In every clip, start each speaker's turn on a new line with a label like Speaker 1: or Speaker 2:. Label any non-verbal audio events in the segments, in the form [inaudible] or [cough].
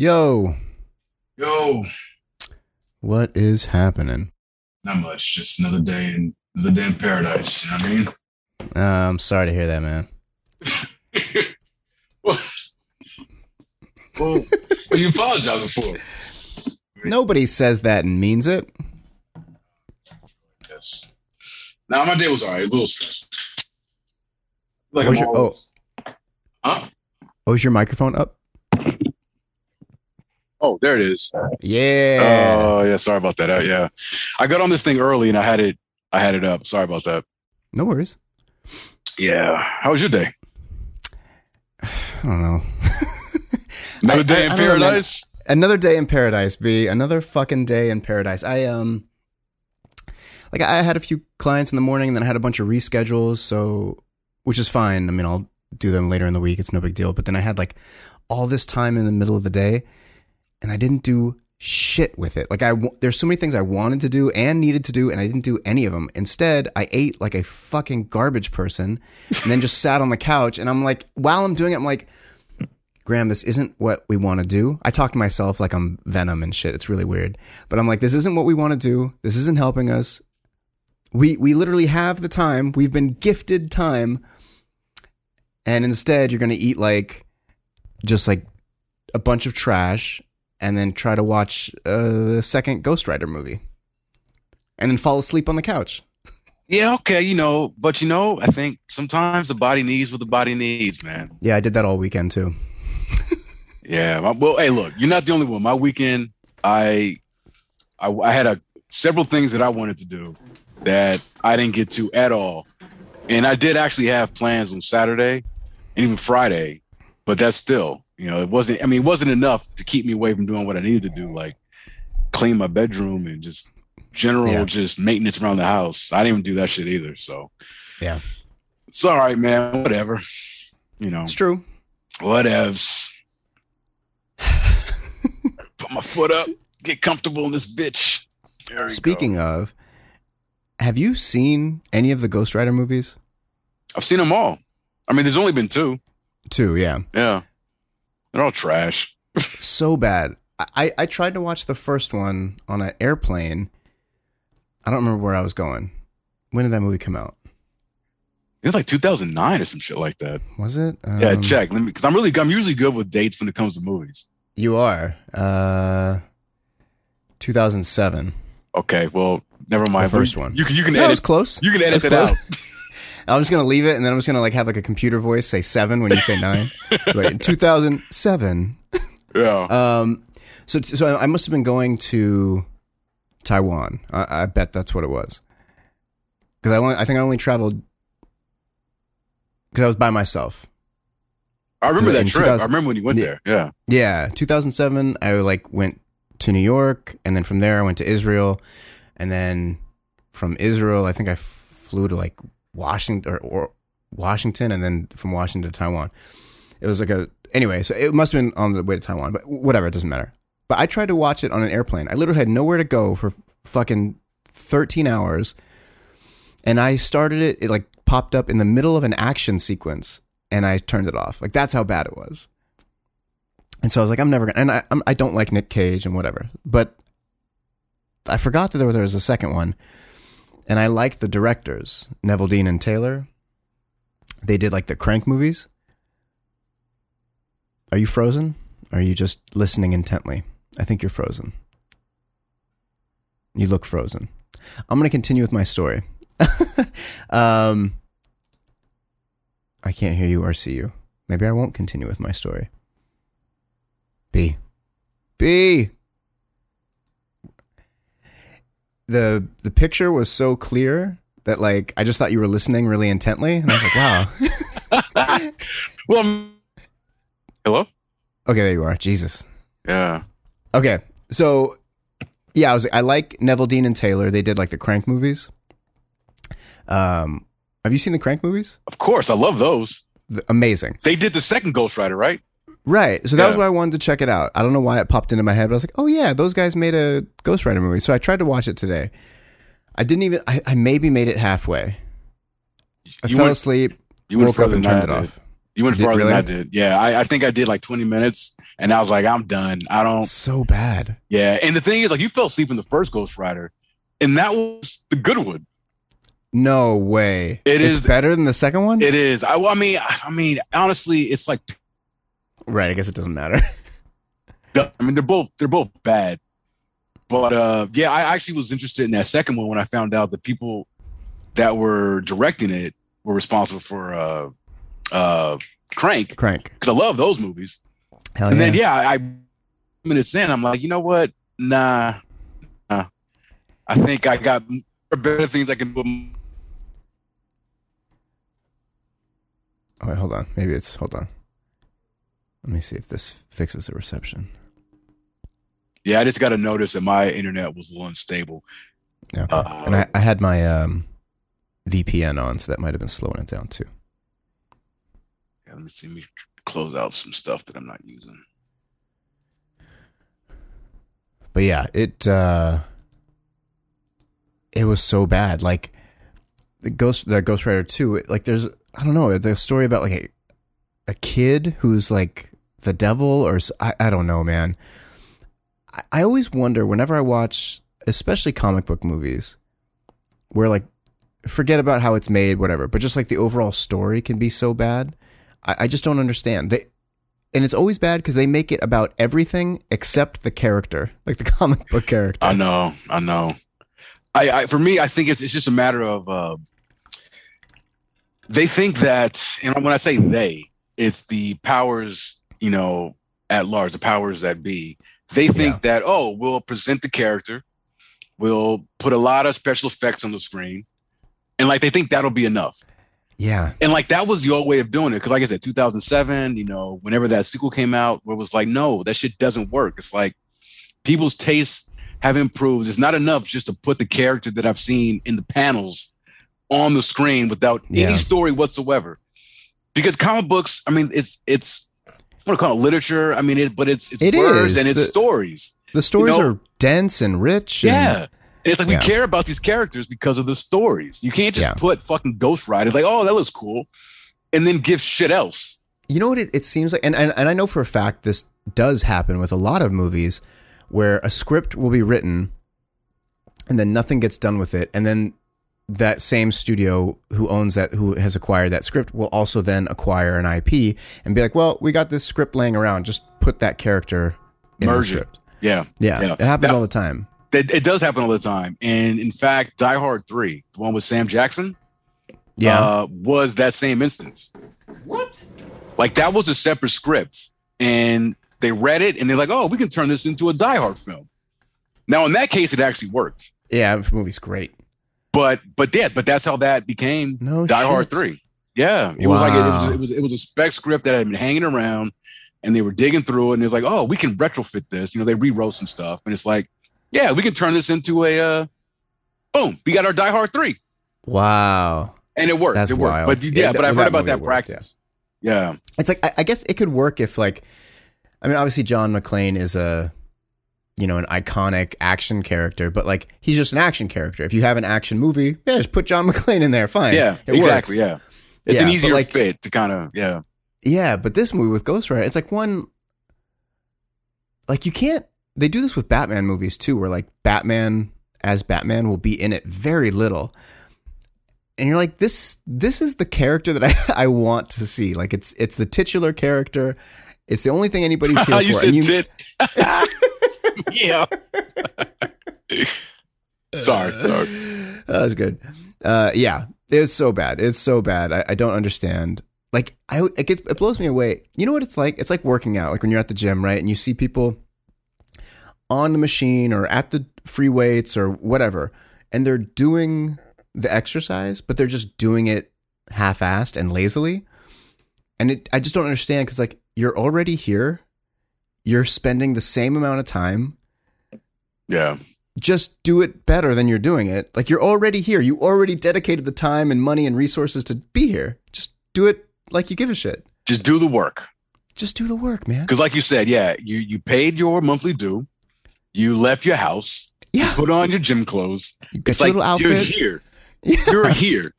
Speaker 1: Yo,
Speaker 2: Yo,
Speaker 1: what is happening?
Speaker 2: not much. Just another day in another day in paradise. You know what I mean?
Speaker 1: Uh, I'm sorry to hear that, man.
Speaker 2: [laughs] Well, what are you apologizing for?
Speaker 1: Nobody says that and means it.
Speaker 2: Yes. Now my day was alright. It was a little stressful. Like
Speaker 1: What's
Speaker 2: I'm
Speaker 1: your-
Speaker 2: always- Huh?
Speaker 1: Oh, is your microphone up?
Speaker 2: Oh, there it is.
Speaker 1: Yeah.
Speaker 2: Oh, yeah. Sorry about that. Uh, yeah, I got on this thing early and I had it. I had it up. Sorry about that.
Speaker 1: no worries.
Speaker 2: Yeah. How was your day?
Speaker 1: I don't know. [laughs]
Speaker 2: Another
Speaker 1: I-
Speaker 2: day
Speaker 1: I-
Speaker 2: in
Speaker 1: I don't know, man.
Speaker 2: paradise.
Speaker 1: another day in paradise b another fucking day in paradise i um like i had a few clients in the morning and then i had a bunch of reschedules so which is fine i mean i'll do them later in the week it's no big deal but then i had like all this time in the middle of the day and i didn't do shit with it like i wa- there's so many things i wanted to do and needed to do and i didn't do any of them instead i ate like a fucking garbage person and then just sat on the couch and i'm like while i'm doing it i'm like Graham, this isn't what we want to do. I talk to myself like I'm Venom and shit. It's really weird. But I'm like, this isn't what we want to do. This isn't helping us. We we literally have the time. We've been gifted time. And instead, you're going to eat like just like a bunch of trash and then try to watch uh, the second Ghost Rider movie. And then fall asleep on the couch.
Speaker 2: Yeah, okay, you know, but you know, I think sometimes the body needs what the body needs, man.
Speaker 1: Yeah, I did that all weekend too.
Speaker 2: Yeah. my- well, hey, look, you're not the only one. My weekend, I, I, I had a several things that I wanted to do that I didn't get to at all, and I did actually have plans on Saturday and even Friday, but that's still, you know, it wasn't. I mean, it wasn't enough to keep me away from doing what I needed to do, like clean my bedroom and just general
Speaker 1: Yeah.
Speaker 2: just maintenance around the house. I didn't even do that shit either. So
Speaker 1: Yeah.
Speaker 2: it's all right, man. Whatever. You know,
Speaker 1: It's true.
Speaker 2: whatevs. Put my foot
Speaker 1: [laughs]
Speaker 2: up, get comfortable in this bitch. There we
Speaker 1: Speaking of, have you seen any of the Ghost Rider movies?
Speaker 2: go. I've seen them all. I mean, there's only been two.
Speaker 1: Two, yeah.
Speaker 2: Yeah, they're all trash.
Speaker 1: So bad. I- I, I tried to watch the first one on an airplane. I don't remember where I was going. When did that movie come out?
Speaker 2: It was like 2009 or some shit like that.
Speaker 1: Was it?
Speaker 2: yeah,
Speaker 1: Um,
Speaker 2: check. Let me, because I'm really, I'm usually good with dates when it comes to movies.
Speaker 1: You are. Uh,
Speaker 2: [laughs]
Speaker 1: 2007.
Speaker 2: Okay, well, never mind.
Speaker 1: first
Speaker 2: You-
Speaker 1: one.
Speaker 2: You can, you can
Speaker 1: That was
Speaker 2: edit.
Speaker 1: close.
Speaker 2: You can edit
Speaker 1: That's close.
Speaker 2: it out.
Speaker 1: I'm just gonna leave it, and then I'm just gonna like have like a computer voice say seven when you say
Speaker 2: [laughs]
Speaker 1: nine. Wait, 2007.
Speaker 2: Yeah.
Speaker 1: Um, so so I must have been going to Taiwan. I, I bet that's what it was. Because I only, I think I only traveled because I was by myself.
Speaker 2: I remember that
Speaker 1: in
Speaker 2: trip.
Speaker 1: 2000
Speaker 2: I remember when you went
Speaker 1: Yeah.
Speaker 2: there. Yeah.
Speaker 1: Yeah, 2007. I like went to New York, and then from there I went to Israel, and then from Israel I think I flew to like Washington or, or Washington, and then from Washington to Taiwan. It was like a anyway. So it must have been on the way to Taiwan, but whatever. It doesn't matter. But I tried to watch it on an airplane. I literally had nowhere to go for fucking 13 hours, and I started it. It like popped up in the middle of an action sequence, and I turned it off. Like that's how bad it was. And so I was like, I'm never gonna. And I I'm, I don't like Nick Cage and whatever, but I forgot that there was, there was a second one, and I liked the directors Neville Dean and Taylor. They did like the Crank movies. Are you frozen? Or are you just listening intently? I think you're frozen. You look frozen. I'm gonna continue with my story. [laughs] um, I can't hear you or see you. Maybe I won't continue with my story. B. B. The the picture was so clear that like I just thought you were listening really intently and I was like, wow. [laughs]
Speaker 2: [laughs] Well, I'm- hello.
Speaker 1: okay, there you are. Jesus.
Speaker 2: Yeah.
Speaker 1: Okay. So yeah, I was I like Neville Dean and Taylor. They did like the Crank movies. Um have you seen the Crank movies?
Speaker 2: Of course, I love those.
Speaker 1: The- amazing.
Speaker 2: They did the second Ghost Rider, right?
Speaker 1: Right. So that was
Speaker 2: Yeah.
Speaker 1: why I wanted to check it out. I don't know why it popped into my head, but I was like, oh yeah, those guys made a Ghost Rider movie. So I tried to watch it today. I didn't even I, I maybe made it halfway. I
Speaker 2: You
Speaker 1: fell
Speaker 2: went-
Speaker 1: asleep,
Speaker 2: You
Speaker 1: woke up
Speaker 2: further
Speaker 1: and
Speaker 2: than I
Speaker 1: turned it
Speaker 2: did.
Speaker 1: off.
Speaker 2: You went
Speaker 1: Did-
Speaker 2: farther
Speaker 1: really?
Speaker 2: than I did. Yeah, I, I think I did like 20 minutes, and I was like, I'm done. I don't.
Speaker 1: So bad.
Speaker 2: Yeah, and the thing is, like, you fell asleep in the first Ghost Rider, and that was the good one.
Speaker 1: No way.
Speaker 2: It
Speaker 1: it's
Speaker 2: is-
Speaker 1: better than the second one.
Speaker 2: It is. I, well, I mean, I I mean, honestly, it's like
Speaker 1: right. I guess it doesn't matter. [laughs]
Speaker 2: I mean, they're both they're both bad. But uh, yeah, I actually was interested in that second one when I found out the people that were directing it were responsible for uh, uh, Crank
Speaker 1: Crank.
Speaker 2: because I love those movies.
Speaker 1: Hell
Speaker 2: and
Speaker 1: yeah.
Speaker 2: then yeah, I I- minutes in, I'm like, you know what? Nah, nah. I think I got m- better things I can do.
Speaker 1: Oh, wait, hold on. Maybe it's hold on. Let me see if this fixes the reception.
Speaker 2: Yeah, I just got to notice that my internet was a little unstable.
Speaker 1: Yeah. okay.
Speaker 2: Uh,
Speaker 1: and I, I had my um, VPN on, so that might have been slowing it down too.
Speaker 2: Yeah, let me see. Let me close out some stuff that I'm not using.
Speaker 1: But yeah, it uh, it was so bad. Like the Ghost, the Ghost Rider Two. It, like there's, I don't know, the story about like a, a kid who's like the devil, or s- I, I don't know, man. I, I always wonder whenever I watch, especially comic book movies, where like forget about how it's made, whatever, but just like the overall story can be so bad. I, I just don't understand. They and it's always bad because they make it about everything except the character, like the [laughs] comic book character.
Speaker 2: I know, I know. I, I for me, I think it's it's just a matter of uh, they think that, and when I say they, it's the powers, you know, at large, the powers that be. They think
Speaker 1: Yeah.
Speaker 2: that oh, we'll present the character, we'll put a lot of special effects on the screen, and like they think that'll be enough.
Speaker 1: Yeah,
Speaker 2: And like that was the old way of doing it, because like I said, 2007, you know, whenever that sequel came out, where it was like, no, that shit doesn't work. It's like people's tastes have improved. It's not enough just to put the character that I've seen in the panels on the screen without
Speaker 1: Yeah.
Speaker 2: any story whatsoever. Because comic books, I mean, it's it's I want to call it literature. I mean, it, but it's it's
Speaker 1: It
Speaker 2: words
Speaker 1: is.
Speaker 2: and it's
Speaker 1: The-
Speaker 2: stories.
Speaker 1: the stories
Speaker 2: know-
Speaker 1: are dense and rich. and-
Speaker 2: Yeah. And it's like
Speaker 1: Yeah.
Speaker 2: we care about these characters because of the stories. You can't just
Speaker 1: Yeah.
Speaker 2: put fucking Ghost Rider like, oh, that looks cool, and then give shit else.
Speaker 1: you know what it, it seems like and, and and i know for a fact this does happen with a lot of movies where a script will be written and then nothing gets done with it and then that same studio who owns that who has acquired that script will also then acquire an ip and be like well we got this script laying around just put that character in the
Speaker 2: Merge it.
Speaker 1: script
Speaker 2: Yeah,
Speaker 1: yeah,
Speaker 2: Yeah.
Speaker 1: it happens
Speaker 2: Now-
Speaker 1: all the time
Speaker 2: that it does happen all the time. And in fact, Die Hard Three, the one with Sam Jackson,
Speaker 1: yeah
Speaker 2: uh, was that same instance.
Speaker 1: what
Speaker 2: Like that was a separate script, and they read it and they're like, "Oh, we can turn this into a Die Hard film." Now, in that case, it actually worked.
Speaker 1: yeah the movie's great
Speaker 2: But but yeah, but that's how that became
Speaker 1: no
Speaker 2: Die Hard
Speaker 1: Oh, shit.
Speaker 2: Three. Yeah, it was like it was,
Speaker 1: Wow.
Speaker 2: it was it was a spec script that had been hanging around, and they were digging through it, and it was like, oh, we can retrofit this. You know, they rewrote some stuff, and it's like, yeah, we can turn this into a, uh, boom, we got our Die Hard Three,
Speaker 1: wow
Speaker 2: and it worked.
Speaker 1: That's
Speaker 2: it worked.
Speaker 1: wild.
Speaker 2: But you-
Speaker 1: Yeah,
Speaker 2: yeah, but
Speaker 1: that-
Speaker 2: I've
Speaker 1: that
Speaker 2: heard about
Speaker 1: movie
Speaker 2: that
Speaker 1: worked,
Speaker 2: practice. Yeah.
Speaker 1: it's like I, I guess it could work if like I mean obviously John McClane is a you know an iconic action character, but like he's just an action character. If you have an action movie, yeah, just put John [laughs] McClane in there. Fine.
Speaker 2: yeah,
Speaker 1: It
Speaker 2: exactly.
Speaker 1: works.
Speaker 2: Yeah, it's
Speaker 1: Yeah,
Speaker 2: an
Speaker 1: but
Speaker 2: easier
Speaker 1: like-
Speaker 2: fit to kind of
Speaker 1: [laughs]
Speaker 2: yeah.
Speaker 1: Yeah, but this movie with Ghost Rider, it's like one like you can't they do this with Batman movies too, where like Batman as Batman will be in it very little. And you're like, this this is the character that I, [laughs] I want to see. Like it's it's the titular character. It's the only thing anybody's here
Speaker 2: How
Speaker 1: for.
Speaker 2: [laughs] you
Speaker 1: And
Speaker 2: said
Speaker 1: you-
Speaker 2: tit.
Speaker 1: [laughs]
Speaker 2: [laughs] yeah. sorry, sorry.
Speaker 1: Uh, [laughs] that was good. Uh, yeah, it's so bad. It's so bad. I, I don't understand. Like, I it gets it blows me away. You know what it's like? It's like working out. Like when you're at the gym, right? And you see people on the machine or at the free weights or whatever, and they're doing the exercise, but they're just doing it half-assed and lazily. And it, I just don't understand because like you're already here, you're spending the same amount of time
Speaker 2: Yeah.
Speaker 1: just do it better than you're doing it. Like you're already here. You already dedicated the time and money and resources to be here. Just do it like you give a shit.
Speaker 2: Just do the work.
Speaker 1: Just do the work, man.
Speaker 2: Because, like you said, yeah, you you paid your monthly due, you left your house,
Speaker 1: Yeah.
Speaker 2: put on your gym clothes.
Speaker 1: You got
Speaker 2: It's
Speaker 1: your
Speaker 2: like
Speaker 1: little
Speaker 2: you're
Speaker 1: [laughs] outfit.
Speaker 2: here. You're here.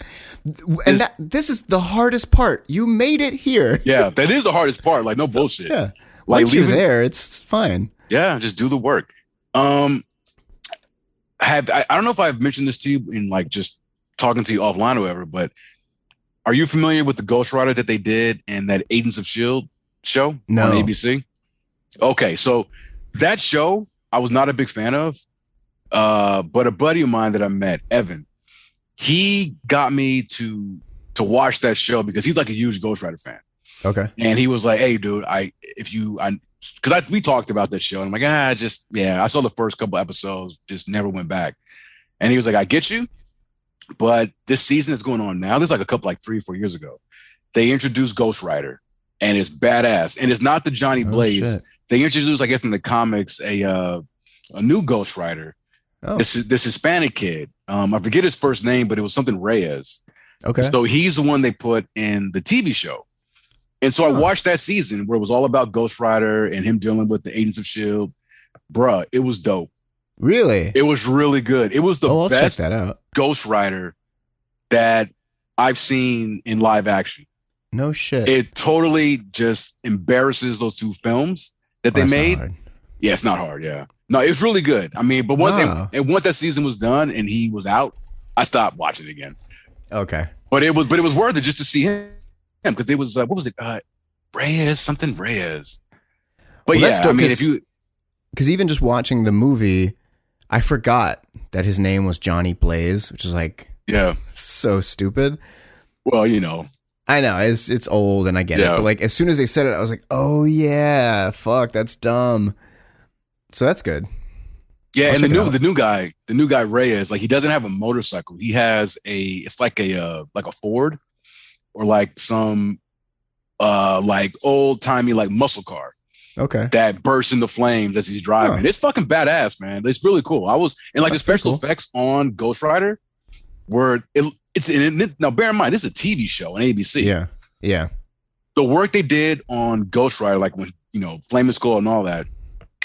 Speaker 1: And that, this is the hardest part. You made it here.
Speaker 2: Yeah, that is the hardest part. Like no
Speaker 1: [laughs]
Speaker 2: bullshit.
Speaker 1: Yeah.
Speaker 2: Like,
Speaker 1: Once you're
Speaker 2: leaving-
Speaker 1: there, it's fine.
Speaker 2: Yeah, just do the work. Um, I have I, I don't know if I've mentioned this to you in like just talking to you offline or whatever, but are you familiar with the Ghost Rider that they did in that Agents of Shield E show
Speaker 1: No.
Speaker 2: on ABC? Okay, so that show I was not a big fan of, uh, but a buddy of mine that I met, Evan, he got me to to watch that show because he's like a huge Ghost Rider fan
Speaker 1: Okay.
Speaker 2: and he was like, "Hey, dude, I if you I because I we talked about this show, and I'm like, ah, I just yeah, I saw the first couple episodes, just never went back." And he was like, "I get you, but this season is going on now. There's like a couple, like three, four years ago, they introduced Ghost Rider, and it's badass, and it's not the Johnny
Speaker 1: Oh,
Speaker 2: Blaze.
Speaker 1: shit.
Speaker 2: They introduced, I guess, in the comics, a uh, a new Ghost Rider.
Speaker 1: Oh,
Speaker 2: This this Hispanic kid. Um, I forget his first name, but it was something Reyes.
Speaker 1: okay.
Speaker 2: So he's the one they put in the TV show. And so I
Speaker 1: Huh.
Speaker 2: watched that season where it was all about Ghost Rider and him dealing with the Agents of S.H.I.E.L.D. E Bruh, it was dope.
Speaker 1: Really?
Speaker 2: It was really good. It was the
Speaker 1: Oh, I'll check
Speaker 2: best
Speaker 1: that out.
Speaker 2: Ghost Rider that I've seen in live action.
Speaker 1: No shit.
Speaker 2: It totally just embarrasses those two films that they
Speaker 1: Oh, That's not
Speaker 2: made.
Speaker 1: hard.
Speaker 2: Yeah, it's not hard. Yeah. No, it's really good. I mean, but once,
Speaker 1: Wow.
Speaker 2: and once that season was done and he was out, I stopped watching again.
Speaker 1: Okay.
Speaker 2: But it was but it was worth it just to see him because it was uh, what was it uh, Reyes something Reyes. But
Speaker 1: Well,
Speaker 2: yeah,
Speaker 1: that's
Speaker 2: I
Speaker 1: dope,
Speaker 2: mean,
Speaker 1: 'cause-
Speaker 2: if you
Speaker 1: Because even just watching the movie, I forgot that his name was Johnny Blaze, which is like
Speaker 2: yeah,
Speaker 1: so stupid.
Speaker 2: well, you know,
Speaker 1: I know it's it's old and I get
Speaker 2: Yeah.
Speaker 1: it, but like as soon as they said it, I was like, oh yeah, fuck, that's dumb. So that's good.
Speaker 2: yeah,
Speaker 1: I'll
Speaker 2: and the
Speaker 1: check it
Speaker 2: new
Speaker 1: out.
Speaker 2: the new guy, the new guy Reyes, like he doesn't have a motorcycle. He has a it's like a uh, like a Ford or like some uh like old timey like muscle car
Speaker 1: Okay.
Speaker 2: that bursts into flames as he's driving.
Speaker 1: Huh.
Speaker 2: It's fucking badass, man. It's really cool. I was and like
Speaker 1: That's
Speaker 2: the
Speaker 1: pretty
Speaker 2: special
Speaker 1: cool.
Speaker 2: effects on Ghost Rider were it, it's and it, now bear in mind this is a TV show on ABC.
Speaker 1: Yeah. Yeah.
Speaker 2: the work they did on Ghost Rider, like when you know Flame and Skull and all that,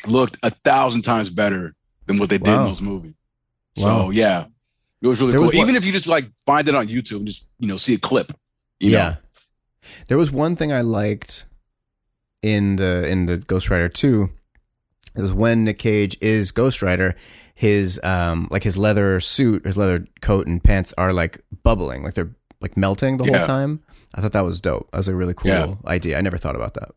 Speaker 2: looked a thousand times better than what they did in
Speaker 1: Wow.
Speaker 2: those movies.
Speaker 1: Wow.
Speaker 2: So yeah, it was really
Speaker 1: There
Speaker 2: cool.
Speaker 1: was one-
Speaker 2: Even if you just like find it on YouTube and just you know see a clip, you know,
Speaker 1: There was one thing I liked in the in the Ghost Rider 2 is when Nick Cage is Ghost Rider, his um like his leather suit, his leather coat and pants are like bubbling, like they're like melting the
Speaker 2: Yeah.
Speaker 1: whole time. I thought that was dope. That was a really cool
Speaker 2: Yeah.
Speaker 1: idea. I never thought about that.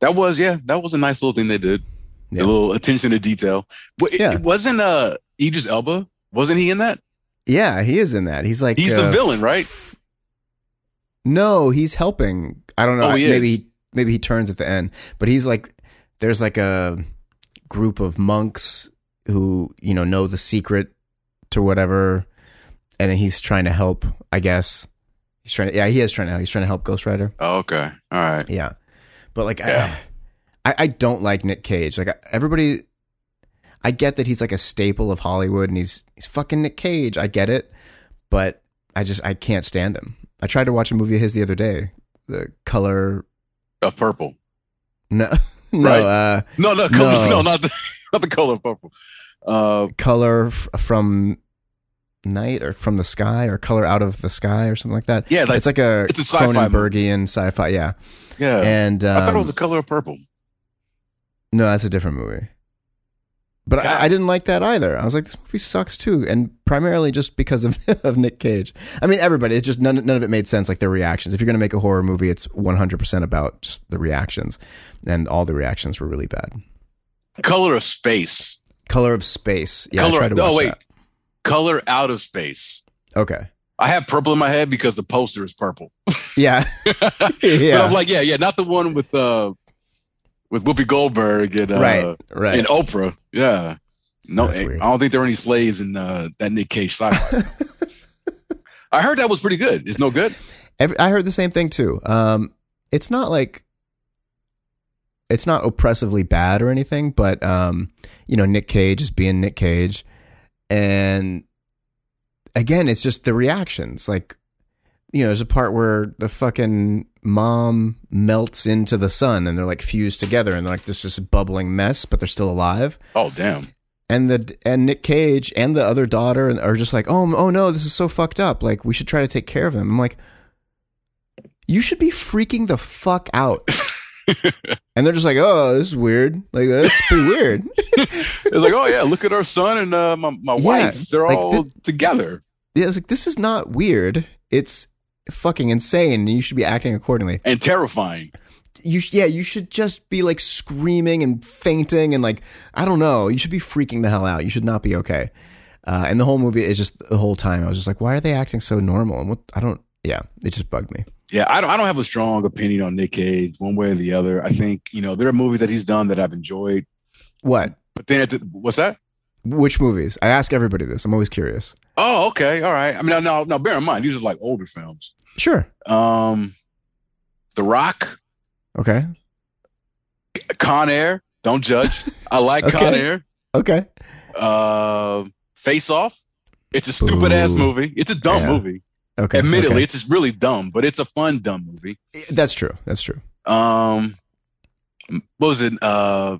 Speaker 2: that was yeah, that was a nice little thing they did.
Speaker 1: Yeah.
Speaker 2: A little attention to detail. But it,
Speaker 1: Yeah.
Speaker 2: it wasn't uh Idris Elba. Wasn't he in that?
Speaker 1: Yeah, he is in that. He's like
Speaker 2: He's
Speaker 1: uh,
Speaker 2: the villain, right?
Speaker 1: No, he's helping. I don't know.
Speaker 2: Oh, he
Speaker 1: maybe maybe he turns at the end, but he's like there's like a group of monks who you know know the secret to whatever, and then he's trying to help. I guess he's trying to. Yeah, he is trying to. help. He's trying to help Ghost Rider.
Speaker 2: Oh, okay. All right.
Speaker 1: Yeah, but like
Speaker 2: Yeah.
Speaker 1: I, I, I don't like Nick Cage. Like I- everybody, I get that he's like a staple of Hollywood, and he's he's fucking Nick Cage. I get it, but I just I can't stand him. I tried to watch a movie of his the other day, The Color.
Speaker 2: Of purple.
Speaker 1: No, [laughs] no,
Speaker 2: Right.
Speaker 1: uh,
Speaker 2: No, no, color, [laughs]
Speaker 1: No.
Speaker 2: no. not the not the color of purple. Uh
Speaker 1: Color f- from Night or from the Sky or Color Out of the Sky or something like that.
Speaker 2: yeah, like
Speaker 1: it's like a,
Speaker 2: it's a sci-fi movie.
Speaker 1: Cronenbergian sci-fi. Yeah,
Speaker 2: yeah.
Speaker 1: and um,
Speaker 2: I thought it was the color of purple.
Speaker 1: No, that's a different movie. But
Speaker 2: Yeah.
Speaker 1: I, I didn't like that either. I was like, this movie sucks too, and primarily just because of, [laughs] of Nick Cage. I mean, everybody. It just none none of it made sense. Like their reactions. If you're gonna make a horror movie, it's 100 percent about just the reactions, and all the reactions were really bad.
Speaker 2: Color of space.
Speaker 1: Color of Space. Yeah,
Speaker 2: color.
Speaker 1: I tried to watch
Speaker 2: oh wait,
Speaker 1: that.
Speaker 2: color out of space.
Speaker 1: Okay. [laughs]
Speaker 2: I have purple in my head because the poster is purple. [laughs]
Speaker 1: Yeah.
Speaker 2: But
Speaker 1: yeah.
Speaker 2: I'm like, yeah, yeah, not the one with uh with Whoopi Goldberg and uh,
Speaker 1: right. Right.
Speaker 2: and Oprah. Yeah. No, eh,
Speaker 1: That's
Speaker 2: I
Speaker 1: weird.
Speaker 2: don't think there are any slaves in uh, that Nick Cage
Speaker 1: [laughs]
Speaker 2: sci-fi. I heard that was pretty good. It's no good.
Speaker 1: Every, I heard the same thing too. Um, it's not like it's not oppressively bad or anything, but um, you know, Nick Cage is being Nick Cage, and again, it's just the reactions. Like, you know, there's a part where the fucking mom melts into the sun, and they're like fused together, and they're like this just bubbling mess, but they're still alive.
Speaker 2: Oh damn.
Speaker 1: and the and Nick Cage and the other daughter are just like, oh, oh no, this is so fucked up. Like we should try to take care of them. I'm like, you should be freaking the fuck out. and they're just like, oh, this is weird. Like that's pretty weird.
Speaker 2: it's like, oh yeah, look at our son and uh, my my
Speaker 1: Yeah,
Speaker 2: wife. They're
Speaker 1: like
Speaker 2: all
Speaker 1: the-
Speaker 2: together.
Speaker 1: Yeah, it's like this is not weird. It's fucking insane. and You should be acting accordingly.
Speaker 2: and terrifying.
Speaker 1: You sh- yeah, you should just be like screaming and fainting and like I don't know. You should be freaking the hell out. You should not be okay. Uh, and the whole movie is just the whole time. I was just like, why are they acting so normal? And what I don't. Yeah, it just bugged me.
Speaker 2: Yeah, I don't I don't have a strong opinion on Nick Cage one way or the other. I think, you know, there are movies that he's done that I've enjoyed.
Speaker 1: What?
Speaker 2: But then at the, what's that?
Speaker 1: Which movies? I ask everybody this. I'm always curious.
Speaker 2: Oh, okay. All right. I mean, now now bear in mind these are like older films.
Speaker 1: Sure.
Speaker 2: Um The Rock,
Speaker 1: Okay.
Speaker 2: Con Air, don't judge. I like Con
Speaker 1: [laughs] Okay.
Speaker 2: Air.
Speaker 1: Okay.
Speaker 2: Uh, Face Off. It's a stupid ass
Speaker 1: Ooh.
Speaker 2: movie. It's a dumb
Speaker 1: Yeah.
Speaker 2: movie.
Speaker 1: Okay.
Speaker 2: Admittedly, it's just really dumb, but it's a fun dumb movie.
Speaker 1: okay. that's true. That's true.
Speaker 2: Um what was it? Uh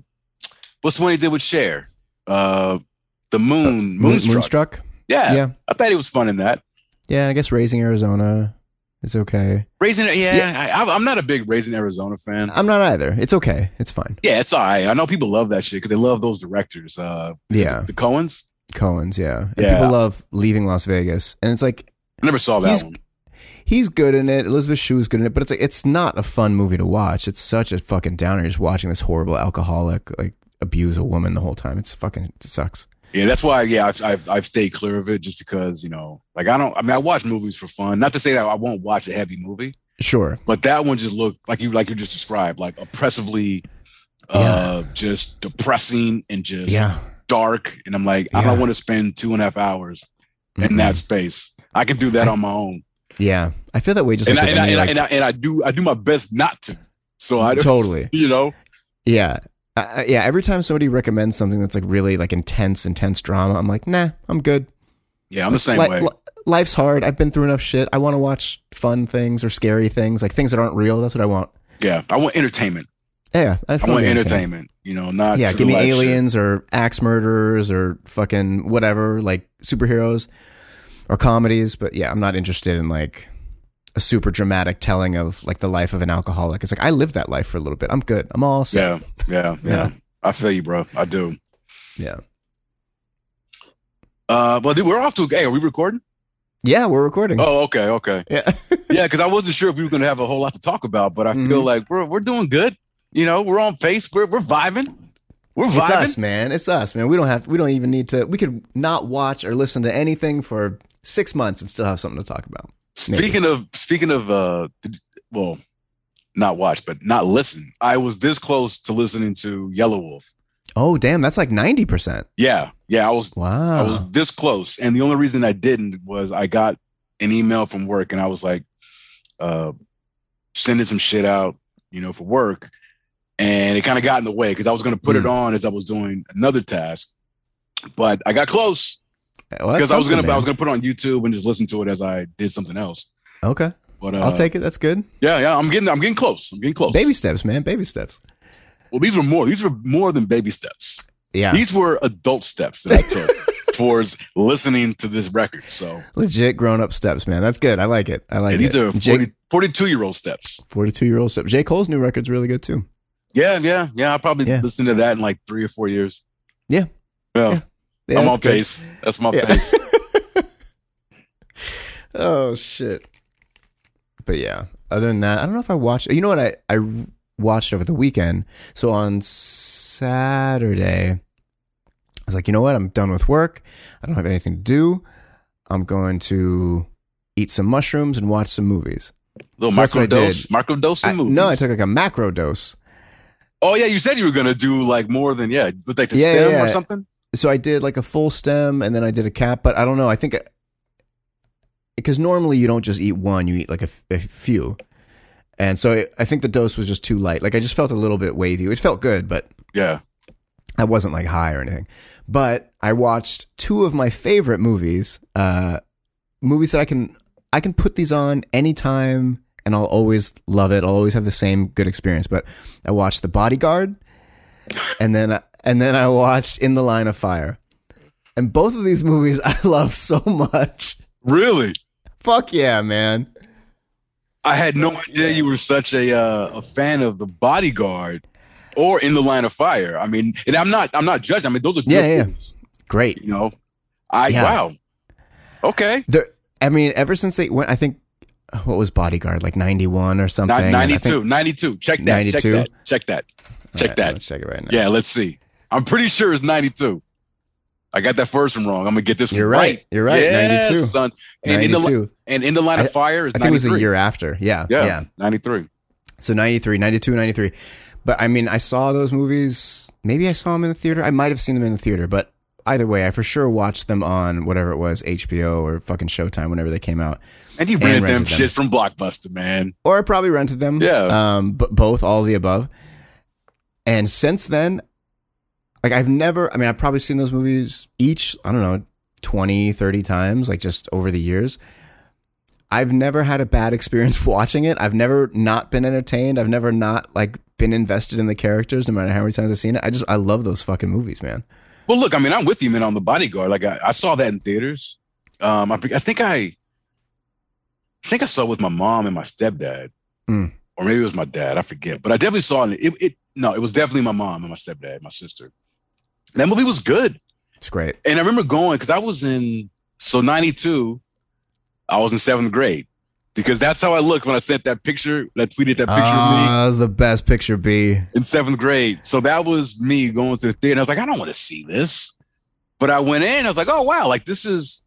Speaker 2: what's the one he did with Cher? Uh the moon,
Speaker 1: Moon-
Speaker 2: moonstruck.
Speaker 1: Moonstruck.
Speaker 2: Yeah,
Speaker 1: Yeah.
Speaker 2: I thought he was fun in that.
Speaker 1: Yeah. I guess Raising Arizona is okay.
Speaker 2: Raising, yeah, I, I, I'm not a big Raising Arizona fan.
Speaker 1: I'm not either. It's okay. It's fine.
Speaker 2: Yeah, it's all right. I know people love that shit because they love those directors. Uh,
Speaker 1: Yeah.
Speaker 2: the Coens.
Speaker 1: Cohen's, yeah. And
Speaker 2: Yeah.
Speaker 1: people love leaving Las Vegas. And it's like
Speaker 2: I never saw that
Speaker 1: He's-
Speaker 2: one.
Speaker 1: he's good in it, Elizabeth Shue's good in it, but it's like it's not a fun movie to watch. It's such a fucking downer. You're just watching this horrible alcoholic like abuse a woman the whole time. It's fucking it sucks.
Speaker 2: Yeah, that's why. Yeah, I've, I've I've stayed clear of it just because you know, like I don't. I mean, I watch movies for fun. Not to say that I won't watch a heavy movie,
Speaker 1: Sure.
Speaker 2: but that one just looked like you like you just described, like oppressively, uh, just depressing and just
Speaker 1: Yeah.
Speaker 2: dark. And I'm like, I
Speaker 1: Yeah.
Speaker 2: don't want to spend two and a half hours in
Speaker 1: Mhm.
Speaker 2: that space. I can do that on my own.
Speaker 1: Yeah. I feel that way just
Speaker 2: and,
Speaker 1: like,
Speaker 2: I,
Speaker 1: with
Speaker 2: and, I,
Speaker 1: any,
Speaker 2: and, I,
Speaker 1: like-
Speaker 2: and, I, and I do I do my best not to. So I
Speaker 1: Totally.
Speaker 2: [laughs] you know,
Speaker 1: Yeah. Uh, yeah, every time somebody recommends something that's like really like intense, intense drama, I'm like, nah, I'm good.
Speaker 2: yeah, I'm the same
Speaker 1: Li-
Speaker 2: way.
Speaker 1: li- life's hard. I've been through enough shit. I want to watch fun things or scary things, like things that aren't real. That's what I want.
Speaker 2: yeah, I want entertainment.
Speaker 1: Yeah, I,
Speaker 2: I
Speaker 1: feel
Speaker 2: want
Speaker 1: entertained.
Speaker 2: entertainment. You know, not
Speaker 1: Yeah,
Speaker 2: true
Speaker 1: give me
Speaker 2: life shit.
Speaker 1: aliens or axe murderers or fucking whatever, like superheroes or comedies. But yeah, I'm not interested in like a super dramatic telling of like the life of an alcoholic. It's like I lived that life for a little bit. I'm good. I'm all set.
Speaker 2: Yeah, yeah, yeah,
Speaker 1: Yeah.
Speaker 2: I feel you, bro. I do.
Speaker 1: Yeah.
Speaker 2: Uh, but dude, we're off to. Hey, are we recording?
Speaker 1: Yeah, we're recording.
Speaker 2: Oh, okay, okay.
Speaker 1: Mm-hmm. [laughs] Yeah.
Speaker 2: Yeah, because I wasn't sure if we were going to have a whole lot to talk about, but I feel
Speaker 1: Mhm.
Speaker 2: like we're we're doing good. You know, we're on pace. We're we're vibing. We're
Speaker 1: It's
Speaker 2: vibing.
Speaker 1: us, man. It's us, man. We don't have we don't even need to we could not watch or listen to anything for six months and still have something to talk about. Maybe.
Speaker 2: Speaking of speaking of uh th- well, not watch, but not listen. I was this close to listening to Yellow Wolf.
Speaker 1: Oh damn, that's like ninety percent.
Speaker 2: Yeah. Yeah, I was I
Speaker 1: Wow.
Speaker 2: was this close. And the only reason I didn't was I got an email from work and I was like uh sending some shit out, you know, for work. And it kind of got in the way because I was gonna put
Speaker 1: Hmm.
Speaker 2: it on as I was doing another task. But I got close because I was gonna I was gonna put it on YouTube and just listen to it as I did something else.
Speaker 1: gonna, okay,
Speaker 2: But uh,
Speaker 1: I'll take it. That's good.
Speaker 2: yeah, yeah, I'm getting I'm getting close. I'm getting close.
Speaker 1: Baby steps, man. Baby steps.
Speaker 2: Well, these were more. These were more than baby steps.
Speaker 1: Yeah,
Speaker 2: These were adult steps that
Speaker 1: [laughs]
Speaker 2: I took towards listening to this record. So
Speaker 1: legit grown up steps, man. That's good. I like it. I like
Speaker 2: yeah,
Speaker 1: it.
Speaker 2: these are 40,
Speaker 1: Jake,
Speaker 2: 42 year old steps.
Speaker 1: 42 year old steps. J Cole's new record's really good too.
Speaker 2: Yeah, yeah, yeah. I'll probably
Speaker 1: Yeah.
Speaker 2: listen to that in like three or four years.
Speaker 1: Yeah.
Speaker 2: Yeah.
Speaker 1: Yeah. Yeah,
Speaker 2: I'm
Speaker 1: that's
Speaker 2: on
Speaker 1: good.
Speaker 2: pace. That's my
Speaker 1: Yeah. [laughs]
Speaker 2: pace.
Speaker 1: Oh shit. But yeah, other than that, I don't know if I watched. You know what I I watched over the weekend. So on Saturday, I was like, you know what? I'm done with work. I don't have anything to do. I'm going to eat some mushrooms and watch some movies.
Speaker 2: Little
Speaker 1: So that's what I
Speaker 2: micro dose. Micro dose
Speaker 1: I,
Speaker 2: and movies.
Speaker 1: no, I took like a macro dose.
Speaker 2: Oh yeah, you said you were gonna do like more than yeah, with like the
Speaker 1: Yeah,
Speaker 2: stem
Speaker 1: yeah,
Speaker 2: or
Speaker 1: yeah.
Speaker 2: something.
Speaker 1: so I did like a full stem and then I did a cap, but I don't know. I think because normally you don't just eat one, you eat like a, f- a few. And so I- I think the dose was just too light. Like I just felt a little bit wavy. It felt good, but
Speaker 2: Yeah.
Speaker 1: I wasn't like high or anything. But I watched two of my favorite movies, uh, movies that I can I can put these on anytime and I'll always love it. I'll always have the same good experience. But I watched The Bodyguard, and then and then I watched In the Line of Fire. And both of these movies I [laughs] love so much.
Speaker 2: Really?
Speaker 1: Fuck yeah, man.
Speaker 2: I had no idea you were such a uh, a fan of the Bodyguard or In the Line of Fire. I mean, and I'm not I'm not judging. I mean, those are good
Speaker 1: Yeah, yeah.
Speaker 2: movies.
Speaker 1: Great.
Speaker 2: You know, I
Speaker 1: Yeah.
Speaker 2: wow. Okay,
Speaker 1: There, I mean, ever since they went, I think, what was Bodyguard? Like 91 or something?
Speaker 2: Nin-
Speaker 1: And I think-
Speaker 2: 92, 92. Check that.
Speaker 1: 92?
Speaker 2: Check that. Check that.
Speaker 1: Alright,
Speaker 2: Check that.
Speaker 1: Let's check it right now.
Speaker 2: Yeah, let's see. I'm pretty sure it's 92. I got that first one wrong. I'm gonna get this
Speaker 1: You're
Speaker 2: one
Speaker 1: right.
Speaker 2: right.
Speaker 1: You're right.
Speaker 2: Yes,
Speaker 1: 92.
Speaker 2: son. And in
Speaker 1: 92.
Speaker 2: the and in the line of fire is
Speaker 1: I think it was a
Speaker 2: 93.
Speaker 1: year after. Yeah.
Speaker 2: Yeah,
Speaker 1: Yeah.
Speaker 2: 93.
Speaker 1: So 93, 92, 93. But I mean, I saw those movies. Maybe I saw them in the theater. I might have seen them in the theater, but either way, I for sure watched them on whatever it was, HBO or fucking Showtime, whenever they came out.
Speaker 2: And he
Speaker 1: And
Speaker 2: rented them
Speaker 1: rented them.
Speaker 2: shit from Blockbuster, man.
Speaker 1: Or I probably rented them.
Speaker 2: Yeah.
Speaker 1: Um, but both, all of the above. And since then, like I've never, I mean, I've probably seen those movies each, I don't know, 20, 30 times, like just over the years. I've never had a bad [laughs] experience watching it. I've never not been entertained. I've never not like been invested in the characters, no matter how many times I've seen it. I just, I love those fucking movies, man.
Speaker 2: Well, look, I mean, I'm with you, man, on the bodyguard. Like, I, I saw that in theaters. Um, I, I think I, I think I saw it with my mom and my stepdad,
Speaker 1: Hmm.
Speaker 2: or maybe it was my dad. I forget, but I definitely saw it. It, it. No, it was definitely my mom and my stepdad, my sister. And that movie was good,
Speaker 1: It's great.
Speaker 2: and I remember going because I was in so '92. I was in seventh grade because that's how I looked when I sent that picture, that tweeted that picture of me
Speaker 1: Ah, that was the best picture, B.
Speaker 2: in seventh grade. So that was me going to the theater. I was like, I don't want to see this. But I went in, I was like, oh wow, like this is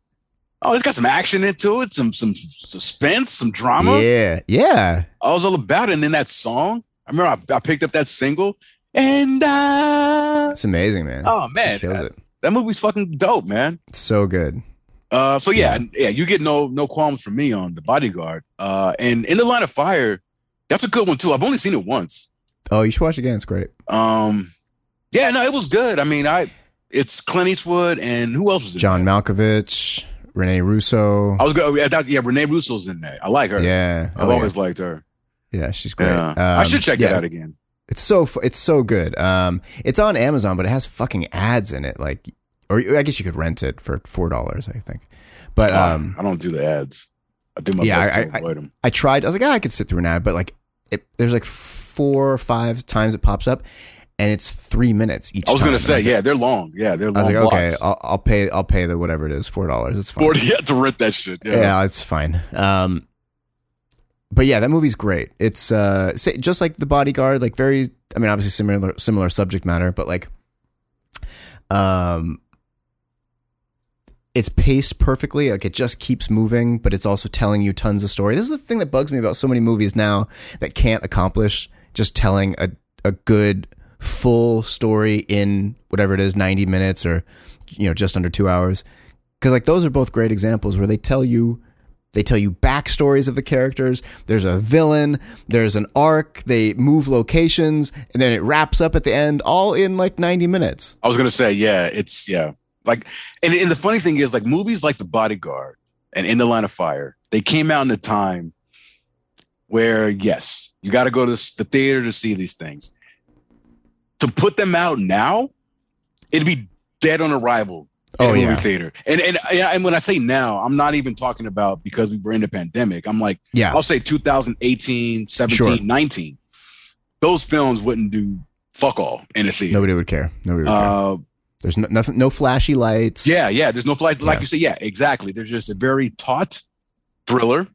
Speaker 2: oh, it's got some action into it, some some suspense, some drama.
Speaker 1: Yeah. Yeah.
Speaker 2: I was all about it. And then that song, I remember I, I picked up that single and uh
Speaker 1: It's amazing, man.
Speaker 2: oh
Speaker 1: She
Speaker 2: man,
Speaker 1: kills
Speaker 2: that,
Speaker 1: it.
Speaker 2: that movie's fucking dope, man.
Speaker 1: It's so good.
Speaker 2: Uh so yeah, yeah, you get no no qualms from me on the bodyguard. Uh and in the line of fire, that's a good one too. I've only seen it once.
Speaker 1: Oh, you should watch it again. It's great.
Speaker 2: Um, yeah, no, it was good. I mean, I it's Clint Eastwood and who else was in
Speaker 1: John
Speaker 2: That?
Speaker 1: Malkovich, Rene Russo.
Speaker 2: I was going. I thought, yeah, Renee Russo's in that. I like her.
Speaker 1: yeah,
Speaker 2: Oh, I've
Speaker 1: Oh,
Speaker 2: always liked her.
Speaker 1: yeah. yeah, she's great.
Speaker 2: Yeah. I
Speaker 1: Um,
Speaker 2: should check
Speaker 1: yeah,
Speaker 2: that out again.
Speaker 1: It's so fu- it's so good. Um, it's on Amazon, but it has fucking ads in it. Like, or I guess you could rent it for four dollars, I think. But um,
Speaker 2: I don't do the ads. I do my
Speaker 1: yeah,
Speaker 2: best to
Speaker 1: I- I-
Speaker 2: avoid them.
Speaker 1: I tried. I was like, ah, I could sit through an ad, but like, it, there's like four or five times it pops up, and it's three minutes each.
Speaker 2: I was
Speaker 1: time.
Speaker 2: gonna
Speaker 1: And I
Speaker 2: say,
Speaker 1: like-
Speaker 2: yeah, they're long. Yeah, they're
Speaker 1: I
Speaker 2: long.
Speaker 1: was like, okay,
Speaker 2: blocks.
Speaker 1: I'll, I'll pay. I'll pay the whatever it is, four dollars. It's fine.
Speaker 2: [laughs] forty. Yeah, to rent that shit. Yeah.
Speaker 1: yeah. it's fine. Um, but yeah, that movie's great. It's uh, sa- just like The Bodyguard, like very. I mean, obviously similar similar subject matter, but like, um, it's paced perfectly. Like it just keeps moving, but it's also telling you tons of story. This is the thing that bugs me about so many movies now that can't accomplish just telling a a good full story in whatever it is, ninety minutes or you know just under two hours because like those are both great examples where they tell you they tell you backstories of the characters there's a villain there's an arc they move locations and then it wraps up at the end all in like 90 minutes
Speaker 2: I was gonna say, yeah, it's yeah. Like, and and the funny thing is, like movies like The Bodyguard and In the Line of Fire, they came out in a time where yes, you got to go to s- the theater to see these things. To put them out now, it'd be dead on arrival. in
Speaker 1: Oh,
Speaker 2: a movie
Speaker 1: yeah.
Speaker 2: theater. And and and when I say now, I'm not even talking about because we were in the pandemic. I'm like.
Speaker 1: yeah
Speaker 2: I'll say 2018, 17,
Speaker 1: Sure.
Speaker 2: 19. Those films wouldn't do fuck all in the theater.
Speaker 1: nobody would care nobody would care
Speaker 2: Uh,
Speaker 1: there's no, nothing no flashy lights
Speaker 2: yeah, yeah. There's no flight, like
Speaker 1: Yeah.
Speaker 2: you said. Yeah, exactly. There's just a very taut thriller.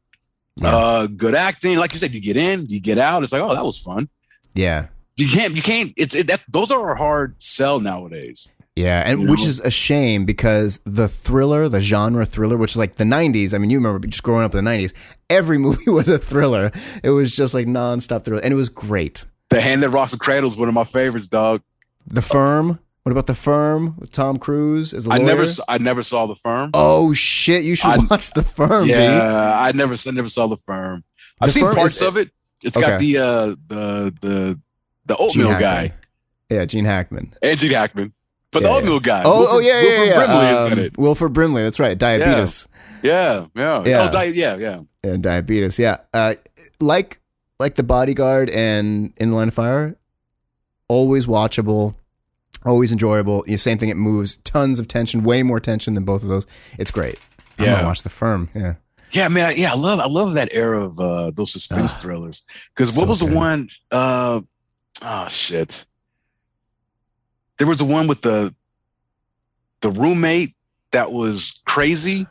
Speaker 1: Yeah.
Speaker 2: Uh, good acting, like you said. You get in, you get out. It's like, oh, that was fun.
Speaker 1: yeah
Speaker 2: You can't, you can't. It's it, that. Those are a hard sell nowadays.
Speaker 1: yeah, and
Speaker 2: You
Speaker 1: which
Speaker 2: know?
Speaker 1: is a shame because the thriller, the genre thriller, which is like the '90s. I mean, you remember just growing up in the '90s. Every [laughs] movie was a thriller. It was just like nonstop thriller, and it was great.
Speaker 2: The Hand That Rocks the Cradle is one of my favorites, dog.
Speaker 1: The Firm. What about The Firm with Tom Cruise as a
Speaker 2: I
Speaker 1: lawyer?
Speaker 2: never, s- I never saw the firm.
Speaker 1: Oh shit! You should
Speaker 2: I-
Speaker 1: watch The Firm. B.
Speaker 2: yeah, I never, s- I never saw the firm.
Speaker 1: Oh,
Speaker 2: I've
Speaker 1: The
Speaker 2: seen
Speaker 1: Firm
Speaker 2: parts
Speaker 1: is-
Speaker 2: of it. It's got
Speaker 1: Okay.
Speaker 2: the uh, the the the
Speaker 1: Gene
Speaker 2: oatmeal guy.
Speaker 1: Hackman. Yeah, Gene Hackman.
Speaker 2: And Gene Hackman. But
Speaker 1: Yeah,
Speaker 2: the oatmeal guy.
Speaker 1: Oh, oh
Speaker 2: Uh, Wilford-
Speaker 1: yeah, yeah,
Speaker 2: Wilford
Speaker 1: yeah.
Speaker 2: Brimley is in
Speaker 1: Um,
Speaker 2: it.
Speaker 1: Wilford Brimley. That's right. Diabetes
Speaker 2: Yeah, yeah.
Speaker 1: Yeah.
Speaker 2: Oh, di- yeah, yeah.
Speaker 1: and diabetes. Yeah, uh, like like The Bodyguard and In the Line of Fire, always watchable. Always enjoyable. You know, same thing. It moves tons of tension, way more tension than both of those. It's great. I'm
Speaker 2: Yeah.
Speaker 1: gonna watch The Firm. Yeah.
Speaker 2: Yeah, man. I- Yeah, I love I love that era of uh, those suspense
Speaker 1: Ah,
Speaker 2: thrillers. Because what
Speaker 1: so
Speaker 2: was the
Speaker 1: good.
Speaker 2: one? Uh, oh shit. There was the one with the the roommate that was crazy,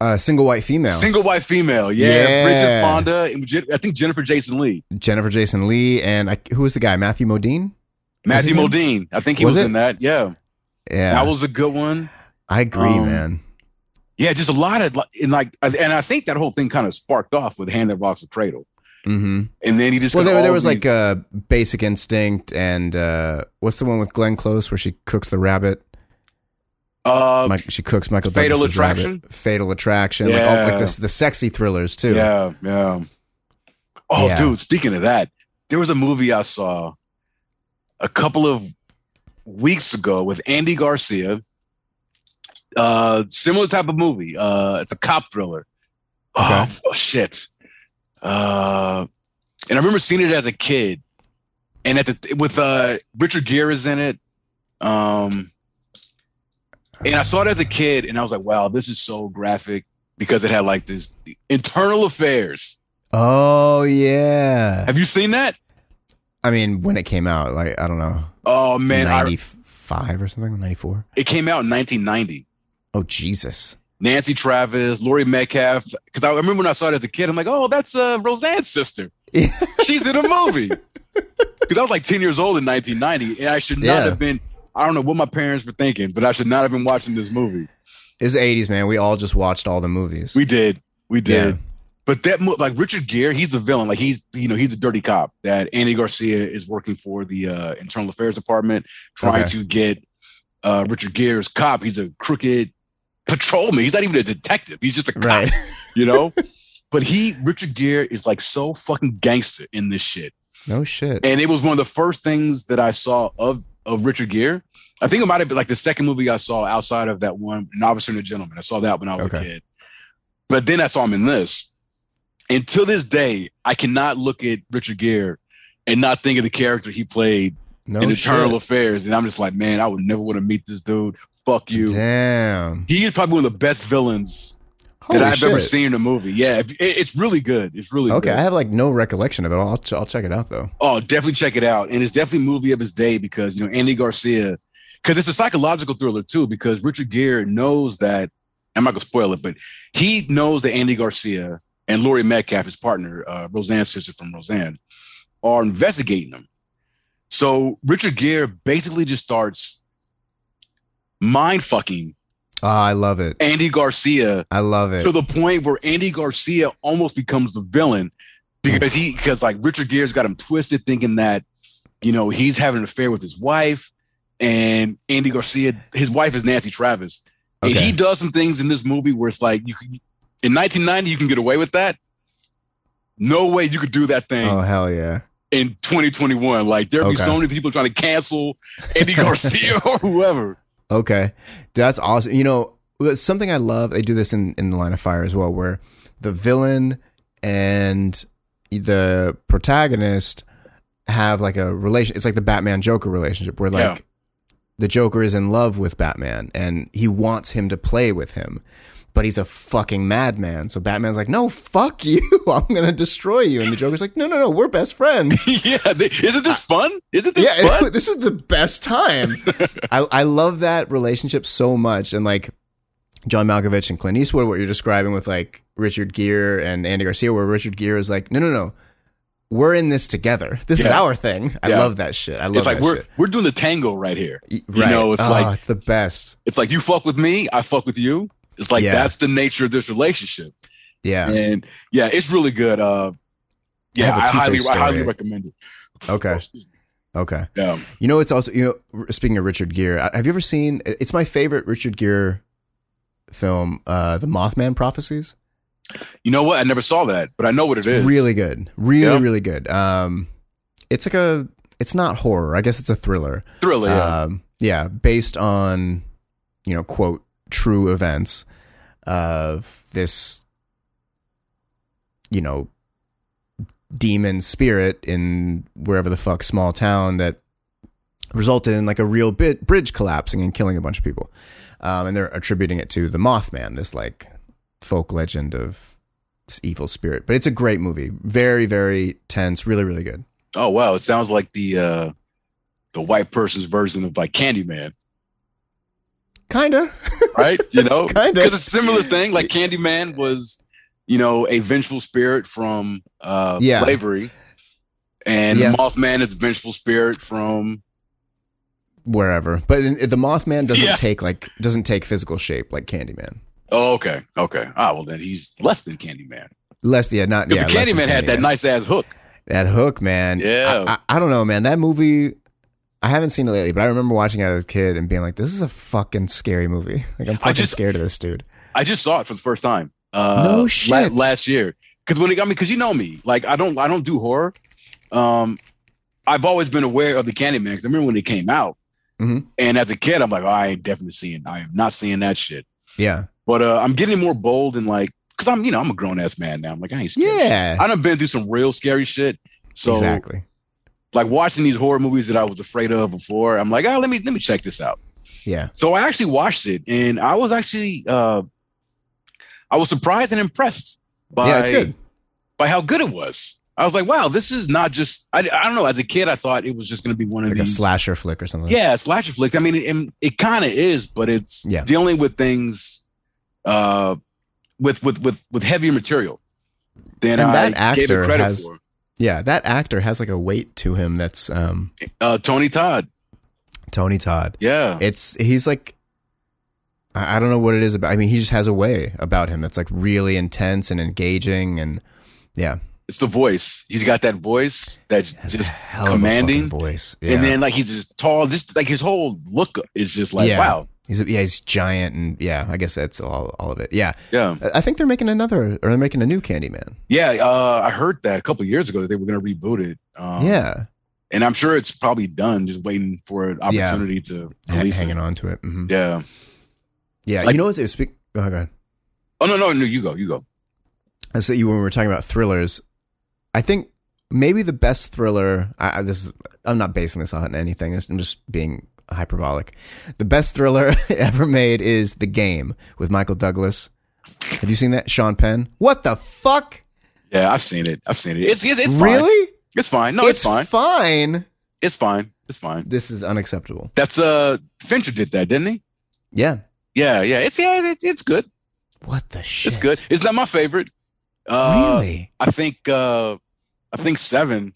Speaker 1: Uh, single white female.
Speaker 2: single white female. Yeah,
Speaker 1: Yeah.
Speaker 2: Bridget Fonda. And Jen- I think Jennifer Jason Lee,
Speaker 1: Jennifer Jason Lee and I, who was the guy? Matthew Modine.
Speaker 2: Matthew
Speaker 1: Was
Speaker 2: Modine. I think he
Speaker 1: Was
Speaker 2: was,
Speaker 1: it?
Speaker 2: in that. Yeah,
Speaker 1: Yeah.
Speaker 2: that was a good one.
Speaker 1: I agree,
Speaker 2: um,
Speaker 1: man.
Speaker 2: Yeah, just a lot of like- and like, and I think that whole thing kind of sparked off with Hand That Rocks the Cradle,
Speaker 1: Mm-hmm.
Speaker 2: and then he just
Speaker 1: Well,
Speaker 2: got
Speaker 1: there, there
Speaker 2: all
Speaker 1: was
Speaker 2: these-
Speaker 1: like uh, Basic Instinct and uh, what's the one with Glenn Close where she cooks the rabbit?
Speaker 2: uh,
Speaker 1: Mike, she cooks Michael
Speaker 2: Fatal
Speaker 1: Douglas's
Speaker 2: Attraction?
Speaker 1: rabbit. Fatal Attraction. Like, all,
Speaker 2: Yeah.
Speaker 1: like this, the sexy thrillers too.
Speaker 2: Yeah, yeah. Oh,
Speaker 1: Yeah.
Speaker 2: dude, speaking of that, there was a movie I saw a couple of weeks ago with Andy Garcia. Uh similar type of movie. Uh it's a cop thriller. Oh, oh, shit. Uh and I remember seeing it as a kid. And at the with uh Richard Gere is in it. Um and I saw it as a kid and I was like, wow, this is so graphic because it had like this internal affairs.
Speaker 1: Oh yeah.
Speaker 2: Have you seen that?
Speaker 1: I mean, when it came out, like I don't know,
Speaker 2: Oh man, I,
Speaker 1: ninety five or something, ninety four.
Speaker 2: it came out in 1990.
Speaker 1: Oh Jesus.
Speaker 2: Nancy Travis, Lori Metcalf. Because I remember when I saw it as a kid, I'm like, oh, that's uh, Roseanne's sister.
Speaker 1: Yeah.
Speaker 2: She's in
Speaker 1: [laughs]
Speaker 2: a movie. Because I was like 10 years old in 1990, and I should not
Speaker 1: Yeah.
Speaker 2: have been. I don't know what my parents were thinking, but I should not have been watching this movie.
Speaker 1: It was eighties, man. We all just watched all the movies.
Speaker 2: We did, we did.
Speaker 1: Yeah.
Speaker 2: But that mo- like Richard Gere, he's the villain. Like he's you know he's a dirty cop that Andy Garcia is working for the uh, Internal Affairs Department, trying
Speaker 1: Okay.
Speaker 2: to get uh, Richard Gere's cop. He's a crooked patrolman. He's not even a detective. He's just a cop, [laughs]
Speaker 1: Right.
Speaker 2: you know. but he Richard Gere is like so fucking gangster in this shit.
Speaker 1: No shit.
Speaker 2: And it was one of the first things that I saw of of Richard Gere. I think it might have been like the second movie I saw outside of that one, An Officer and a Gentleman. I saw that when I was a
Speaker 1: Okay.
Speaker 2: kid. But then I saw him in this. And to this day, I cannot look at Richard Gere and not think of the character he played
Speaker 1: no
Speaker 2: in
Speaker 1: Oh, shit.
Speaker 2: Eternal Affairs. And I'm just like, man, I would never want to meet this dude. Fuck you.
Speaker 1: Damn.
Speaker 2: He is probably one of the best villains
Speaker 1: Holy
Speaker 2: that I've ever
Speaker 1: shit.
Speaker 2: seen in a movie. Yeah, it- it's really good. It's really
Speaker 1: Okay,
Speaker 2: good.
Speaker 1: I have like no recollection of it. I'll ch- I'll check it out though.
Speaker 2: Oh, definitely check it out. And it's definitely a movie of his day because, you know, Andy Garcia, because it's a psychological thriller too, because Richard Gere knows that, I'm not going to spoil it, but he knows that Andy Garcia and Laurie Metcalf, his partner, uh, Roseanne's sister from Roseanne, are investigating him. So Richard Gere basically just starts mind fucking
Speaker 1: Ah, I love it.
Speaker 2: Andy Garcia
Speaker 1: I love it.
Speaker 2: to the point where Andy Garcia almost becomes the villain because he because like Richard Gere's got him twisted, thinking that you know he's having an affair with his wife, and Andy Garcia, his wife is Nancy Travis, and
Speaker 1: Okay.
Speaker 2: he does some things in this movie where it's like you can in 1990 you can get away with that. No way you could do that thing
Speaker 1: oh hell yeah.
Speaker 2: in 2021. Like there'd be
Speaker 1: Okay.
Speaker 2: so many people trying to cancel
Speaker 1: [laughs]
Speaker 2: Andy Garcia or whoever. [laughs]
Speaker 1: Okay, that's awesome. You know, it's something I love. They do this in in the Line of Fire as well, where the villain and the protagonist have like a relation. It's like the Batman Joker relationship, where like
Speaker 2: Yeah.
Speaker 1: the Joker is in love with Batman and he wants him to play with him. But he's a fucking madman. So Batman's like, no, fuck [laughs] you. I'm going to destroy you. And the Joker's like, no, no, no, we're best friends
Speaker 2: yeah, they- isn't this fun? Isn't this
Speaker 1: yeah,
Speaker 2: fun?
Speaker 1: this is the best
Speaker 2: [laughs]
Speaker 1: time. I, I love that relationship so much, and like John Malkovich and Clint Eastwood, what you're describing with like Richard Gere and Andy Garcia, where Richard Gere is like, no, no, no, we're in this together. This is
Speaker 2: Yeah.
Speaker 1: our thing. I
Speaker 2: Yeah.
Speaker 1: love that shit. I love
Speaker 2: It's like
Speaker 1: that
Speaker 2: we're
Speaker 1: shit.
Speaker 2: we're doing the tango right here.
Speaker 1: Y-
Speaker 2: you know, it's
Speaker 1: Oh,
Speaker 2: like-
Speaker 1: it's the best.
Speaker 2: it's like you fuck with me, I fuck with you. It's like
Speaker 1: Yeah.
Speaker 2: that's the nature of this relationship,
Speaker 1: Yeah.
Speaker 2: and yeah, it's really good. Uh, yeah,
Speaker 1: have a
Speaker 2: I, highly,
Speaker 1: Two-Face
Speaker 2: I highly
Speaker 1: story.
Speaker 2: recommend it. Um,
Speaker 1: Okay. Okay.
Speaker 2: Yeah.
Speaker 1: You know, it's also you know. Speaking of Richard Gere, I- have you ever seen? It's my favorite Richard Gere film, uh, The Mothman Prophecies.
Speaker 2: You know what? I never saw that, but I know what it is.
Speaker 1: It's really good. Really,
Speaker 2: Yeah.
Speaker 1: really good. Um, it's like a. It's not horror. I guess it's a thriller.
Speaker 2: thriller. yeah.
Speaker 1: Um, yeah, based on, you know, quote true events of this, you know, demon spirit in wherever the fuck small town that resulted in like a real bit bridge collapsing and killing a bunch of people. Um, and they're attributing it to the Mothman, this like folk legend of this evil spirit. But it's a great movie, very very tense, really really good.
Speaker 2: Oh wow, it sounds like the uh, the white person's version of like Candyman.
Speaker 1: Kinda,
Speaker 2: right? You
Speaker 1: [laughs]
Speaker 2: know,
Speaker 1: Kinda.
Speaker 2: because it's a similar thing. Like Candyman was, you know, a vengeful spirit from uh,
Speaker 1: Yeah.
Speaker 2: slavery, and
Speaker 1: Yeah.
Speaker 2: Mothman is a vengeful spirit from
Speaker 1: wherever. But in, the Mothman doesn't
Speaker 2: Yeah.
Speaker 1: take like doesn't take physical shape like Candyman.
Speaker 2: Oh, okay. Okay. Ah, well, then he's less than Candyman.
Speaker 1: Less, yeah, not yeah.
Speaker 2: Because
Speaker 1: less
Speaker 2: the
Speaker 1: than
Speaker 2: Candyman had that
Speaker 1: Candyman.
Speaker 2: nice ass hook.
Speaker 1: That hook, man.
Speaker 2: Yeah.
Speaker 1: I, I, I don't know, man. That movie, I haven't seen it lately, but I remember watching it as a kid and being like, this is a fucking scary movie. [laughs] Like, I'm fucking
Speaker 2: just-
Speaker 1: scared of this dude.
Speaker 2: I just saw it for the first time. Uh,
Speaker 1: No
Speaker 2: la-
Speaker 1: shit.
Speaker 2: last year, because when it, I mean, because you know me, like I don't, I don't do horror. Um, I've always been aware of the Candyman. 'cause I remember when it came out,
Speaker 1: Mhm.
Speaker 2: and as a kid, I'm like, oh, I ain't definitely seeing. I am not seeing that shit.
Speaker 1: Yeah.
Speaker 2: But uh, I'm getting more bold and like, because I'm, you know, I'm a grown ass man now. I'm like, I ain't scared.
Speaker 1: Yeah.
Speaker 2: I done been through some real scary shit. So
Speaker 1: exactly.
Speaker 2: like watching these horror movies that I was afraid of before, I'm like, oh, let me let me check this out.
Speaker 1: Yeah.
Speaker 2: So I actually watched it, and I was actually uh, I was surprised and impressed by
Speaker 1: yeah, it's good.
Speaker 2: by how good it was. I was like, wow, this is not just I, I don't know. As a kid, I thought it was just going to be one of
Speaker 1: Like a
Speaker 2: these
Speaker 1: slasher flick or something.
Speaker 2: yeah slasher flicks. I mean, it, and it kind of is, but it's
Speaker 1: Yeah.
Speaker 2: dealing with things uh, with with with with heavier material than
Speaker 1: And
Speaker 2: I
Speaker 1: that
Speaker 2: gave
Speaker 1: actor
Speaker 2: it credit
Speaker 1: has-
Speaker 2: for.
Speaker 1: Yeah. That actor has like a weight to him that's um,
Speaker 2: Uh, Tony Todd,
Speaker 1: Tony Todd.
Speaker 2: yeah,
Speaker 1: It's, he's like, I I don't know what it is about. I mean, he just has a way about him that's like really intense and engaging and yeah,
Speaker 2: it's the voice. He's got that voice that just
Speaker 1: hell of a
Speaker 2: commanding.
Speaker 1: fucking voice. [laughs]
Speaker 2: And
Speaker 1: Yeah.
Speaker 2: then like he's just tall, just like his whole look is just like
Speaker 1: Yeah.
Speaker 2: wow,
Speaker 1: He's yeah, he's giant and yeah, I guess that's all all of it. Yeah,
Speaker 2: yeah,
Speaker 1: I I think they're making another or they're making a new Candyman.
Speaker 2: yeah. Uh, I heard that a couple years ago that they were gonna reboot it. Um,
Speaker 1: yeah,
Speaker 2: and I'm sure it's probably done, just waiting for an opportunity to
Speaker 1: Ha-
Speaker 2: release
Speaker 1: hanging
Speaker 2: it.
Speaker 1: on to it. hmm
Speaker 2: Yeah.
Speaker 1: Yeah,
Speaker 2: Like-
Speaker 1: you know what's it speak? Oh my god,
Speaker 2: Oh no, no, no. You go, you go.
Speaker 1: I said you when we were talking about thrillers. I think maybe the best thriller. I, I- this is, I'm not basing this on anything. This- I'm just being hyperbolic. The best thriller [laughs] ever made is The Game with Michael Douglas. Have you seen that? Sean Penn. What the fuck?
Speaker 2: Yeah, I've seen it. I've seen it. It's it's, it's fine.
Speaker 1: really?
Speaker 2: It's fine. No, it's, fine.
Speaker 1: fine.
Speaker 2: it's fine. It's fine.
Speaker 1: This is unacceptable.
Speaker 2: That's uh, Fincher did that, didn't he?
Speaker 1: Yeah.
Speaker 2: Yeah, yeah. It's yeah, it's, it's good.
Speaker 1: What the shit?
Speaker 2: It's good. It's not my favorite. Uh,
Speaker 1: really?
Speaker 2: I think uh I think seven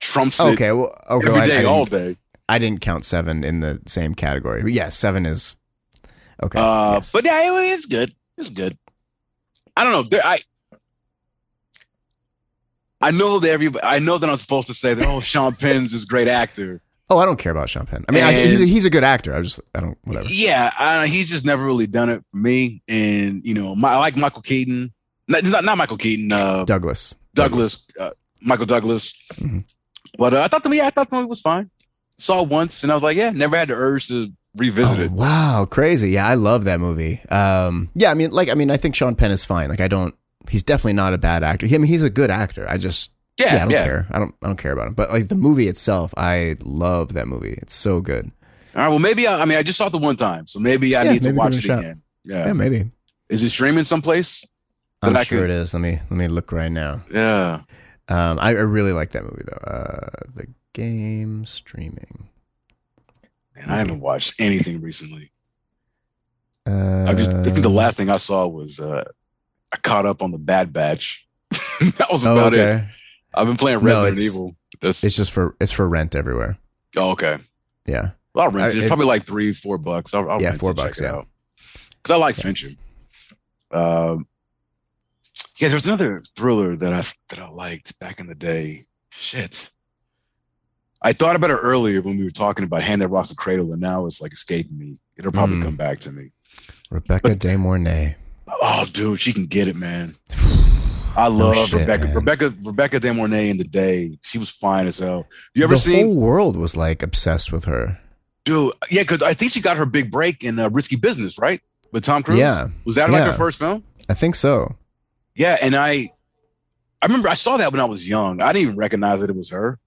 Speaker 2: trumps it
Speaker 1: Okay. Well, okay.
Speaker 2: every
Speaker 1: well, I-
Speaker 2: day,
Speaker 1: I, didn't,
Speaker 2: all day.
Speaker 1: I didn't count seven in the same category. But yeah, seven is okay.
Speaker 2: Uh,
Speaker 1: yes.
Speaker 2: But yeah, it- it's good. It's good. I don't know. There, I I know that everybody. I know that I'm supposed to say that. Oh, Sean Penn's this great actor.
Speaker 1: oh, I don't care about Sean Penn. I mean, I,
Speaker 2: and-
Speaker 1: he's a, he's a good actor. I just I don't whatever.
Speaker 2: Yeah, I, he's just never really done it for me. And you know, my, I like Michael Keaton. Not not, not Michael Keaton. Uh,
Speaker 1: Douglas.
Speaker 2: Douglas. Uh, Michael Douglas.
Speaker 1: Mhm.
Speaker 2: But uh, I thought the movie. I thought the movie was fine. Saw it once, and I was like, yeah, never had the urge to revisit
Speaker 1: Oh,
Speaker 2: it.
Speaker 1: wow, crazy. Yeah, I love that movie. Um, yeah, I mean, like, I mean, I think Sean Penn is fine. Like, I don't. He's definitely not a bad actor. He- I mean, he's a good actor. I just yeah,
Speaker 2: Yeah,
Speaker 1: I
Speaker 2: yeah.
Speaker 1: don't care. I don't I don't care about him. But like the movie itself, I love that movie. It's so good.
Speaker 2: All right. Well, maybe I, I mean I just saw it the one time, so maybe
Speaker 1: Yeah,
Speaker 2: I need
Speaker 1: maybe give
Speaker 2: to watch
Speaker 1: it a
Speaker 2: it
Speaker 1: shot.
Speaker 2: again.
Speaker 1: Yeah, maybe.
Speaker 2: Is it streaming someplace?
Speaker 1: I'm
Speaker 2: I
Speaker 1: sure
Speaker 2: could-
Speaker 1: it is. Let me let me look right now.
Speaker 2: Yeah.
Speaker 1: Um, I, I really like that movie though. Uh, the game streaming.
Speaker 2: And I haven't watched anything recently.
Speaker 1: Uh,
Speaker 2: I just I think the last thing I saw was uh I caught up on the Bad Batch. [laughs] that was
Speaker 1: Oh,
Speaker 2: about it.
Speaker 1: okay.
Speaker 2: I've been playing
Speaker 1: No,
Speaker 2: Resident
Speaker 1: it's-
Speaker 2: Evil. That's
Speaker 1: It's just for it's for rent everywhere.
Speaker 2: oh, okay.
Speaker 1: Yeah,
Speaker 2: Well, I'll rent
Speaker 1: I-
Speaker 2: it. It's
Speaker 1: it-
Speaker 2: probably like three, four bucks. I'll, I'll
Speaker 1: Yeah,
Speaker 2: rent it,
Speaker 1: four
Speaker 2: check
Speaker 1: bucks,
Speaker 2: it
Speaker 1: yeah.
Speaker 2: Because I like
Speaker 1: Yeah.
Speaker 2: Fincher. Um, yeah, there was another thriller that I that I liked back in the day. Shit. I thought about it earlier when we were talking about Hand That Rocks the Cradle, and now it's like escaping me. It'll probably
Speaker 1: Mm.
Speaker 2: come back to me. [laughs]
Speaker 1: Rebecca De Mornay.
Speaker 2: Oh, dude, she can get it, man. I love
Speaker 1: Oh, shit,
Speaker 2: Rebecca.
Speaker 1: man.
Speaker 2: Rebecca Rebecca De Mornay in the day. She was fine as hell. You ever
Speaker 1: the
Speaker 2: seen
Speaker 1: whole world was like obsessed with her.
Speaker 2: dude? Yeah, because I think she got her big break in uh, Risky Business, right? With Tom Cruise.
Speaker 1: Yeah,
Speaker 2: Was that like
Speaker 1: Yeah.
Speaker 2: her first film?
Speaker 1: I think so.
Speaker 2: Yeah, and I I remember I saw that when I was young. I didn't even recognize that it was her.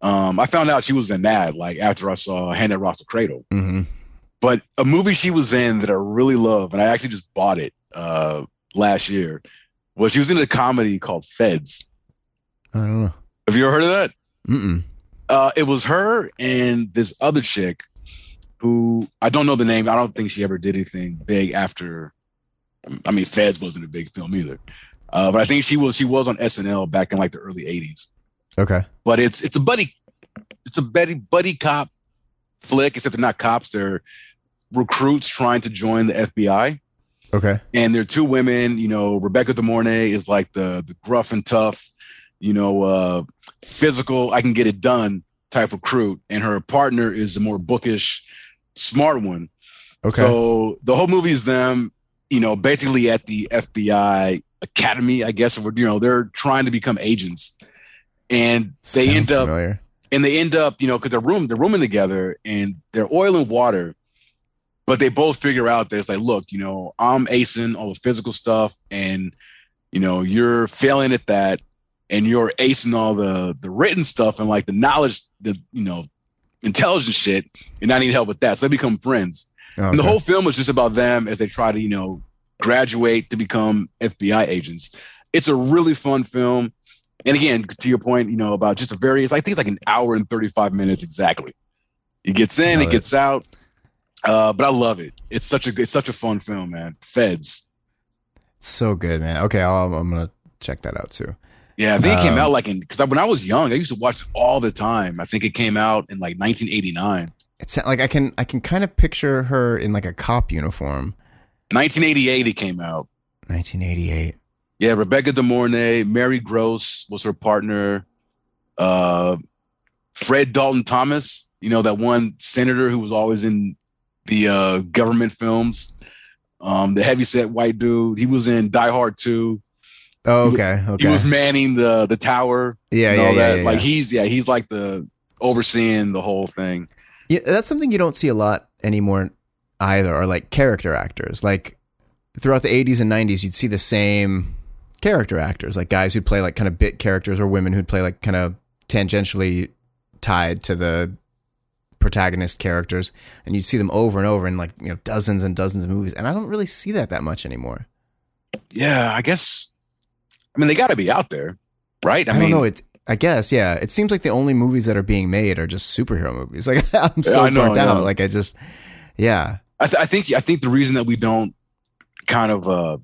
Speaker 2: Um, I found out she was in that like after I saw Hand at Ross the Cradle.
Speaker 1: Mm-hmm.
Speaker 2: But a movie she was in that I really love, and I actually just bought it uh, last year, was she was in a comedy called Feds.
Speaker 1: I don't know.
Speaker 2: Have you ever heard of that?
Speaker 1: Mm-mm.
Speaker 2: Uh, it was her and this other chick who I don't know the name. I don't think she ever did anything big after. um, I mean, Feds wasn't a big film either, uh, but I think she was. She was on SNL back in like the early '80s.
Speaker 1: Okay.
Speaker 2: But it's it's a buddy, it's a buddy buddy cop flick. Except they're not cops; they're recruits trying to join the FBI.
Speaker 1: Okay.
Speaker 2: And they're two women. You know, Rebecca De Mornay is like the the gruff and tough, you know, uh, physical. I can get it done type recruit, and her partner is the more bookish, smart one.
Speaker 1: Okay.
Speaker 2: So the whole movie is them, you know, basically at the FBI academy, I guess. Or, you know, they're trying to become agents, and they
Speaker 1: Sounds
Speaker 2: end up
Speaker 1: familiar.
Speaker 2: and they end up, you know, because they're room they're rooming together and they're oil and water, but they both figure out that it's like, look, you know, I'm acing all the physical stuff, and you know, you're failing at that, and you're acing all the the written stuff and like the knowledge, the you know, intelligence shit, and I need help with that. So they become friends.
Speaker 1: Oh,
Speaker 2: And the
Speaker 1: okay.
Speaker 2: whole film was just about them as they try to, you know, graduate to become FBI agents. It's a really fun film. And again, to your point, you know, about just a various, I think it's like an hour and 35 minutes exactly. He gets in, he
Speaker 1: Love it.
Speaker 2: gets out. Uh, but I love it. It's such a it's such a fun film, man. Feds.
Speaker 1: so good, man. Okay, I'll, I'm gonna check that out too.
Speaker 2: Yeah, I think it came
Speaker 1: Um,
Speaker 2: out like in because when I was young, I used to watch it all the time. I think it came out in like 1989,
Speaker 1: It's like I can I can kind of picture her in like a cop uniform.
Speaker 2: 1988. It came out.
Speaker 1: 1988.
Speaker 2: Yeah, Rebecca De Mornay, Mary Gross was her partner. Uh, Fred Dalton Thomas, you know that one senator who was always in the uh, government films. Um, the heavyset white dude. He was in Die Hard 2.
Speaker 1: Oh,
Speaker 2: He-
Speaker 1: okay. Okay.
Speaker 2: He was manning the the tower
Speaker 1: yeah,
Speaker 2: and
Speaker 1: yeah,
Speaker 2: all
Speaker 1: yeah,
Speaker 2: that.
Speaker 1: yeah,
Speaker 2: like
Speaker 1: yeah.
Speaker 2: he's yeah, he's like the overseeing the whole thing.
Speaker 1: Yeah, that's something you don't see a lot anymore either, are like character actors. Like throughout the 80s and 90s, you'd see the same character actors, like guys who'd play like kind of bit characters or women who'd play like kind of tangentially tied to the protagonist characters. And you'd see them over and over in like, you know, dozens and dozens of movies. And I don't really see that that much anymore.
Speaker 2: Yeah, I guess I mean they gotta be out there, right?
Speaker 1: I, don't know. It, I guess, yeah. It seems like the only movies that are being made are just superhero movies. [laughs] Like I'm so
Speaker 2: I know,
Speaker 1: burnt
Speaker 2: I know.
Speaker 1: out. Like I just, yeah.
Speaker 2: I, th- I think I think the reason that we don't kind of uh,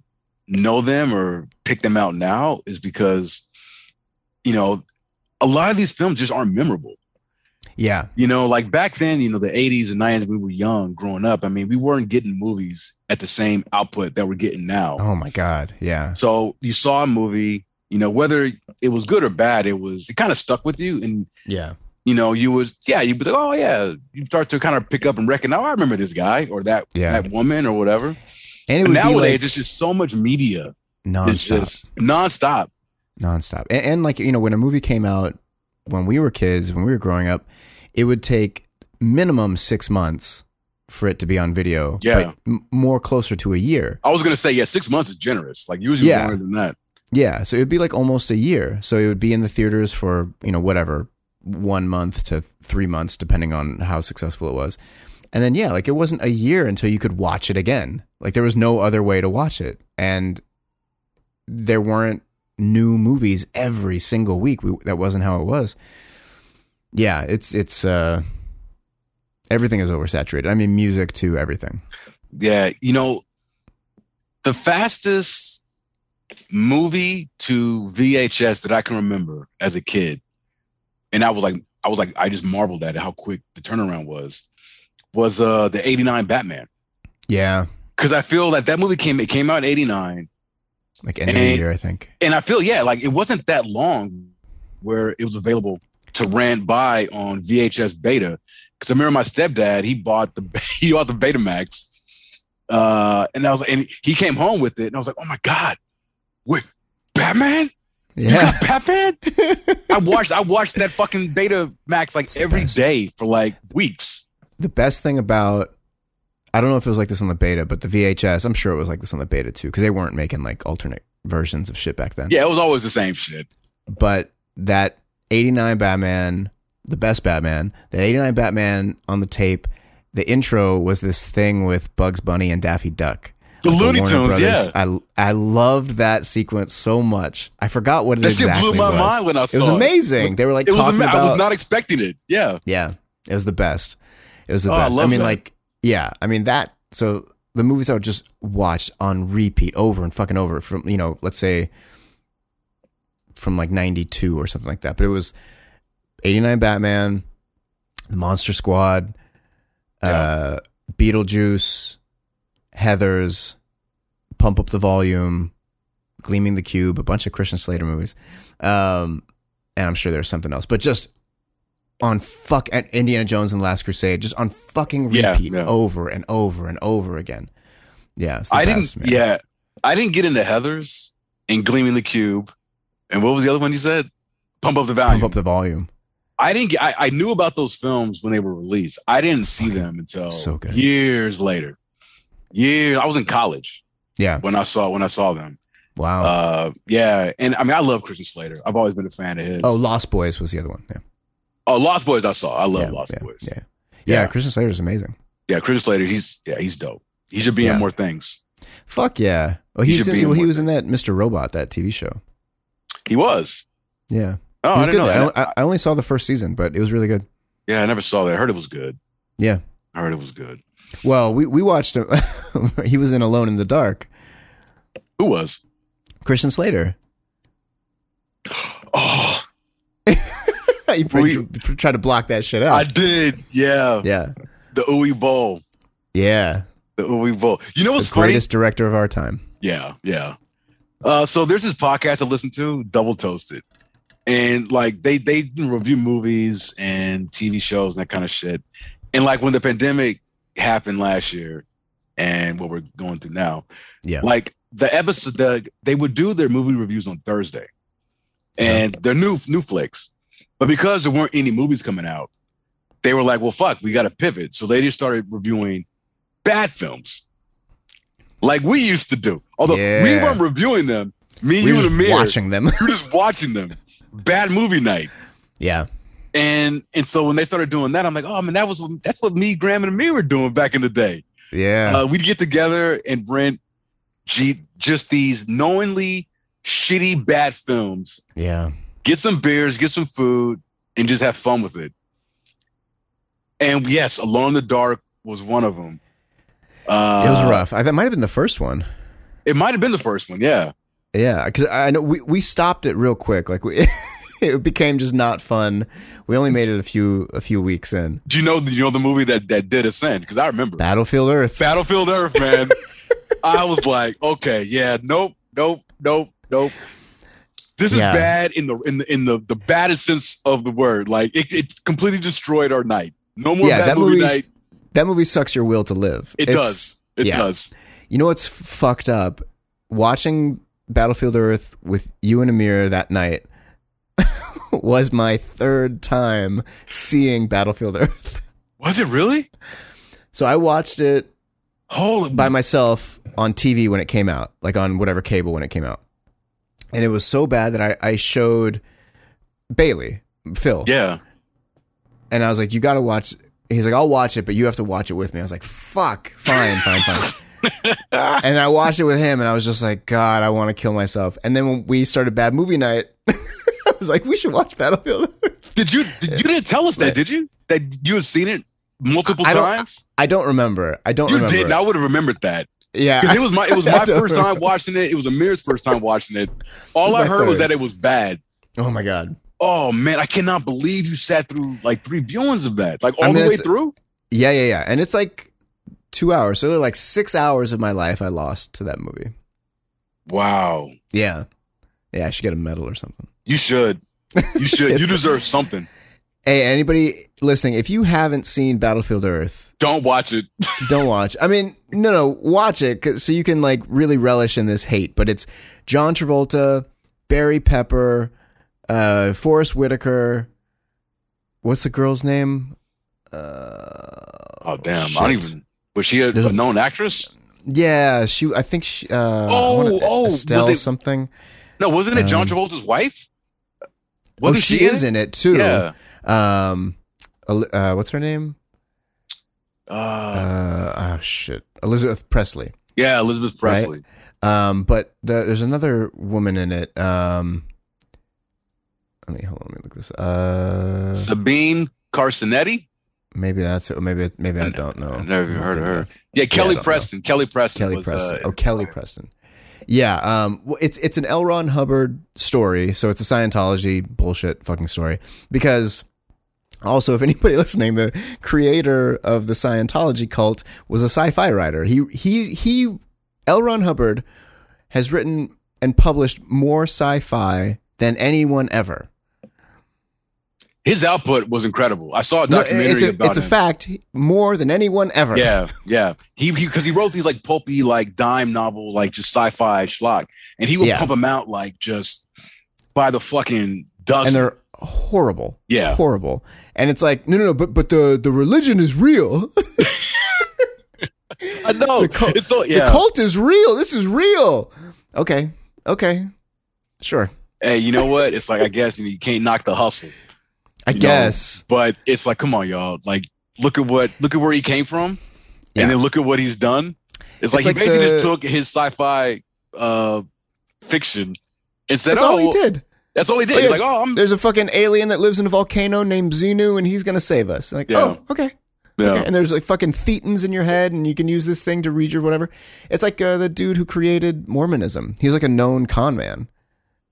Speaker 2: know them or pick them out now is because you know a lot of these films just aren't memorable.
Speaker 1: Yeah.
Speaker 2: You know, like back then, you know, the '80s and '90s, we were young, growing up. I mean, we weren't getting movies at the same output that we're getting now.
Speaker 1: Oh my God. Yeah.
Speaker 2: So you saw a movie, you know, whether it was good or bad, it was it kind of stuck with you, and
Speaker 1: Yeah.
Speaker 2: you know, you was yeah, you'd be like, oh yeah, you start to kind of pick up and recognize, oh, I remember this guy or that
Speaker 1: Yeah.
Speaker 2: that woman or whatever.
Speaker 1: And it
Speaker 2: But
Speaker 1: would be
Speaker 2: nowadays,
Speaker 1: like
Speaker 2: it's just so much media. It's
Speaker 1: nonstop,
Speaker 2: just nonstop.
Speaker 1: nonstop. And, and like you know, when a movie came out when we were kids, when we were growing up, it would take minimum six months for it to be on video.
Speaker 2: Yeah.
Speaker 1: but m- more closer to a year.
Speaker 2: I was gonna say, yeah, six months is generous. Like usually
Speaker 1: Yeah.
Speaker 2: longer than that.
Speaker 1: Yeah, so it would be like almost a year. So it would be in the theaters for you know whatever one month to three months, depending on how successful it was. And then yeah, like it wasn't a year until you could watch it again. Like there was no other way to watch it, and there weren't new movies every single week. We, that wasn't how it was. Yeah, it's it's uh, everything is oversaturated. I mean, music too, everything.
Speaker 2: Yeah, you know, the fastest movie to VHS that I can remember as a kid, and I was like, I was like, I just marveled at it, how quick the turnaround was. Was uh the '89 Batman?
Speaker 1: Yeah,
Speaker 2: Because I feel that that movie came, it came out in '89,
Speaker 1: like end of the
Speaker 2: And-
Speaker 1: year, I think.
Speaker 2: and I feel yeah, like it wasn't that long where it was available to rent buy on VHS Beta. Because I remember my stepdad, he bought the [laughs] he bought the Betamax, uh, and I was and he came home with it, and I was like, oh my god, with Batman, you
Speaker 1: Yeah, [laughs]
Speaker 2: got Batman. I watched I watched that fucking Betamax
Speaker 1: It's
Speaker 2: like
Speaker 1: the
Speaker 2: every
Speaker 1: best.
Speaker 2: day for like weeks.
Speaker 1: the best thing about I don't know if it was like this on the beta, but the VHS, I'm sure it was like this on the beta too, because they weren't making like alternate versions of shit back then.
Speaker 2: Yeah, it was always the same shit.
Speaker 1: But that 89 Batman the best Batman, the 89 Batman on the tape, the intro was this thing with Bugs Bunny and Daffy Duck.
Speaker 2: The
Speaker 1: Like
Speaker 2: Looney
Speaker 1: Warner
Speaker 2: Tunes,
Speaker 1: Brothers.
Speaker 2: yeah.
Speaker 1: I, I loved that sequence so much. I forgot what it
Speaker 2: That shit blew
Speaker 1: exactly
Speaker 2: my
Speaker 1: was.
Speaker 2: mind when I
Speaker 1: It was
Speaker 2: saw it.
Speaker 1: amazing. They were like
Speaker 2: It was.
Speaker 1: talking
Speaker 2: ama-
Speaker 1: about
Speaker 2: I was not expecting it. Yeah.
Speaker 1: yeah, it was the best. It was the
Speaker 2: Oh, I
Speaker 1: best. I,
Speaker 2: love
Speaker 1: mean,
Speaker 2: that.
Speaker 1: like, yeah, I mean that. So the movies I would just watch on repeat over and fucking over from you know, let's say from like '92 or something like that. But it was '89 Batman, The Monster Squad, uh, Beetlejuice, Heather's, Pump Up the Volume, Gleaming the Cube, a bunch of Christian Slater movies, um, and I'm sure there's something else. But just on fuck and Indiana Jones and the Last Crusade, just on fucking repeat
Speaker 2: Yeah, yeah.
Speaker 1: over and over and over again. Yeah, it's the
Speaker 2: I
Speaker 1: best,
Speaker 2: didn't.
Speaker 1: man.
Speaker 2: Yeah, I didn't get into Heather's and Gleaming the Cube, and what was the other one you said? Pump up the value.
Speaker 1: Pump up the volume.
Speaker 2: I didn't. Get, I, I knew about those films when they were released. I didn't see them until
Speaker 1: Oh, so good.
Speaker 2: years later. Years. I was in college
Speaker 1: Yeah, Oh.
Speaker 2: when I saw when I saw them.
Speaker 1: wow.
Speaker 2: Uh, yeah, and I mean I love Christian Slater. I've always been a fan of his.
Speaker 1: oh, Lost Boys was the other one. Yeah,
Speaker 2: Oh, Lost Boys. I saw. I love
Speaker 1: yeah,
Speaker 2: Lost
Speaker 1: yeah,
Speaker 2: Boys.
Speaker 1: Yeah.
Speaker 2: Yeah.
Speaker 1: yeah,
Speaker 2: Yeah.
Speaker 1: Christian Slater's amazing.
Speaker 2: Christian Slater. He's yeah, he's dope. He should be
Speaker 1: Yeah.
Speaker 2: in more things.
Speaker 1: Fuck yeah. Well,
Speaker 2: He
Speaker 1: he's
Speaker 2: should
Speaker 1: in,
Speaker 2: be in
Speaker 1: well, he
Speaker 2: one
Speaker 1: was in that Mr. Robot that TV show.
Speaker 2: He was.
Speaker 1: Yeah.
Speaker 2: Oh,
Speaker 1: It
Speaker 2: I
Speaker 1: was
Speaker 2: didn't
Speaker 1: good.
Speaker 2: know. that.
Speaker 1: I, I- I only saw the first season, but it was really good.
Speaker 2: yeah, I never saw that. I heard it was good.
Speaker 1: Yeah.
Speaker 2: I heard it was good.
Speaker 1: Well, we, we watched him. [laughs] he was in Alone in the Dark.
Speaker 2: Who was?
Speaker 1: Christian Slater.
Speaker 2: Oh,
Speaker 1: you
Speaker 2: We-
Speaker 1: try to block that shit
Speaker 2: I
Speaker 1: out.
Speaker 2: did. Yeah,
Speaker 1: yeah.
Speaker 2: the Uwe Bowl.
Speaker 1: Yeah.
Speaker 2: The Uwe Bowl. You know what's
Speaker 1: the
Speaker 2: funny?
Speaker 1: greatest director of our time.
Speaker 2: Yeah, yeah. Uh, so there's this podcast I listen to, Double Toasted, and like they they review movies and TV shows and that kind of shit. And like when the pandemic happened last year, and what we're going through now,
Speaker 1: Yeah.
Speaker 2: like the episode, the, they would do their movie reviews on Thursday, and their new new flicks. But because there weren't any movies coming out, they were like, "Well, fuck, we got to pivot." So they just started reviewing bad films, like we used to do. Although we
Speaker 1: Yeah.
Speaker 2: weren't reviewing them, me,
Speaker 1: we
Speaker 2: you,
Speaker 1: were just
Speaker 2: and Amir,
Speaker 1: watching them. [laughs]
Speaker 2: you're just watching them. Bad movie night,
Speaker 1: yeah.
Speaker 2: and and so when they started doing that, I'm like, "Oh man, that was that's what me, Graham, and Amir were doing back in the day."
Speaker 1: Yeah.
Speaker 2: Uh, we'd get together and rent G- just these knowingly shitty bad films,
Speaker 1: yeah.
Speaker 2: get some beers, get some food, and just have fun with it. And yes, Alone in the Dark was one of them. Uh,
Speaker 1: it was rough. I, that might have been the first one.
Speaker 2: It might have been the first one, yeah.
Speaker 1: Yeah. Because I know we, we stopped it real quick. Like, we. [laughs] It became just not fun. We only made it a few a few weeks in.
Speaker 2: Do you know do you know the movie that that did ascend? Because I remember
Speaker 1: Battlefield Earth.
Speaker 2: Battlefield Earth,
Speaker 1: [laughs]
Speaker 2: man. I was like, okay, yeah, nope, nope, nope, nope. This is
Speaker 1: Yeah.
Speaker 2: bad in the in the in the, the baddest sense of the word. Like it, it completely destroyed our night. No more
Speaker 1: Yeah,
Speaker 2: bad
Speaker 1: that
Speaker 2: movie
Speaker 1: movie's-
Speaker 2: night.
Speaker 1: That movie sucks your will to live.
Speaker 2: It
Speaker 1: It's-
Speaker 2: does. It
Speaker 1: yeah.
Speaker 2: does.
Speaker 1: You know what's f- fucked up? Watching Battlefield Earth with you and Amir that night [laughs] was my third time seeing Battlefield Earth.
Speaker 2: Was it really?
Speaker 1: So I watched it
Speaker 2: Holy
Speaker 1: by myself on TV when it came out, like on whatever cable when it came out. And it was so bad that I, I showed Bailey, Phil.
Speaker 2: Yeah.
Speaker 1: And I was like, you got to watch. He's like, I'll watch it, but you have to watch it with me. I was like, fuck, fine, fine, fine. and I watched it with him, and I was just like, God, I want to kill myself. And then when we started Bad Movie Night, [laughs] I was like, we should watch Battlefield.
Speaker 2: Did you did, you didn't tell us
Speaker 1: Slit.
Speaker 2: that, did you? That you had seen it multiple
Speaker 1: I- I don't-
Speaker 2: times?
Speaker 1: I don't remember. I don't
Speaker 2: you
Speaker 1: remember.
Speaker 2: didn't. I would have remembered
Speaker 1: [laughs]
Speaker 2: that. Because
Speaker 1: Yeah,
Speaker 2: it was my it was
Speaker 1: I
Speaker 2: my
Speaker 1: don't
Speaker 2: first time watching it. It was Amir's first time watching it. All
Speaker 1: was
Speaker 2: I
Speaker 1: my
Speaker 2: heard was
Speaker 1: third.
Speaker 2: that it was bad.
Speaker 1: Oh my god.
Speaker 2: Oh man, I cannot believe you sat through like three viewings of that, like all
Speaker 1: I mean,
Speaker 2: the way
Speaker 1: it's-
Speaker 2: through.
Speaker 1: Yeah, yeah, yeah. And it's like two hours, so they're like six hours of my life I lost to that movie.
Speaker 2: Wow,
Speaker 1: Yeah, yeah. I should get a medal or something.
Speaker 2: you should,
Speaker 1: [laughs]
Speaker 2: you should, you
Speaker 1: It's-
Speaker 2: deserve something.
Speaker 1: Hey, anybody listening, if you haven't seen Battlefield Earth,
Speaker 2: Don't watch it.
Speaker 1: Don't watch. I mean, no, no, watch it 'cause- so you can like really relish in this hate. But it's John Travolta, Barry Pepper, uh, Forrest Whitaker. What's the girl's name? Uh,
Speaker 2: Oh damn, I don't
Speaker 1: shit.
Speaker 2: even. Was she a,
Speaker 1: There's
Speaker 2: a
Speaker 1: a-
Speaker 2: known actress?
Speaker 1: Yeah, she. I think she. Uh, I
Speaker 2: Oh,
Speaker 1: wanna-
Speaker 2: oh, was
Speaker 1: Estelle
Speaker 2: it-
Speaker 1: something.
Speaker 2: No, wasn't it John
Speaker 1: Um,
Speaker 2: Travolta's wife?
Speaker 1: oh, she is in it too.
Speaker 2: Yeah,
Speaker 1: Um, El- uh, what's her name?
Speaker 2: Uh,
Speaker 1: Uh, oh shit, Elizabeth Presley.
Speaker 2: yeah, Elizabeth
Speaker 1: right?
Speaker 2: Presley.
Speaker 1: Um, but the, there's another woman in it. Um, let me hold on. Let me look this. Uh,
Speaker 2: Sabine Carcinetti.
Speaker 1: maybe that's it. Maybe maybe I don't know.
Speaker 2: I've never even heard of her.
Speaker 1: Yeah,
Speaker 2: Yeah,
Speaker 1: I
Speaker 2: Kelly
Speaker 1: don't know.
Speaker 2: Preston. Kelly Preston.
Speaker 1: Kelly
Speaker 2: was, uh,
Speaker 1: Preston. oh, Kelly Preston. Yeah. Um. well, It's it's an L. Ron Hubbard story, so it's a Scientology bullshit fucking story. Because also, if anybody [laughs] listening, the creator of the Scientology cult was a sci-fi writer. He he he. L. Ron Hubbard has written and published more sci-fi than anyone ever.
Speaker 2: his output was incredible. I saw a
Speaker 1: No,
Speaker 2: documentary
Speaker 1: it's a,
Speaker 2: about
Speaker 1: it's a
Speaker 2: him.
Speaker 1: fact more than anyone ever.
Speaker 2: Yeah, yeah. He because he, wrote these like pulpy, like dime novel, like just sci-fi schlock, and he would
Speaker 1: Yeah.
Speaker 2: pump them out like just by the fucking dust.
Speaker 1: and they're horrible.
Speaker 2: yeah,
Speaker 1: horrible. And it's like, no, no, no, but but the the religion is real. [laughs]
Speaker 2: I know.
Speaker 1: The cult-
Speaker 2: it's so yeah.
Speaker 1: The cult is real. This is real. Okay, okay, sure.
Speaker 2: hey, you know what? It's like I guess you, know, you can't knock the hustle,
Speaker 1: I
Speaker 2: You know,
Speaker 1: guess.
Speaker 2: but it's like come on, y'all. Like look at what look at where he came from,
Speaker 1: Yeah.
Speaker 2: and then look at what he's done. It's like
Speaker 1: It's like
Speaker 2: he basically just
Speaker 1: the-
Speaker 2: took his sci-fi uh fiction and said,
Speaker 1: That's
Speaker 2: oh,
Speaker 1: all he did.
Speaker 2: That's all he did.
Speaker 1: Oh, yeah.
Speaker 2: He's like, oh, I'm
Speaker 1: There's a fucking alien that lives in a volcano named Xenu, and he's gonna save us. Like,
Speaker 2: Yeah.
Speaker 1: oh, okay.
Speaker 2: yeah.
Speaker 1: Okay, and there's like fucking thetans in your head, and you can use this thing to read your whatever. It's like uh, the dude who created Mormonism. He's like a known con man,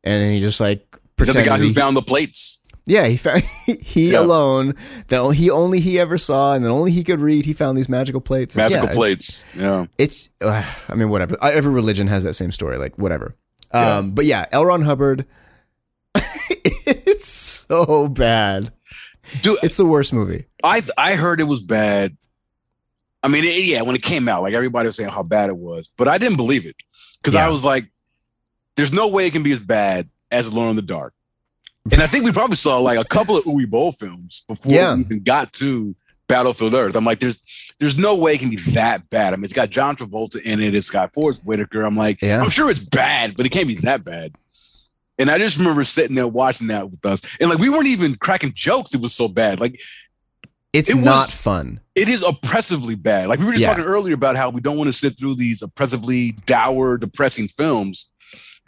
Speaker 1: and he just like
Speaker 2: Is that the
Speaker 1: pretended
Speaker 2: guy who
Speaker 1: he-
Speaker 2: found the plates?
Speaker 1: Yeah, he found [laughs] he
Speaker 2: Yeah.
Speaker 1: alone the o- he only he ever saw and the only he could read. He found these magical plates. And
Speaker 2: Magical
Speaker 1: yeah,
Speaker 2: plates. Yeah.
Speaker 1: It's, it's uh, I mean, whatever. I- Every religion has that same story. Like whatever.
Speaker 2: Yeah.
Speaker 1: Um, but yeah, L. Ron Hubbard. [laughs] it's so bad.
Speaker 2: Dude,
Speaker 1: It's the worst movie.
Speaker 2: I I heard it was bad. I mean, it, yeah, when it came out, like everybody was saying how bad it was, but I didn't believe it because I
Speaker 1: Yeah.
Speaker 2: was like, "There's no way it can be as bad as Alone in the Dark." And I think we probably saw like a couple of Uwe Boll films before
Speaker 1: Yeah.
Speaker 2: we even got to Battlefield Earth. I'm like, "There's there's no way it can be that bad." I mean, it's got John Travolta in it. It's got Forrest Whitaker. I'm like,
Speaker 1: Yeah.
Speaker 2: I'm sure it's bad, but it can't be that bad. And I just remember sitting there watching that with us, and like we weren't even cracking jokes. It was so bad. Like
Speaker 1: It's
Speaker 2: It was-
Speaker 1: not fun.
Speaker 2: it is oppressively bad. Like we were just
Speaker 1: Yeah.
Speaker 2: talking earlier about how we don't want to sit through these oppressively dour, depressing films.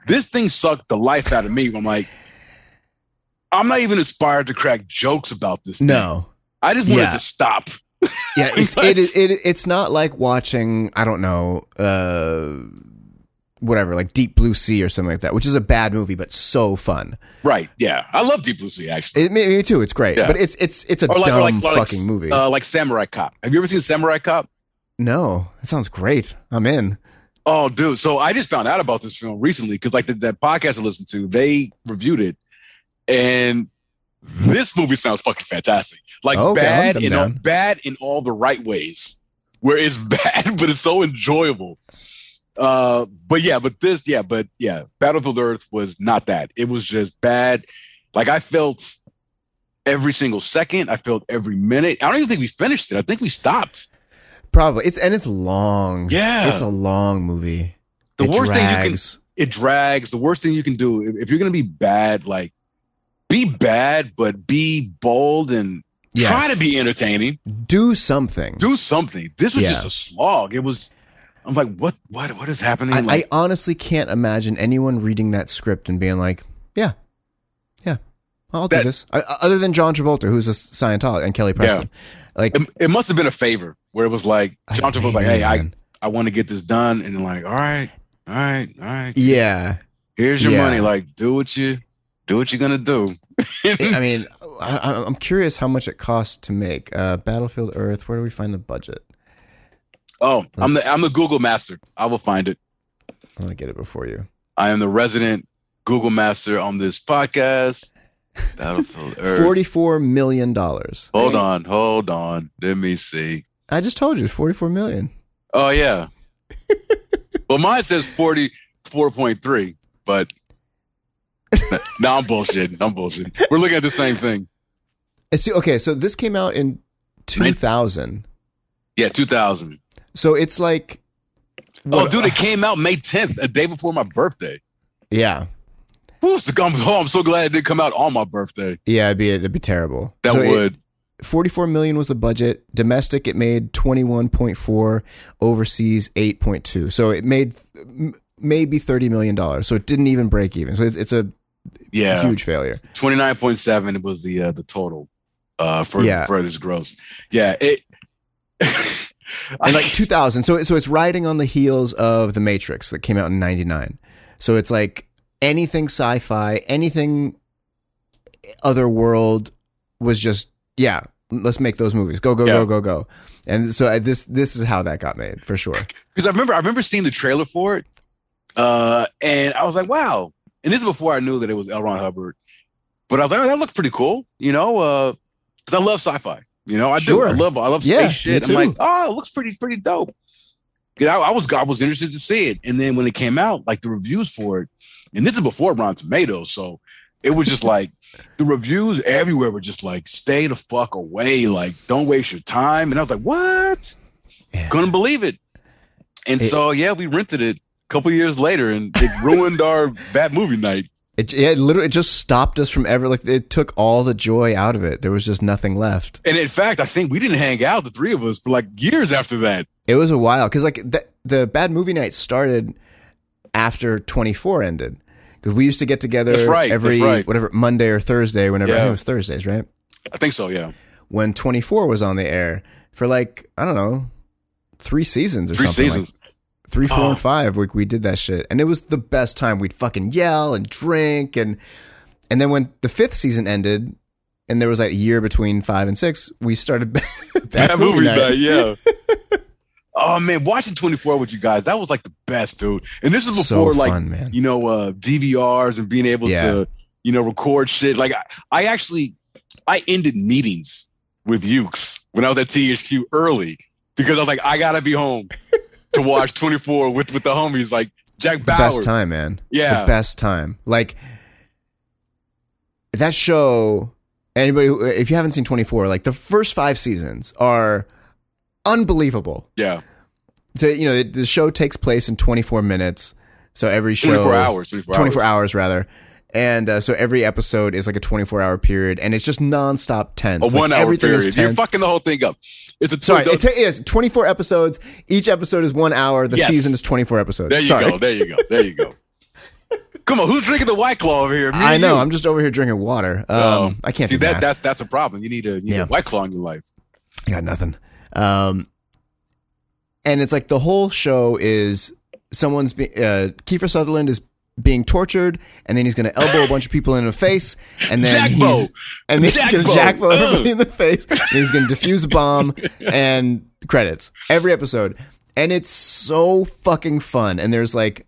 Speaker 2: This thing sucked the life out of me. I'm like, I'm not even inspired to crack jokes about this. thing.
Speaker 1: No.
Speaker 2: I just wanted
Speaker 1: Yeah.
Speaker 2: to stop. [laughs]
Speaker 1: Yeah, it's it, is- it it's not like watching I don't know uh whatever like Deep Blue Sea or something like that, which is a bad movie but so fun.
Speaker 2: Right? Yeah, I love Deep Blue Sea actually.
Speaker 1: It, me, me too. It's great,
Speaker 2: Yeah.
Speaker 1: but it's it's it's a dumb fucking movie.
Speaker 2: Uh, like Samurai Cop. Have you ever seen Samurai Cop?
Speaker 1: no, that sounds great. I'm in.
Speaker 2: Oh, dude. So I just found out about this film recently because, like, the, that podcast I listened to, they reviewed it, and this movie sounds fucking fantastic. Like
Speaker 1: Okay, I'll hunt
Speaker 2: bad
Speaker 1: them
Speaker 2: in all,
Speaker 1: down.
Speaker 2: bad in all the right ways, where it's [laughs] bad but it's so enjoyable. Uh, but yeah, but this, yeah, but yeah, Battlefield Earth was not that. It was just bad. Like I felt every single second. I felt every minute. I don't even think we finished it. I think we stopped.
Speaker 1: Probably it's and it's long.
Speaker 2: Yeah,
Speaker 1: it's a long movie.
Speaker 2: the
Speaker 1: It
Speaker 2: worst thing you can
Speaker 1: drags.
Speaker 2: it drags. The worst thing you can do if, if you're going to be bad, like be bad, but be bold and
Speaker 1: Yes.
Speaker 2: try to be entertaining.
Speaker 1: do something.
Speaker 2: Do something. This was
Speaker 1: Yeah.
Speaker 2: just a slog. It was. I'm like, what? What? What is happening?
Speaker 1: I, I
Speaker 2: like,
Speaker 1: honestly can't imagine anyone reading that script and being like, yeah, yeah, I'll do
Speaker 2: That-
Speaker 1: this. I, other than John Travolta, who's a Scientologist, and Kelly Preston. Like
Speaker 2: it, it must have been a favor where it was like
Speaker 1: I
Speaker 2: John Travolta was
Speaker 1: hate that,
Speaker 2: like, hey, I,
Speaker 1: man.
Speaker 2: I want to get this done, and then like, all right, all right, all right.
Speaker 1: yeah.
Speaker 2: Here's your
Speaker 1: Yeah.
Speaker 2: money. Like, do what you do. What you're gonna do? [laughs]
Speaker 1: I
Speaker 2: [clears throat]
Speaker 1: mean, I, I- I'm curious how much it costs to make uh, Battlefield Earth. Where do we find the budget?
Speaker 2: Oh, I'm
Speaker 1: Let's-
Speaker 2: the I'm the Google master. I will find it.
Speaker 1: I want to get it before you.
Speaker 2: I am the resident Google master on this podcast.
Speaker 1: [laughs]
Speaker 2: Battlefield Earth.
Speaker 1: Forty-four million dollars.
Speaker 2: Hold on, hold on. Let me see.
Speaker 1: I just told you, it's forty-four million. [laughs]
Speaker 2: Oh yeah. well, mine says forty four point three, but no, I'm bullshitting. I'm bullshitting. We're looking at the same thing.
Speaker 1: It's, okay, so this came out in two thousand.
Speaker 2: Yeah, two thousand.
Speaker 1: So it's like,
Speaker 2: Oh, dude, it came out May tenth, a day before my birthday.
Speaker 1: yeah.
Speaker 2: Whew, it's- I'm, oh, I'm so glad it did come out on my birthday.
Speaker 1: Yeah, it'd be it'd be terrible.
Speaker 2: That
Speaker 1: So it-
Speaker 2: would.
Speaker 1: 44 million was the budget. Domestic, it made 21.4. Overseas, 8.2. So it made m- maybe 30 million dollars. So it didn't even break even. So it's, it's a
Speaker 2: yeah.
Speaker 1: huge failure.
Speaker 2: 29.7 was the uh, the total uh for
Speaker 1: Yeah.
Speaker 2: for this gross. Yeah, it [laughs] I
Speaker 1: And like
Speaker 2: like
Speaker 1: 2000. So it- so it's riding on the heels of The Matrix that came out in 99. So it's like anything sci-fi, anything other world was just yeah, let's make those movies. Go go
Speaker 2: Yeah.
Speaker 1: go go go. And so I, this this is how that got made for sure.
Speaker 2: because I remember I remember seeing the trailer for it, uh, and I was like, wow. And this is before I knew that it was L. Ron Hubbard, but I was like, oh, that looks pretty cool, you know, because I love sci-fi. You know, I
Speaker 1: Sure.
Speaker 2: do. I love I love
Speaker 1: Yeah,
Speaker 2: space shit.
Speaker 1: me
Speaker 2: I'm like,
Speaker 1: too.
Speaker 2: oh, it looks pretty pretty dope. You know, I was I was interested to see it, and then when it came out, like the reviews for it, and this is before Rotten Tomatoes, so it was just like the reviews everywhere were just like, stay the fuck away, like don't waste your time. And I was like, what?
Speaker 1: Yeah.
Speaker 2: Couldn't believe it. And
Speaker 1: It-
Speaker 2: so yeah, we rented it a couple years later, and it
Speaker 1: [laughs]
Speaker 2: ruined our bad movie night.
Speaker 1: It, yeah, it literally it just stopped us from ever like it took all the joy out of it. There was just nothing left.
Speaker 2: And in fact, I think we didn't hang out the three of us for like years after that.
Speaker 1: It was a while because like the, the bad movie night started after 24 ended because we used to get together
Speaker 2: That's right, that's
Speaker 1: every
Speaker 2: right.
Speaker 1: whatever Monday or Thursday whenever I think
Speaker 2: Yeah.
Speaker 1: it was Thursdays right
Speaker 2: I think so. Yeah,
Speaker 1: when 24 was on the air for like I don't know three seasons or
Speaker 2: three
Speaker 1: something like-
Speaker 2: seasons.
Speaker 1: three, four,
Speaker 2: Oh.
Speaker 1: and five. We we did that shit, and it was the best time. We'd fucking yell and drink, and and then when the fifth season ended, and there was like a year between five and six, we started [laughs] bad,
Speaker 2: that movie, night. yeah. [laughs] oh man, watching 24 with you guys, that was like the best, dude. And this is
Speaker 1: So
Speaker 2: before like
Speaker 1: fun, man.
Speaker 2: you know uh DVRs and being able
Speaker 1: Yeah.
Speaker 2: to you know record shit. Like I, I actually I ended meetings with Ukes when I was at THQ early because I was like I gotta
Speaker 1: [laughs]
Speaker 2: be home to watch 24 with with the homies like Jack
Speaker 1: the
Speaker 2: Bauer.
Speaker 1: best time, man.
Speaker 2: Yeah.
Speaker 1: the best time. Like that show. Anybody, who, if you haven't seen 24, like the first five seasons are unbelievable.
Speaker 2: Yeah,
Speaker 1: So you know the- the show takes place in 24 minutes. So every show,
Speaker 2: 24 hours, 24,
Speaker 1: 24
Speaker 2: hours.
Speaker 1: hours rather. And uh, so every episode is like a 24 hour period, and it's just nonstop tense.
Speaker 2: A
Speaker 1: Like,
Speaker 2: one hour
Speaker 1: everything
Speaker 2: period.
Speaker 1: Is
Speaker 2: You're
Speaker 1: tense.
Speaker 2: fucking the whole thing up. It's a
Speaker 1: Sorry,
Speaker 2: two-
Speaker 1: it ta- it's 24 episodes. Each episode is one hour. The
Speaker 2: Yes.
Speaker 1: season is 24 episodes.
Speaker 2: There you
Speaker 1: Sorry.
Speaker 2: go. There you go. There
Speaker 1: [laughs]
Speaker 2: you go. Come on, who's drinking the white claw over here? Me or
Speaker 1: I know.
Speaker 2: you?
Speaker 1: I'm just over here drinking water. Um,
Speaker 2: Oh.
Speaker 1: I can't
Speaker 2: See
Speaker 1: do
Speaker 2: that
Speaker 1: that.
Speaker 2: that's that's a problem. You need a you need
Speaker 1: Yeah.
Speaker 2: a white claw in your life.
Speaker 1: I got nothing. Um, and it's like the whole show is someone's be- uh, Kiefer Sutherland is being tortured, and then he's going to elbow a bunch of people in the face, and then
Speaker 2: Jackbo!
Speaker 1: he's and then he's going to
Speaker 2: Jackbo!
Speaker 1: jackbo
Speaker 2: Ugh!
Speaker 1: everybody in the face, and he's going to defuse a
Speaker 2: [laughs]
Speaker 1: bomb, and credits every episode, and it's so fucking fun. And there's like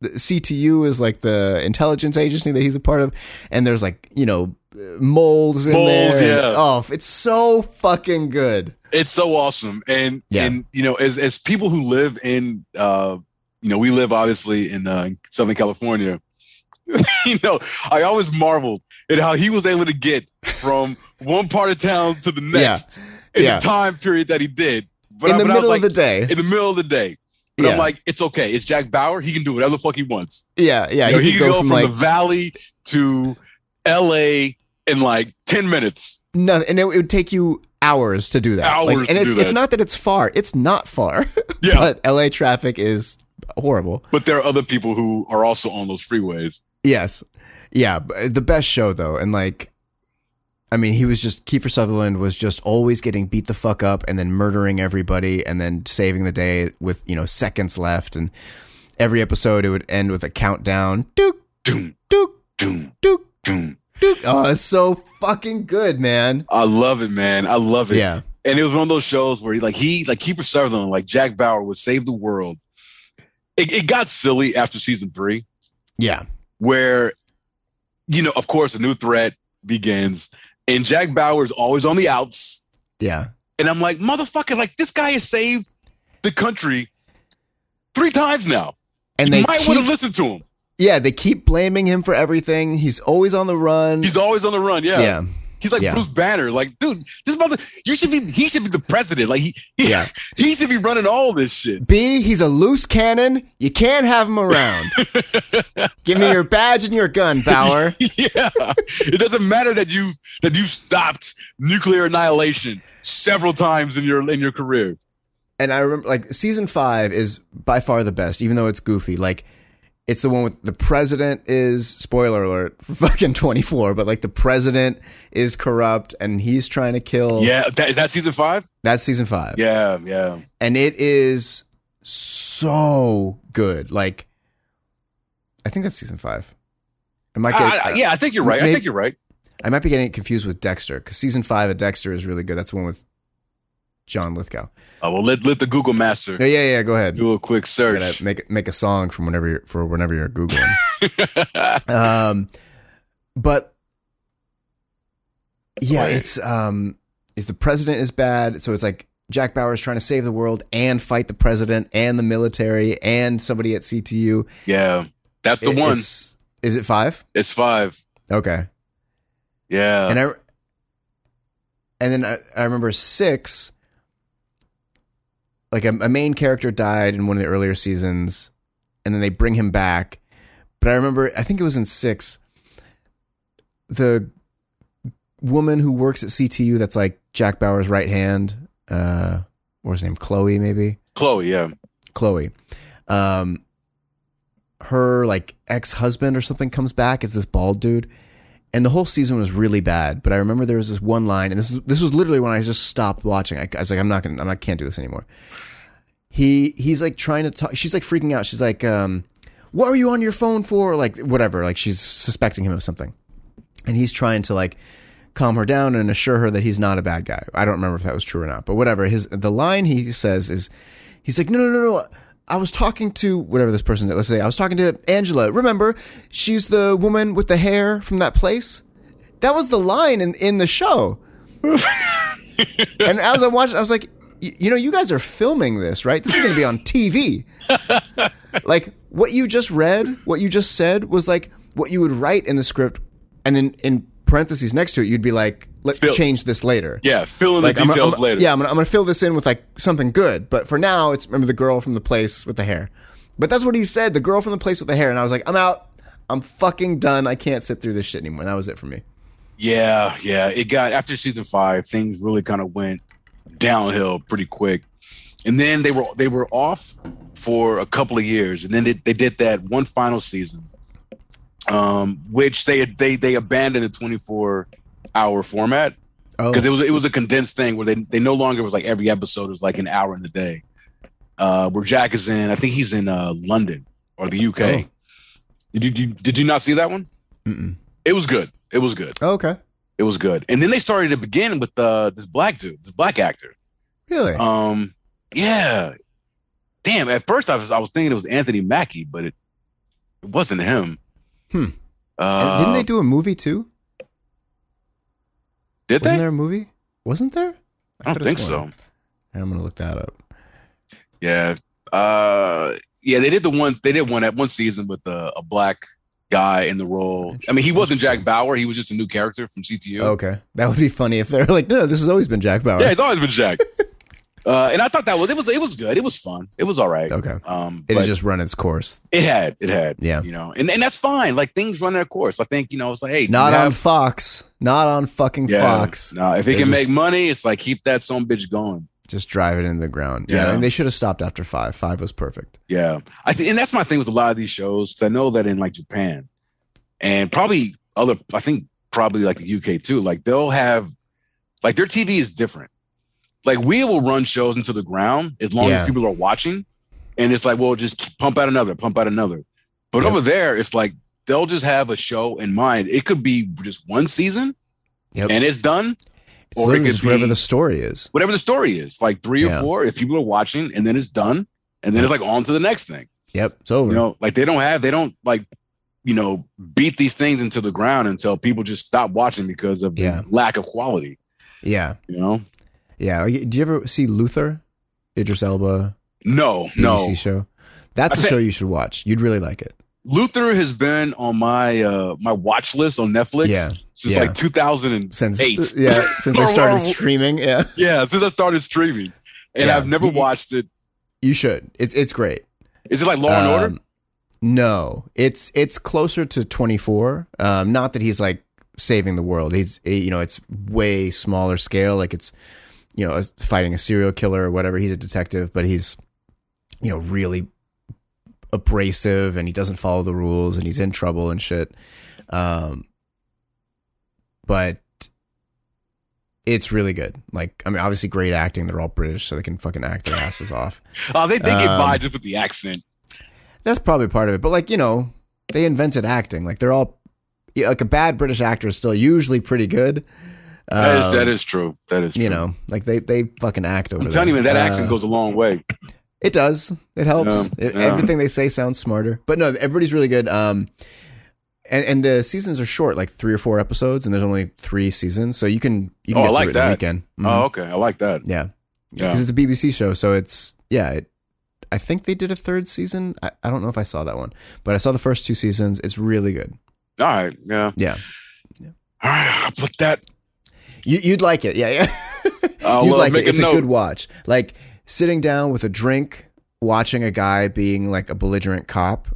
Speaker 1: the CTU is like the intelligence agency that he's a part of, and there's like you know molds in
Speaker 2: Molds,
Speaker 1: there.
Speaker 2: yeah.
Speaker 1: Oh, it's so fucking good.
Speaker 2: It's so awesome. And
Speaker 1: Yeah.
Speaker 2: and you know, as as people who live in uh you know, we live obviously in uh, Southern California. [laughs] you know, I always marveled at how he was able to get
Speaker 1: [laughs]
Speaker 2: from one part of town to the next in
Speaker 1: Yeah.
Speaker 2: the time period that he did. But
Speaker 1: in
Speaker 2: I-
Speaker 1: the
Speaker 2: but I was
Speaker 1: middle of
Speaker 2: like,
Speaker 1: the day.
Speaker 2: in the middle of the day. But
Speaker 1: Yeah.
Speaker 2: I'm like, it's okay. It's Jack Bauer. He can do whatever the fuck he wants.
Speaker 1: yeah, yeah.
Speaker 2: You know,
Speaker 1: he
Speaker 2: he,
Speaker 1: could go,
Speaker 2: can go,
Speaker 1: from,
Speaker 2: from,
Speaker 1: like
Speaker 2: the valley to L.A. in like ten
Speaker 1: [laughs]
Speaker 2: minutes.
Speaker 1: no, and it, it would take you hours to do that. Like,
Speaker 2: Hours
Speaker 1: and
Speaker 2: to
Speaker 1: it's,
Speaker 2: do
Speaker 1: it's
Speaker 2: that.
Speaker 1: not that it's far. It's not far. [laughs]
Speaker 2: Yeah, but,
Speaker 1: but LA traffic is horrible.
Speaker 2: there are other people who are also on those freeways.
Speaker 1: Yes, yeah. but The best show though, and like. I mean, he was just Kiefer Sutherland was just always getting beat the fuck up and then murdering everybody and then saving the day with you know seconds left and every episode it would end with a countdown. Dook
Speaker 2: Doom,
Speaker 1: dook
Speaker 2: doom,
Speaker 1: dook
Speaker 2: doom.
Speaker 1: dook. Oh, it's so fucking good, man.
Speaker 2: I love it, man. I love it.
Speaker 1: Yeah.
Speaker 2: And it was one of those shows where he like he like Keeper Sutherland, like Jack Bauer would save the world. It, it got silly after season three.
Speaker 1: Yeah.
Speaker 2: where you know of course a new threat begins and jack bauer's always on the outs
Speaker 1: Yeah.
Speaker 2: and i'm like motherfucker like this guy has saved the country three times now
Speaker 1: And
Speaker 2: you
Speaker 1: they
Speaker 2: might want to
Speaker 1: keep,
Speaker 2: listen to him
Speaker 1: yeah, they keep blaming him for everything. He's always on the run.
Speaker 2: he's always on the run yeah,
Speaker 1: yeah.
Speaker 2: He's like
Speaker 1: Yeah.
Speaker 2: Bruce Banner. Like, dude, this mother, you should be. He should be the president. Like, he, he,
Speaker 1: Yeah.
Speaker 2: [laughs] he should be running all
Speaker 1: [laughs]
Speaker 2: this shit.
Speaker 1: B, he's a loose cannon. You can't have him
Speaker 2: [laughs]
Speaker 1: around. Give me your badge and your gun, Bauer.
Speaker 2: yeah, it doesn't matter that you have that you've stopped nuclear annihilation several times in your in your career.
Speaker 1: and I remember like season five is by far the best, even though it's goofy. Like it's the one with the president is spoiler alert, [laughs] fucking twenty four, but like the president is corrupt and he's trying to kill.
Speaker 2: Yeah, that, is that season five?
Speaker 1: that's season five,
Speaker 2: Yeah, yeah.
Speaker 1: and it is so good. Like I think that's season five. I might get
Speaker 2: I, I, yeah, I think you're right. I
Speaker 1: Maybe-
Speaker 2: think you're right.
Speaker 1: I might be getting it confused with Dexter because season five of Dexter is really good. That's the one with John Lithgow.
Speaker 2: Uh, well, let let the Google master
Speaker 1: Yeah, yeah, yeah. Go ahead.
Speaker 2: do a quick
Speaker 1: We're gonna
Speaker 2: search.
Speaker 1: make make a song from whenever you're, for whenever you're googling. [laughs] um, but yeah,
Speaker 2: Right.
Speaker 1: it's um, if the president is bad, so it's like Jack Bauer is trying to save the world and fight the president and the military and somebody at CTU.
Speaker 2: [laughs] yeah, that's the
Speaker 1: It-
Speaker 2: one. It's,
Speaker 1: it's- Is it five?
Speaker 2: five.
Speaker 1: Okay,
Speaker 2: Yeah,
Speaker 1: and I and then I, I remember six. Like a, a main character died in one of the earlier seasons, and then they bring him back. But I remember, I think it was in six. The woman who works at CTU, that's like Jack Bauer's right hand, uh, what was her name? Chloe, maybe.
Speaker 2: Chloe. Yeah,
Speaker 1: Chloe. Um, her like ex husband or something comes back. It's this bald dude, and the whole season was really bad. But I remember there was this one line, and this is- this was literally when I just stopped watching. I, I was like, I'm not gonna, I'm not, can't do this anymore. He he's like trying to talk. She's like freaking out. She's like, um, what are you on your phone for? Like whatever. Like she's suspecting him of something, and he's trying to like calm her down and assure her that he's not a bad guy. I don't remember if that was true or not, but whatever. His the line he says is he's like, No, no, no, no. I was talking to whatever this person let's say I was talking to Angela. Remember, she's the woman with the hair from that place? That was the line in, in the show. and as I watched, I was like, "Y- you know, you guys are filming this, right? This is gonna be on TV. like what you just read, what you just said was like what you would write in the script, and then in parentheses next to it, you'd be like, "Let
Speaker 2: Fill-
Speaker 1: change this later."
Speaker 2: yeah. Fill in
Speaker 1: like
Speaker 2: the
Speaker 1: I'm
Speaker 2: details
Speaker 1: gonna- I'm gonna-
Speaker 2: later.
Speaker 1: Yeah, I'm gonna, I'm gonna fill this in with like something good, but for now, it's remember the girl from the place with the hair. But that's what he said, the girl from the place with the hair, and I was like, "I'm out. I'm fucking done. I can't sit through this shit anymore." And that was it for me.
Speaker 2: Yeah, yeah. It got after season five, things really kind of went downhill pretty quick. And then they were they were off for a couple of years, and then they, they did that one final season, um, which they they they abandoned the twenty four hour format
Speaker 1: Oh,
Speaker 2: because it was it was a condensed thing where they they no longer was like every episode was like an hour in the day. Uh, where Jack is in, I think he's in uh, London or the UK.
Speaker 1: Oh.
Speaker 2: Did you, you did you not see that one?
Speaker 1: Mm-mm.
Speaker 2: It was good. It was good.
Speaker 1: Oh, okay,
Speaker 2: It was good. And then they started to begin with uh, this black dude, this black actor.
Speaker 1: really?
Speaker 2: Um, yeah. Damn. At first, I was I was thinking it was Anthony Mackie, but it it wasn't him.
Speaker 1: Hmm.
Speaker 2: Uh,
Speaker 1: And Didn't they do a movie too?
Speaker 2: Did
Speaker 1: Wasn't
Speaker 2: they?
Speaker 1: there a movie? Wasn't there?
Speaker 2: I don't
Speaker 1: could've
Speaker 2: think
Speaker 1: sworn.
Speaker 2: so.
Speaker 1: I'm gonna look that up.
Speaker 2: Yeah. Uh, yeah. They did the one. They did one at one season with uh, a, a black guy in the role. I mean, he wasn't Jack
Speaker 1: Interesting.
Speaker 2: Bauer. He was just a new character from CTU.
Speaker 1: Oh, Okay, that would be funny if they're like, "No, this has always been Jack Bauer."
Speaker 2: Yeah, it's always been Jack. [laughs] uh, and I thought that was it was it was good. It was fun. It was all right.
Speaker 1: Okay,
Speaker 2: Um,
Speaker 1: it
Speaker 2: but-
Speaker 1: had just run its course.
Speaker 2: It had, it had.
Speaker 1: Yeah.
Speaker 2: You know, and, and that's fine. Like things run their course. I think, you know, it's like, hey,
Speaker 1: Not
Speaker 2: you
Speaker 1: on
Speaker 2: have-
Speaker 1: Fox. Not on fucking
Speaker 2: Yeah.
Speaker 1: Fox.
Speaker 2: No, if it
Speaker 1: There's
Speaker 2: can
Speaker 1: just-
Speaker 2: make money, it's like keep that some bitch going.
Speaker 1: Just drive it into the ground. Yeah,
Speaker 2: Yeah.
Speaker 1: and they should have stopped after five. Five was perfect.
Speaker 2: Yeah. I think and that's my thing with a lot of these shows. 'cause I know that in like Japan and probably other I think probably like the UK too, like they'll have like their TV is different. Like we will run shows into the ground as long
Speaker 1: Yeah.
Speaker 2: as people are watching. And it's like, well, just keep- pump out another, pump out another. But
Speaker 1: Yep.
Speaker 2: over there, it's like they'll just have a show in mind. It could be just one season.
Speaker 1: Yep.
Speaker 2: and it's done.
Speaker 1: It's
Speaker 2: Or it
Speaker 1: literally
Speaker 2: could
Speaker 1: just whatever
Speaker 2: be-
Speaker 1: the story is.
Speaker 2: Whatever the story is, like three or
Speaker 1: Yeah.
Speaker 2: four, if people are watching, and then it's done, and then it's like on to the next thing.
Speaker 1: Yep, it's over.
Speaker 2: You know, like they don't have, they don't like, you know, beat these things into the ground until people just stop watching because of the
Speaker 1: Yeah.
Speaker 2: lack of quality.
Speaker 1: yeah,
Speaker 2: You know,
Speaker 1: yeah. Like, Did you ever see Luther? Idris Elba
Speaker 2: no,
Speaker 1: BBC
Speaker 2: no,
Speaker 1: show. That's
Speaker 2: I
Speaker 1: a
Speaker 2: thi-
Speaker 1: show you should watch. You'd really like it.
Speaker 2: Luther has been on my uh my watch list on Netflix
Speaker 1: Yeah.
Speaker 2: since
Speaker 1: yeah.
Speaker 2: like 2008.
Speaker 1: Since yeah, since I
Speaker 2: Or-
Speaker 1: started
Speaker 2: [laughs] or-
Speaker 1: streaming, yeah,
Speaker 2: yeah, since I started streaming, and
Speaker 1: Yeah.
Speaker 2: I've never
Speaker 1: Y- y-
Speaker 2: watched it.
Speaker 1: you should. It's it's great.
Speaker 2: Is it like Law and Order?
Speaker 1: Um, No, it's it's closer to 24. Um, not that he's like saving the world. He's eh, you know it's way smaller scale. Like it's you know fighting a serial killer or whatever. He's a detective, but he's you know really abrasive and he doesn't follow the rules and he's in trouble and shit. Um, but it's really good. Like I mean, obviously great acting. They're all British, so they can fucking act their asses off.
Speaker 2: Oh, they they get
Speaker 1: um,
Speaker 2: by just with the accent.
Speaker 1: That's probably part of it. But like, you know, they invented acting. Like they're all yeah, like a bad British actor is still usually pretty good.
Speaker 2: That is
Speaker 1: Um,
Speaker 2: that is true. That is true.
Speaker 1: you know, like they they fucking act over
Speaker 2: I'm
Speaker 1: there.
Speaker 2: telling you, man, that
Speaker 1: Uh,
Speaker 2: accent goes a long way. Oh,
Speaker 1: It does. It helps.
Speaker 2: Yeah,
Speaker 1: It-
Speaker 2: yeah.
Speaker 1: Everything they say sounds smarter. But no, everybody's really good. Um, and, and the seasons are short, like three or four episodes, and there's only three seasons, so you can you can
Speaker 2: Oh, I
Speaker 1: get
Speaker 2: like
Speaker 1: through it in a
Speaker 2: that.
Speaker 1: weekend. Mhm.
Speaker 2: Oh, okay, I like that.
Speaker 1: Yeah.
Speaker 2: Yeah.
Speaker 1: Because it's a BBC show, so it's yeah. It, I think they did a third season. I, I don't know if I saw that one, but I saw the first two seasons. It's really good.
Speaker 2: All right, yeah,
Speaker 1: Yeah,
Speaker 2: all right. I'll put that.
Speaker 1: you, you'd like it. Yeah,
Speaker 2: [laughs]
Speaker 1: yeah.
Speaker 2: Uh,
Speaker 1: you'd
Speaker 2: well,
Speaker 1: like
Speaker 2: make
Speaker 1: it.
Speaker 2: a
Speaker 1: It's a
Speaker 2: note.
Speaker 1: good watch. Like sitting down with a drink, watching a guy being like a belligerent cop,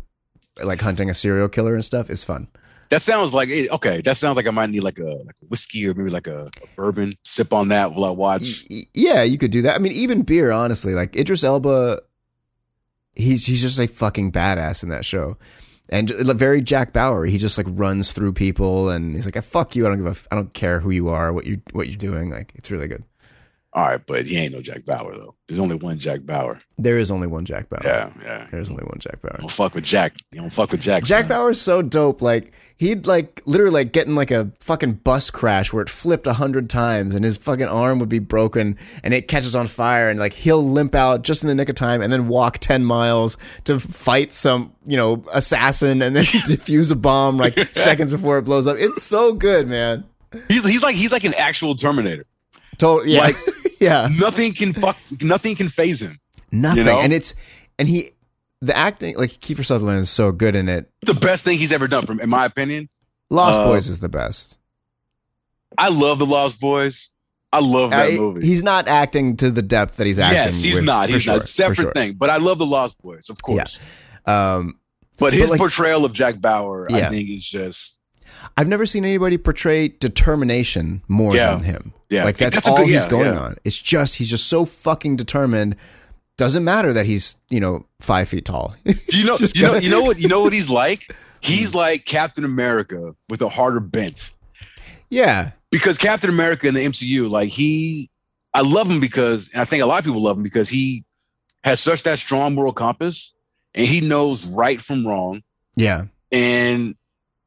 Speaker 1: like hunting a serial killer and stuff is fun.
Speaker 2: That sounds like eh, okay. That sounds like I might need like a like a whiskey or maybe like a, a bourbon. Sip on that while I watch.
Speaker 1: Y- yeah, you could do that. I mean, even beer, honestly. Like Idris Elba, he's he's just a fucking badass in that show, and j- like, very Jack Bowery. He just like runs through people, and he's like, "I fuck you. I don't give a. F- I don't care who you are, what you what you're doing. Like, it's really good.
Speaker 2: All right, but he ain't no Jack Bauer though. There's only one Jack Bauer.
Speaker 1: There is only one Jack Bauer.
Speaker 2: Yeah, yeah.
Speaker 1: There is only one Jack Bauer.
Speaker 2: Don't fuck with Jack. You don't fuck with Jack.
Speaker 1: Jack
Speaker 2: son.
Speaker 1: Bauer's so dope. Like he'd like literally like get in like a fucking bus crash where it flipped a hundred times and his fucking arm would be broken and it catches on fire and like he'll limp out just in the nick of time and then walk ten miles to fight some you know assassin and then [laughs] defuse a bomb
Speaker 2: [laughs]
Speaker 1: like seconds before it blows up. It's so good, man.
Speaker 2: He's he's like he's like an actual Terminator.
Speaker 1: Totally, yeah,
Speaker 2: Like-
Speaker 1: [laughs] yeah.
Speaker 2: Nothing can fuck. Nothing can phase him.
Speaker 1: Nothing,
Speaker 2: know?
Speaker 1: and it's and he the acting like Kiefer Sutherland is so good in it.
Speaker 2: The best thing he's ever done, from in my opinion.
Speaker 1: Lost
Speaker 2: Uh,
Speaker 1: Boys is the best.
Speaker 2: I love the Lost Boys. I love that
Speaker 1: I-
Speaker 2: movie.
Speaker 1: He's not acting to the depth that he's acting.
Speaker 2: yes, he's
Speaker 1: with,
Speaker 2: not.
Speaker 1: for
Speaker 2: He's
Speaker 1: sure,
Speaker 2: not. Separate
Speaker 1: for sure.
Speaker 2: thing. But I love the Lost Boys, of course.
Speaker 1: Um,
Speaker 2: But his
Speaker 1: like-
Speaker 2: portrayal of Jack Bauer,
Speaker 1: Yeah.
Speaker 2: I think, is just
Speaker 1: I've never seen anybody portray determination more
Speaker 2: Yeah.
Speaker 1: than him.
Speaker 2: yeah.
Speaker 1: Like that's,
Speaker 2: a
Speaker 1: all
Speaker 2: good-
Speaker 1: he's
Speaker 2: yeah,
Speaker 1: going
Speaker 2: yeah.
Speaker 1: on. It's just he's just so fucking determined. Doesn't matter that he's you know five feet tall. [laughs]
Speaker 2: [laughs] You know,
Speaker 1: Just
Speaker 2: you know,
Speaker 1: gonna-
Speaker 2: you know what, you know what he's like. He's like Captain America with a harder bent
Speaker 1: yeah,
Speaker 2: because Captain America in the MCU, like he, I love him because and I think a lot of people love him because he has such that strong moral compass and he knows right from wrong.
Speaker 1: yeah,
Speaker 2: and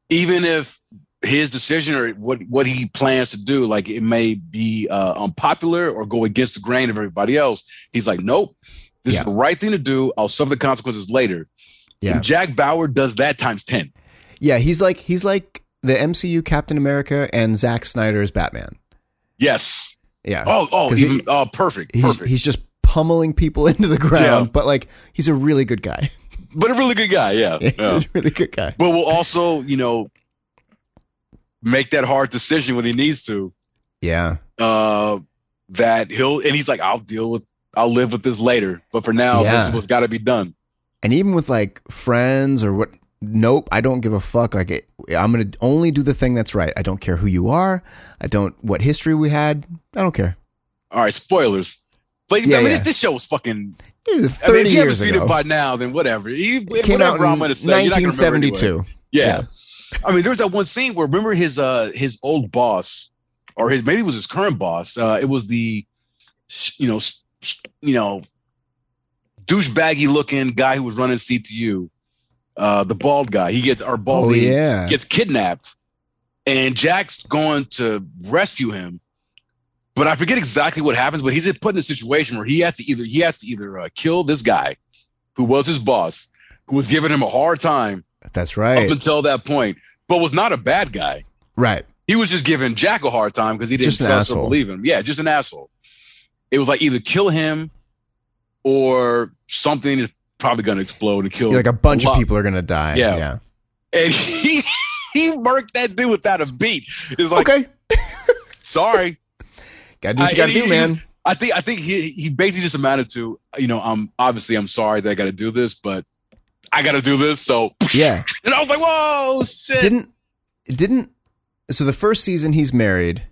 Speaker 2: even if his decision or what what he plans to do like it may be uh, unpopular or go against the grain of everybody else he's like nope this
Speaker 1: Yeah.
Speaker 2: is the right thing to do i'll suffer the consequences later
Speaker 1: Yeah.
Speaker 2: and jack bauer does that times 10
Speaker 1: yeah. He's like he's like the MCU Captain America and Zack Snyder's Batman.
Speaker 2: yes
Speaker 1: Yeah,
Speaker 2: oh oh
Speaker 1: Uh, 'Cause
Speaker 2: even
Speaker 1: he-
Speaker 2: oh perfect
Speaker 1: he's
Speaker 2: perfect
Speaker 1: he's just pummeling people [laughs] into the ground, but like he's a really good guy. [laughs]
Speaker 2: but a really good guy yeah,
Speaker 1: he's
Speaker 2: yeah.
Speaker 1: a really good guy.
Speaker 2: but will also you know make that hard decision when he needs to
Speaker 1: Yeah,
Speaker 2: uh that he'll and he's like i'll deal with i'll live with this later but for now this
Speaker 1: Yeah.
Speaker 2: is what's got to be done
Speaker 1: and even with like friends or what nope i don't give a fuck like it, i'm gonna only do the thing that's right i don't care who you are i don't what history we had i don't care
Speaker 2: all right spoilers but
Speaker 1: Yeah,
Speaker 2: I mean,
Speaker 1: yeah.
Speaker 2: this show was fucking.
Speaker 1: This is
Speaker 2: I
Speaker 1: 30
Speaker 2: mean, if you haven't
Speaker 1: years
Speaker 2: seen
Speaker 1: ago
Speaker 2: it by now, then whatever. You,
Speaker 1: It came out
Speaker 2: whatever
Speaker 1: in
Speaker 2: I'm gonna say, you're not gonna remember anyway.
Speaker 1: 1972
Speaker 2: Yeah. I mean, there was that one scene where remember his uh his old boss, or his maybe it was his current boss. Uh, it was the, sh- you know, s- s- you know, douchebaggy looking guy who was running CTU, uh, the bald guy. He gets our bald.
Speaker 1: oh yeah
Speaker 2: gets kidnapped and Jack's going to rescue him. But I forget exactly what happens, but he's put in a situation where he has to either he has to either uh, kill this guy who was his boss, who was giving him a hard time
Speaker 1: that's right
Speaker 2: up until that point, but was not a bad guy.
Speaker 1: right
Speaker 2: He was just giving Jack a hard time because he didn't
Speaker 1: Just an
Speaker 2: trust or
Speaker 1: asshole.
Speaker 2: believe him. Yeah, just an asshole. It was like either kill him or something is probably gonna explode and kill
Speaker 1: Like a bunch of
Speaker 2: lot.
Speaker 1: people are gonna die.
Speaker 2: Yeah.
Speaker 1: yeah.
Speaker 2: And [laughs] he he murked that dude without a beat. It's like
Speaker 1: okay.
Speaker 2: sorry.
Speaker 1: Gotta do what you
Speaker 2: I-
Speaker 1: gotta do,
Speaker 2: he-
Speaker 1: man.
Speaker 2: I think I think he he basically just amounted to you know I'm obviously I'm sorry that I got to do this, but I got to do this. So [laughs]
Speaker 1: Yeah.
Speaker 2: and I was like, whoa, shit.
Speaker 1: Didn't didn't so the first season he's married,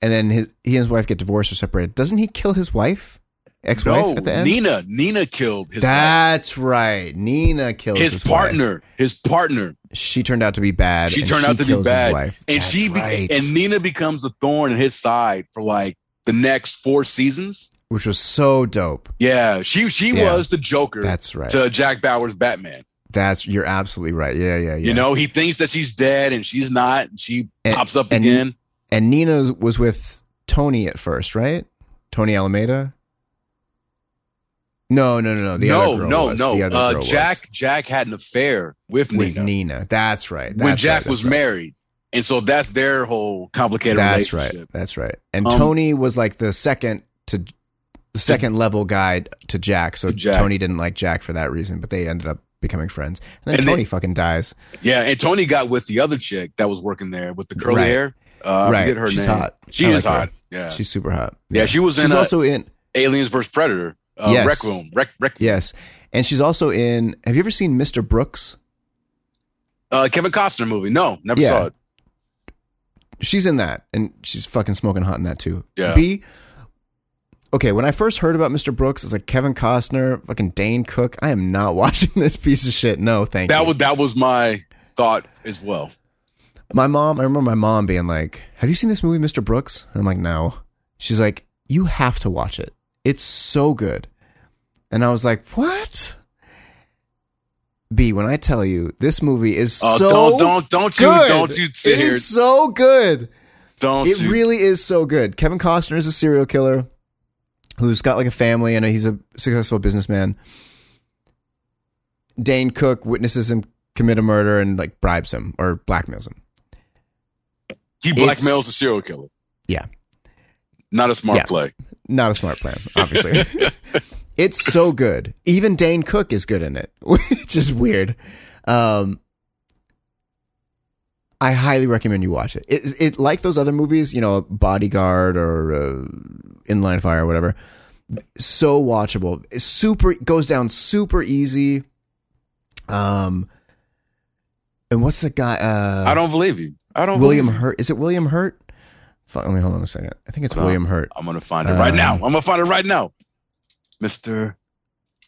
Speaker 1: and then his he and his wife get divorced or separated. Doesn't he kill his wife, ex wife
Speaker 2: no,
Speaker 1: at the end?
Speaker 2: Nina Nina killed his
Speaker 1: That's right. Nina kills his,
Speaker 2: his,
Speaker 1: wife.
Speaker 2: partner, his partner,
Speaker 1: She turned out to be bad.
Speaker 2: She
Speaker 1: and
Speaker 2: turned out to be
Speaker 1: kills his
Speaker 2: bad,
Speaker 1: wife.
Speaker 2: and
Speaker 1: That's
Speaker 2: she be-
Speaker 1: right.
Speaker 2: and Nina becomes a thorn in his side for like the next four seasons.
Speaker 1: which was so dope.
Speaker 2: Yeah, she she
Speaker 1: Yeah.
Speaker 2: was the Joker
Speaker 1: That's right.
Speaker 2: to Jack Bauer's Batman.
Speaker 1: That's you're absolutely right. Yeah, yeah, yeah.
Speaker 2: You know, he thinks that she's dead and she's not. And she
Speaker 1: And-
Speaker 2: pops up
Speaker 1: and-
Speaker 2: again.
Speaker 1: and Nina was with Tony at first, right? Tony Alameda. No, no, no, no. The
Speaker 2: no,
Speaker 1: other girl
Speaker 2: no,
Speaker 1: was.
Speaker 2: no.
Speaker 1: The other
Speaker 2: uh,
Speaker 1: girl was.
Speaker 2: Jack Jack had an affair with,
Speaker 1: with
Speaker 2: Nina,
Speaker 1: Nina. That's right.
Speaker 2: when
Speaker 1: That's
Speaker 2: Jack
Speaker 1: right,
Speaker 2: was
Speaker 1: that's right.
Speaker 2: married, and so that's their whole complicated
Speaker 1: That's right.
Speaker 2: relationship.
Speaker 1: That's right. And
Speaker 2: Um,
Speaker 1: Tony was like the second to the second level guy to Jack. So
Speaker 2: To Jack.
Speaker 1: Tony didn't like Jack for that reason, but they ended up becoming friends. And then
Speaker 2: And
Speaker 1: Tony fucking dies.
Speaker 2: Yeah, and Tony got with the other chick that was working there with the curly
Speaker 1: Right.
Speaker 2: hair. Uh, I
Speaker 1: Right.
Speaker 2: forget her
Speaker 1: She's
Speaker 2: name.
Speaker 1: hot.
Speaker 2: She
Speaker 1: I
Speaker 2: is
Speaker 1: like her.
Speaker 2: hot. Yeah.
Speaker 1: She's super hot.
Speaker 2: yeah, she was in
Speaker 1: She's
Speaker 2: uh,
Speaker 1: also in
Speaker 2: Aliens vs Predator. Uh,
Speaker 1: Yes.
Speaker 2: Rec Room. Rec. rec
Speaker 1: Yes. And she's also in Have you ever seen Mr. Brooks?
Speaker 2: uh, Kevin Costner movie. No, never
Speaker 1: Yeah.
Speaker 2: saw it.
Speaker 1: She's in that and she's fucking smoking hot in that too.
Speaker 2: Yeah.
Speaker 1: B Okay, when I first heard about Mr. Brooks, it's like Kevin Costner, fucking Dane Cook. I am not [laughs] watching this piece of shit. No, thank you.
Speaker 2: That was that was my thought as well.
Speaker 1: My mom, I remember my mom being like, Have you seen this movie, Mr. Brooks? And I'm like, No. She's like, You have to watch it. It's so good. And I was like, What? B, when I tell you this movie is
Speaker 2: Uh,
Speaker 1: so
Speaker 2: don't don't don't you
Speaker 1: good.
Speaker 2: don't you
Speaker 1: It
Speaker 2: sit here.
Speaker 1: is so good.
Speaker 2: Don't
Speaker 1: It
Speaker 2: you
Speaker 1: really is so good. Kevin Costner is a serial killer who's got like a family and he's a successful businessman. Dane Cook witnesses him commit a murder and like bribes him or blackmails him.
Speaker 2: he
Speaker 1: it's-
Speaker 2: blackmails a serial killer.
Speaker 1: Yeah.
Speaker 2: Not a smart
Speaker 1: Yeah.
Speaker 2: play.
Speaker 1: Not a smart plan,
Speaker 2: [laughs]
Speaker 1: obviously. it's so good. Even Dane Cook is good in it, [laughs] which is weird. Um, I highly recommend you watch it. It, it like those other movies, you know, Bodyguard or uh, Inline Fire or whatever. So watchable. It's super goes down super easy. Um, and what's the guy? Uh,
Speaker 2: I don't believe you. I don't
Speaker 1: William
Speaker 2: believe you.
Speaker 1: Hurt. Is it William Hurt? Fuck, let me hold on a second. I think it's
Speaker 2: Hold on.
Speaker 1: William Hurt.
Speaker 2: I'm gonna find it right
Speaker 1: Um,
Speaker 2: now. I'm gonna find it right now. Mr.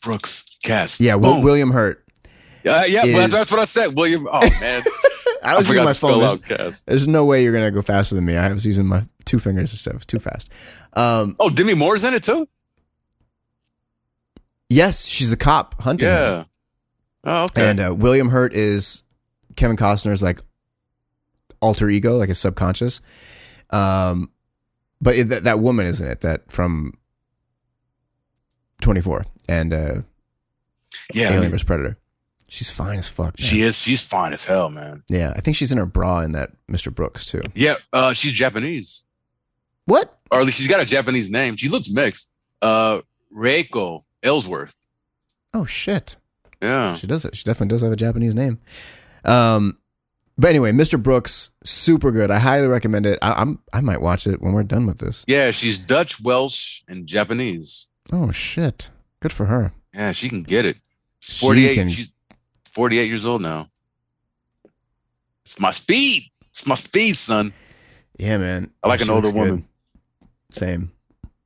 Speaker 2: Brooks cast.
Speaker 1: Yeah, Wil-
Speaker 2: Boom.
Speaker 1: William Hurt.
Speaker 2: Uh, yeah, well,
Speaker 1: is-
Speaker 2: that's what I said. William.
Speaker 1: [laughs]
Speaker 2: Oh man,
Speaker 1: I was using
Speaker 2: forgot
Speaker 1: my
Speaker 2: to spell
Speaker 1: phone. There's,
Speaker 2: out cast.
Speaker 1: there's no way you're gonna go faster than me. I was using my two fingers and stuff. Too fast. Um,
Speaker 2: Oh, Demi Moore's in it too.
Speaker 1: yes, she's the cop hunting. him.
Speaker 2: Yeah. Oh, okay.
Speaker 1: And uh, William Hurt is Kevin Costner's like alter ego, like his subconscious. Um, but it, that that woman isn't it? That from Twenty Four and uh,
Speaker 2: yeah,
Speaker 1: Alien vs Predator. She's fine as fuck. man.
Speaker 2: she is. She's fine as hell, man.
Speaker 1: yeah, I think she's in her bra in that Mr. Brooks too.
Speaker 2: Yeah, uh, she's Japanese,
Speaker 1: What?
Speaker 2: or at least she's got a Japanese name. She looks mixed. Uh, Reiko Ellsworth.
Speaker 1: Oh shit.
Speaker 2: Yeah.
Speaker 1: She does it. She definitely does have a Japanese name. Um, but anyway, Mr. Brooks, super good. I highly recommend it. I, I'm I might watch it when we're done with this.
Speaker 2: Yeah, she's Dutch, Welsh, and Japanese.
Speaker 1: Oh shit, good for her.
Speaker 2: Yeah, she can get it. She's
Speaker 1: She
Speaker 2: 48.
Speaker 1: can-
Speaker 2: She's 48 years old now. It's my speed. It's my speed, son.
Speaker 1: Yeah, man.
Speaker 2: I like
Speaker 1: Oh,
Speaker 2: an
Speaker 1: she looks
Speaker 2: older
Speaker 1: good.
Speaker 2: woman.
Speaker 1: Same.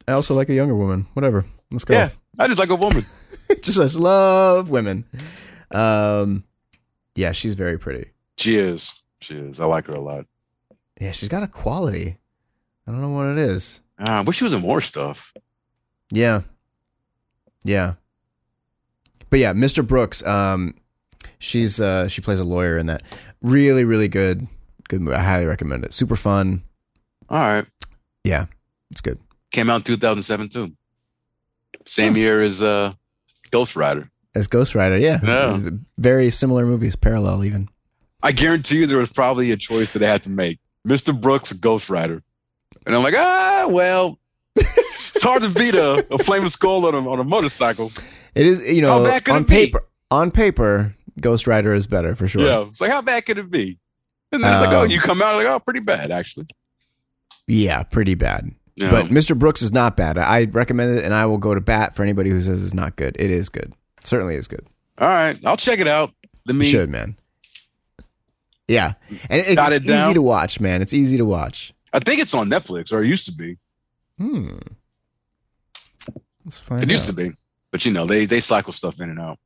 Speaker 1: I also like a younger woman. Whatever. Let's go.
Speaker 2: Yeah, I just like a woman.
Speaker 1: [laughs] just, just love women. Um, yeah, she's very pretty.
Speaker 2: she is. She is. I like her a lot.
Speaker 1: Yeah, she's got a quality. I don't know what it is.
Speaker 2: Ah, I wish she was in more stuff.
Speaker 1: Yeah. Yeah. But yeah, Mr. Brooks, um she's uh she plays a lawyer in that. Really, really good. Good movie. I highly recommend it. Super fun.
Speaker 2: All right.
Speaker 1: It's good.
Speaker 2: Came out in 2007 too. Same year as uh, Ghost Rider.
Speaker 1: As Ghost Rider, yeah.
Speaker 2: Yeah.
Speaker 1: Very similar movies, parallel even.
Speaker 2: I guarantee you there was probably a choice that I had to make. Mr. Brooks, Ghost Rider. And I'm like,
Speaker 1: [laughs]
Speaker 2: ah, well, it's hard to beat a, a flaming skull on a, on a motorcycle.
Speaker 1: It is you
Speaker 2: How
Speaker 1: know
Speaker 2: bad could
Speaker 1: on
Speaker 2: it be?
Speaker 1: paper on paper Ghost Rider is better for sure.
Speaker 2: Yeah. It's like, how bad could it be? And then it's like, oh,
Speaker 1: Um,
Speaker 2: you come out like, oh, pretty bad, actually.
Speaker 1: Yeah, pretty bad.
Speaker 2: Yeah.
Speaker 1: But Mr. Brooks is not bad. I I recommend it, and I will go to bat for anybody who says it's not good. It is good. certainly is good.
Speaker 2: all right, I'll check it out. Let
Speaker 1: You
Speaker 2: me.
Speaker 1: should, man. Yeah, and it,
Speaker 2: Jot
Speaker 1: it's
Speaker 2: it
Speaker 1: easy
Speaker 2: down.
Speaker 1: to watch, man. It's easy to watch.
Speaker 2: I think it's on Netflix, or it used to be.
Speaker 1: Hmm. Let's find
Speaker 2: It used to
Speaker 1: out.
Speaker 2: be, but you know, they they cycle stuff in and out.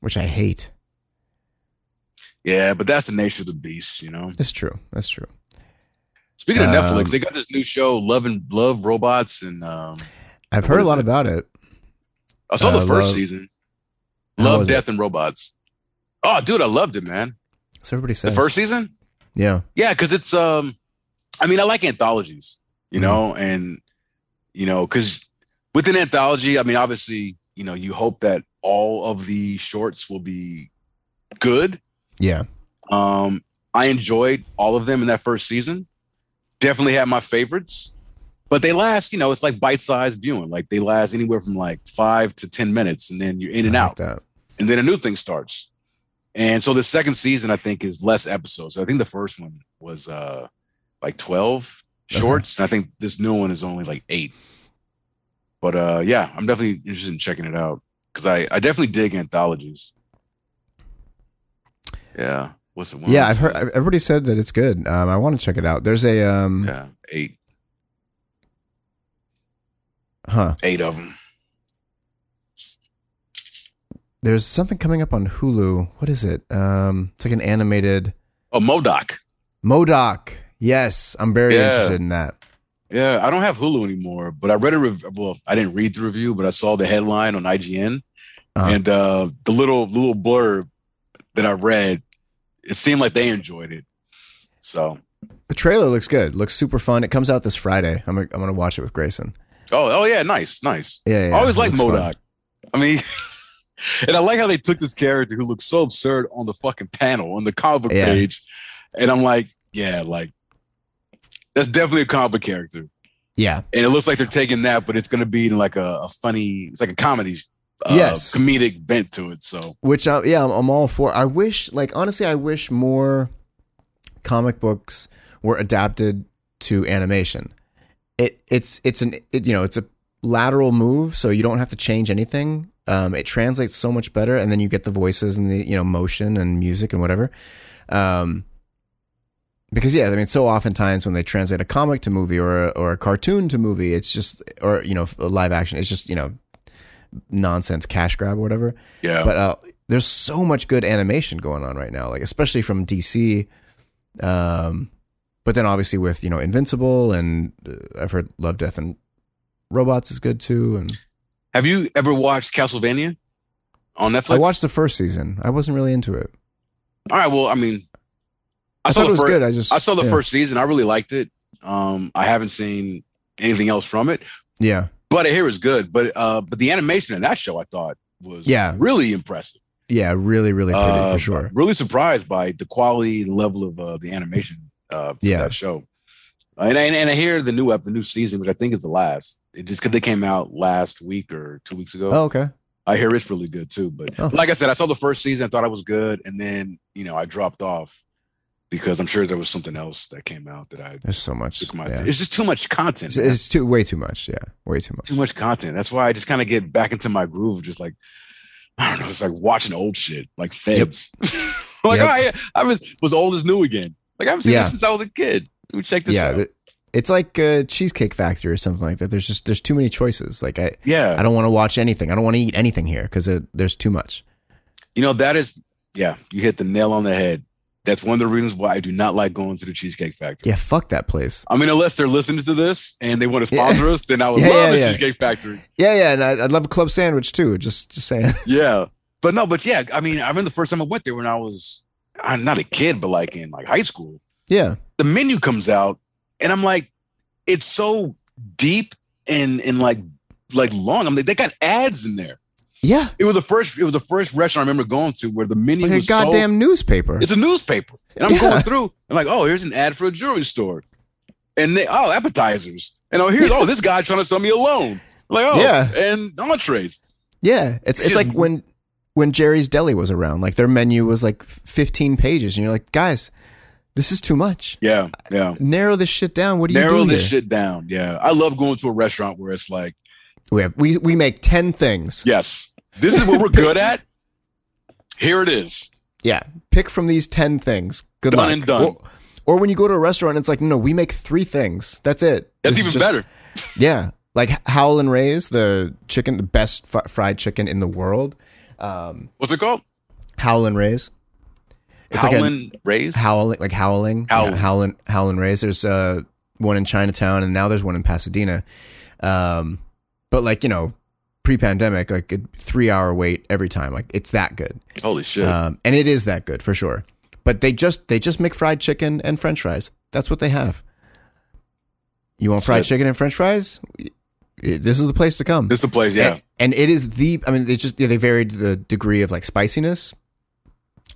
Speaker 1: Which I hate.
Speaker 2: Yeah, but that's the nature of the beast, you know.
Speaker 1: It's true. That's true.
Speaker 2: Speaking of
Speaker 1: Um,
Speaker 2: Netflix, they got this new show, Love and Love Robots, and um,
Speaker 1: I've heard a
Speaker 2: is
Speaker 1: lot
Speaker 2: it?
Speaker 1: about it.
Speaker 2: I saw
Speaker 1: Uh,
Speaker 2: the first
Speaker 1: Love-
Speaker 2: season.
Speaker 1: How
Speaker 2: Love,
Speaker 1: was it?
Speaker 2: Death, and Robots. Oh, dude, I loved it, man.
Speaker 1: So everybody
Speaker 2: The
Speaker 1: says
Speaker 2: first season,
Speaker 1: Yeah.
Speaker 2: yeah, because it's um, I mean, I like anthologies, you
Speaker 1: Mhm.
Speaker 2: know, and you know, because with an anthology, I mean, obviously, you know, you hope that all of the shorts will be good,
Speaker 1: Yeah.
Speaker 2: Um, I enjoyed all of them in that first season. Definitely had my favorites, but they last. You know, it's like bite-sized viewing. Like they last anywhere from like five to ten minutes, and then you're in and
Speaker 1: I
Speaker 2: out,
Speaker 1: like that.
Speaker 2: and then a new thing starts. And so the second season, I think, is less episodes. I think the first one was uh like twelve
Speaker 1: Okay.
Speaker 2: shorts, and I think this new one is only like eight. But uh yeah, I'm definitely interested in checking it out because I I definitely dig anthologies. Yeah, what's the one?
Speaker 1: Yeah, I've heard everybody said that it's good. Um, I want to check it out. There's a um
Speaker 2: Yeah, eight,
Speaker 1: huh.
Speaker 2: eight of them.
Speaker 1: There's something coming up on Hulu. What is it? Um it's like an animated
Speaker 2: Oh, Modoc.
Speaker 1: Modoc. Yes, I'm very
Speaker 2: Yeah.
Speaker 1: interested in that.
Speaker 2: Yeah, I don't have Hulu anymore, but I read a rev- well, I didn't read the review, but I saw the headline on IGN,
Speaker 1: Uh-huh.
Speaker 2: and uh, the little little blurb that I read, it seemed like they enjoyed it. So,
Speaker 1: The trailer looks good. Looks super fun. It comes out this Friday. I'm gonna, I'm gonna watch it with Grayson.
Speaker 2: oh, oh yeah, nice, nice.
Speaker 1: Yeah, yeah
Speaker 2: I always
Speaker 1: it
Speaker 2: like
Speaker 1: looks fun.
Speaker 2: Modoc. I mean, [laughs] and I like how they took this character who looks so absurd on the fucking panel on the comic book
Speaker 1: Yeah.
Speaker 2: page, and I'm like, yeah, like that's definitely a comic book character.
Speaker 1: Yeah,
Speaker 2: and it looks like they're taking that, but it's going to be in like a, a funny, it's like a comedy, uh,
Speaker 1: Yes.
Speaker 2: comedic bent to it. So
Speaker 1: which I, yeah, I'm, I'm all for. I wish, like honestly, I wish more comic books were adapted to animation. It it's it's an it, you know it's a lateral move, so you don't have to change anything. Um, it translates so much better, and then you get the voices and the you know motion and music and whatever. Um, because yeah, I mean, so oftentimes when they translate a comic to movie or a, or a cartoon to movie, it's just or you know a live action, it's just you know nonsense cash grab or whatever
Speaker 2: yeah,
Speaker 1: but uh, there's so much good animation going on right now, like especially from DC. Um, but then obviously with you know Invincible and uh, I've heard Love, Death and Robots is good too. And
Speaker 2: have you ever watched Castlevania on Netflix?
Speaker 1: I watched the first season. I wasn't really into it.
Speaker 2: All right, well, I mean, I,
Speaker 1: I,
Speaker 2: saw
Speaker 1: thought
Speaker 2: the
Speaker 1: it was
Speaker 2: first.
Speaker 1: good. I just
Speaker 2: I saw the
Speaker 1: yeah.
Speaker 2: first season. I really liked it. Um, I haven't seen anything else from it,
Speaker 1: Yeah,
Speaker 2: but I hear it's good. But uh, but the animation in that show, I thought was
Speaker 1: Yeah.
Speaker 2: really impressive.
Speaker 1: yeah, really, really pretty
Speaker 2: Uh,
Speaker 1: for sure.
Speaker 2: Really surprised by the quality and level of uh, the animation uh, for
Speaker 1: Yeah.
Speaker 2: that show. And, and and I hear the new up the new season, which I think is the last. It just because they came out last week or two weeks ago.
Speaker 1: Oh, okay.
Speaker 2: I hear it's really good too. But
Speaker 1: Oh.
Speaker 2: like I said, I saw the first season, I thought it was good, and then you know I dropped off because I'm sure there was something else that came out that I
Speaker 1: There's so much.
Speaker 2: took my.
Speaker 1: Yeah.
Speaker 2: It's just too much content.
Speaker 1: It's, it's too way too much. Yeah, way too much.
Speaker 2: too much content. That's why I just kind of get back into my groove, of just like [sighs] I don't know, it's like watching old shit, like Feds. [laughs] I'm like,
Speaker 1: Yep.
Speaker 2: oh yeah, I was was old as new again. Like I've seen
Speaker 1: Yeah.
Speaker 2: this since I was a kid. Let me check this
Speaker 1: Yeah,
Speaker 2: out.
Speaker 1: th- it's like a Cheesecake Factory or something like that. There's just there's too many choices. Like I,
Speaker 2: yeah,
Speaker 1: I don't want to watch anything. I don't want to eat anything here because there's too much.
Speaker 2: you know that is yeah. You hit the nail on the head. That's one of the reasons why I do not like going to the Cheesecake Factory.
Speaker 1: Yeah, fuck that place.
Speaker 2: I mean, unless they're listening to this and they want to
Speaker 1: Yeah.
Speaker 2: sponsor us, then I
Speaker 1: [laughs]
Speaker 2: would
Speaker 1: Yeah,
Speaker 2: love
Speaker 1: yeah,
Speaker 2: the
Speaker 1: yeah.
Speaker 2: Cheesecake Factory.
Speaker 1: Yeah, yeah, and I'd, I'd love a club sandwich too. Just, just saying. [laughs]
Speaker 2: Yeah, but no, but yeah. I mean, I remember the first time I went there when I was I'm not a kid, but like in like high school.
Speaker 1: Yeah,
Speaker 2: the menu comes out and I'm like, it's so deep and and like like long. I'm like, they got ads in there.
Speaker 1: yeah,
Speaker 2: It was the first it was the first restaurant I remember going to where the menu
Speaker 1: like a
Speaker 2: was so-
Speaker 1: goddamn newspaper.
Speaker 2: it's a newspaper. And I'm
Speaker 1: Yeah.
Speaker 2: going through and like, oh, here's an ad for a jewelry store. And they oh, appetizers. And oh, here's oh, this guy trying to sell me a loan. Like, oh,
Speaker 1: Yeah.
Speaker 2: and entrees.
Speaker 1: Yeah, it's it's
Speaker 2: just-
Speaker 1: like when when Jerry's Deli was around, like their menu was like 15 pages, and you're like, guys, this is too much.
Speaker 2: Yeah, yeah.
Speaker 1: Narrow this shit down. What do you
Speaker 2: Narrow
Speaker 1: doing
Speaker 2: this
Speaker 1: here?
Speaker 2: shit down. Yeah, I love going to a restaurant where it's like,
Speaker 1: We have we we make 10 things.
Speaker 2: yes, this is what we're good at. Here it is.
Speaker 1: Yeah, pick from these 10 things. Good
Speaker 2: Done
Speaker 1: luck.
Speaker 2: and done.
Speaker 1: Or, or when you go to a restaurant, it's like, no, we make three things. That's it.
Speaker 2: That's
Speaker 1: This
Speaker 2: even
Speaker 1: is just-
Speaker 2: better.
Speaker 1: Yeah, like Howl and Ray's, the chicken, the best f- fried chicken in the world. Um,
Speaker 2: What's it called?
Speaker 1: Howl and Ray's. It's like a-
Speaker 2: Howlin' Rays.
Speaker 1: howling like howling
Speaker 2: Howl.
Speaker 1: yeah, howling howling rays there's uh one in chinatown and now there's one in pasadena um but like you know pre-pandemic like a three hour wait every time like it's that good
Speaker 2: Holy shit!
Speaker 1: um and it is that good for sure but they just they just make fried chicken and french fries that's what they have you want fried
Speaker 2: Shit.
Speaker 1: chicken and french fries Y- this is the place to come
Speaker 2: this is the place. Yeah,
Speaker 1: and, and it is the. I mean, they just yeah, they varied the degree of like spiciness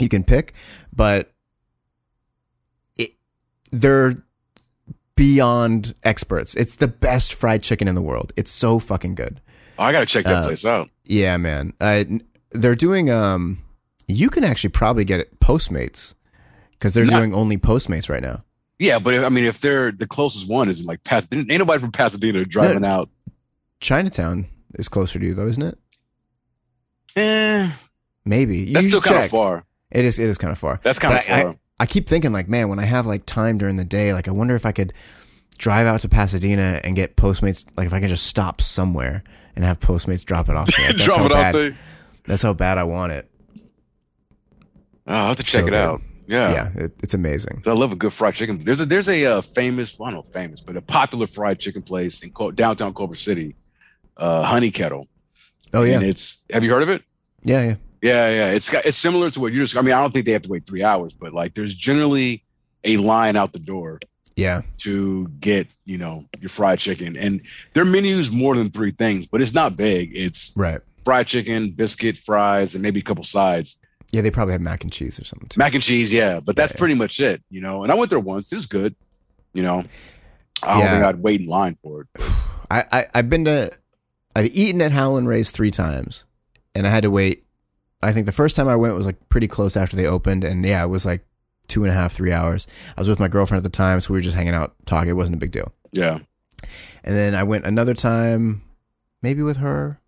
Speaker 1: you can pick, but it they're beyond experts. It's the best fried chicken in the world. It's so fucking good.
Speaker 2: Oh, I gotta check that
Speaker 1: uh,
Speaker 2: place out.
Speaker 1: Yeah, man. Uh, n- they're doing. Um, you can actually probably get it Postmates because they're
Speaker 2: Not-
Speaker 1: doing only Postmates right now.
Speaker 2: Yeah, but if, I mean, if they're the closest one is in like Pasadena, ain't nobody from Pasadena driving out.
Speaker 1: Chinatown is closer to you though, isn't it?
Speaker 2: Eh,
Speaker 1: Maybe you
Speaker 2: that's
Speaker 1: should
Speaker 2: still kind
Speaker 1: check.
Speaker 2: of far.
Speaker 1: It is. It is kind of far.
Speaker 2: That's kind of
Speaker 1: But I- I-
Speaker 2: far.
Speaker 1: I keep thinking like, man, when I have like time during the day, like I wonder if I could drive out to Pasadena and get Postmates. Like if I could just stop somewhere and have Postmates drop it off.
Speaker 2: [laughs]
Speaker 1: to me. Like, that's
Speaker 2: Drop
Speaker 1: how
Speaker 2: it
Speaker 1: bad,
Speaker 2: out there.
Speaker 1: That's how bad I want it.
Speaker 2: Oh, I'll have to check
Speaker 1: So
Speaker 2: it
Speaker 1: good.
Speaker 2: out. Yeah.
Speaker 1: Yeah, it, it's amazing.
Speaker 2: I love a good fried chicken. There's a there's a uh, famous, well, I don't know famous, but a popular fried chicken place in Cul- downtown Culver City, uh, Honey Kettle.
Speaker 1: Oh
Speaker 2: And
Speaker 1: yeah,
Speaker 2: it's have you heard of it?
Speaker 1: yeah, yeah.
Speaker 2: Yeah, yeah. It's got- it's similar to what you just. I mean, I don't think they have to wait three hours, but like there's generally a line out the door
Speaker 1: Yeah,
Speaker 2: to get you know your fried chicken, and their menu's more than three things, but it's not big. It's
Speaker 1: right.
Speaker 2: fried chicken, biscuit, fries, and maybe a couple sides.
Speaker 1: Yeah, they probably have mac and cheese or something too.
Speaker 2: Mac and cheese, yeah, but that's
Speaker 1: Yeah.
Speaker 2: pretty much it, you know. And I went there once. It was good, you know. I don't
Speaker 1: Yeah.
Speaker 2: think I'd wait in line for it.
Speaker 1: I, I I've been to, I've eaten at Howland Ray's three times, and I had to wait. I think the first time I went was like pretty close after they opened, and yeah, it was like two and a half, three hours. I was with my girlfriend at the time, so we were just hanging out talking. It wasn't a big deal.
Speaker 2: Yeah,
Speaker 1: And then I went another time, maybe with her.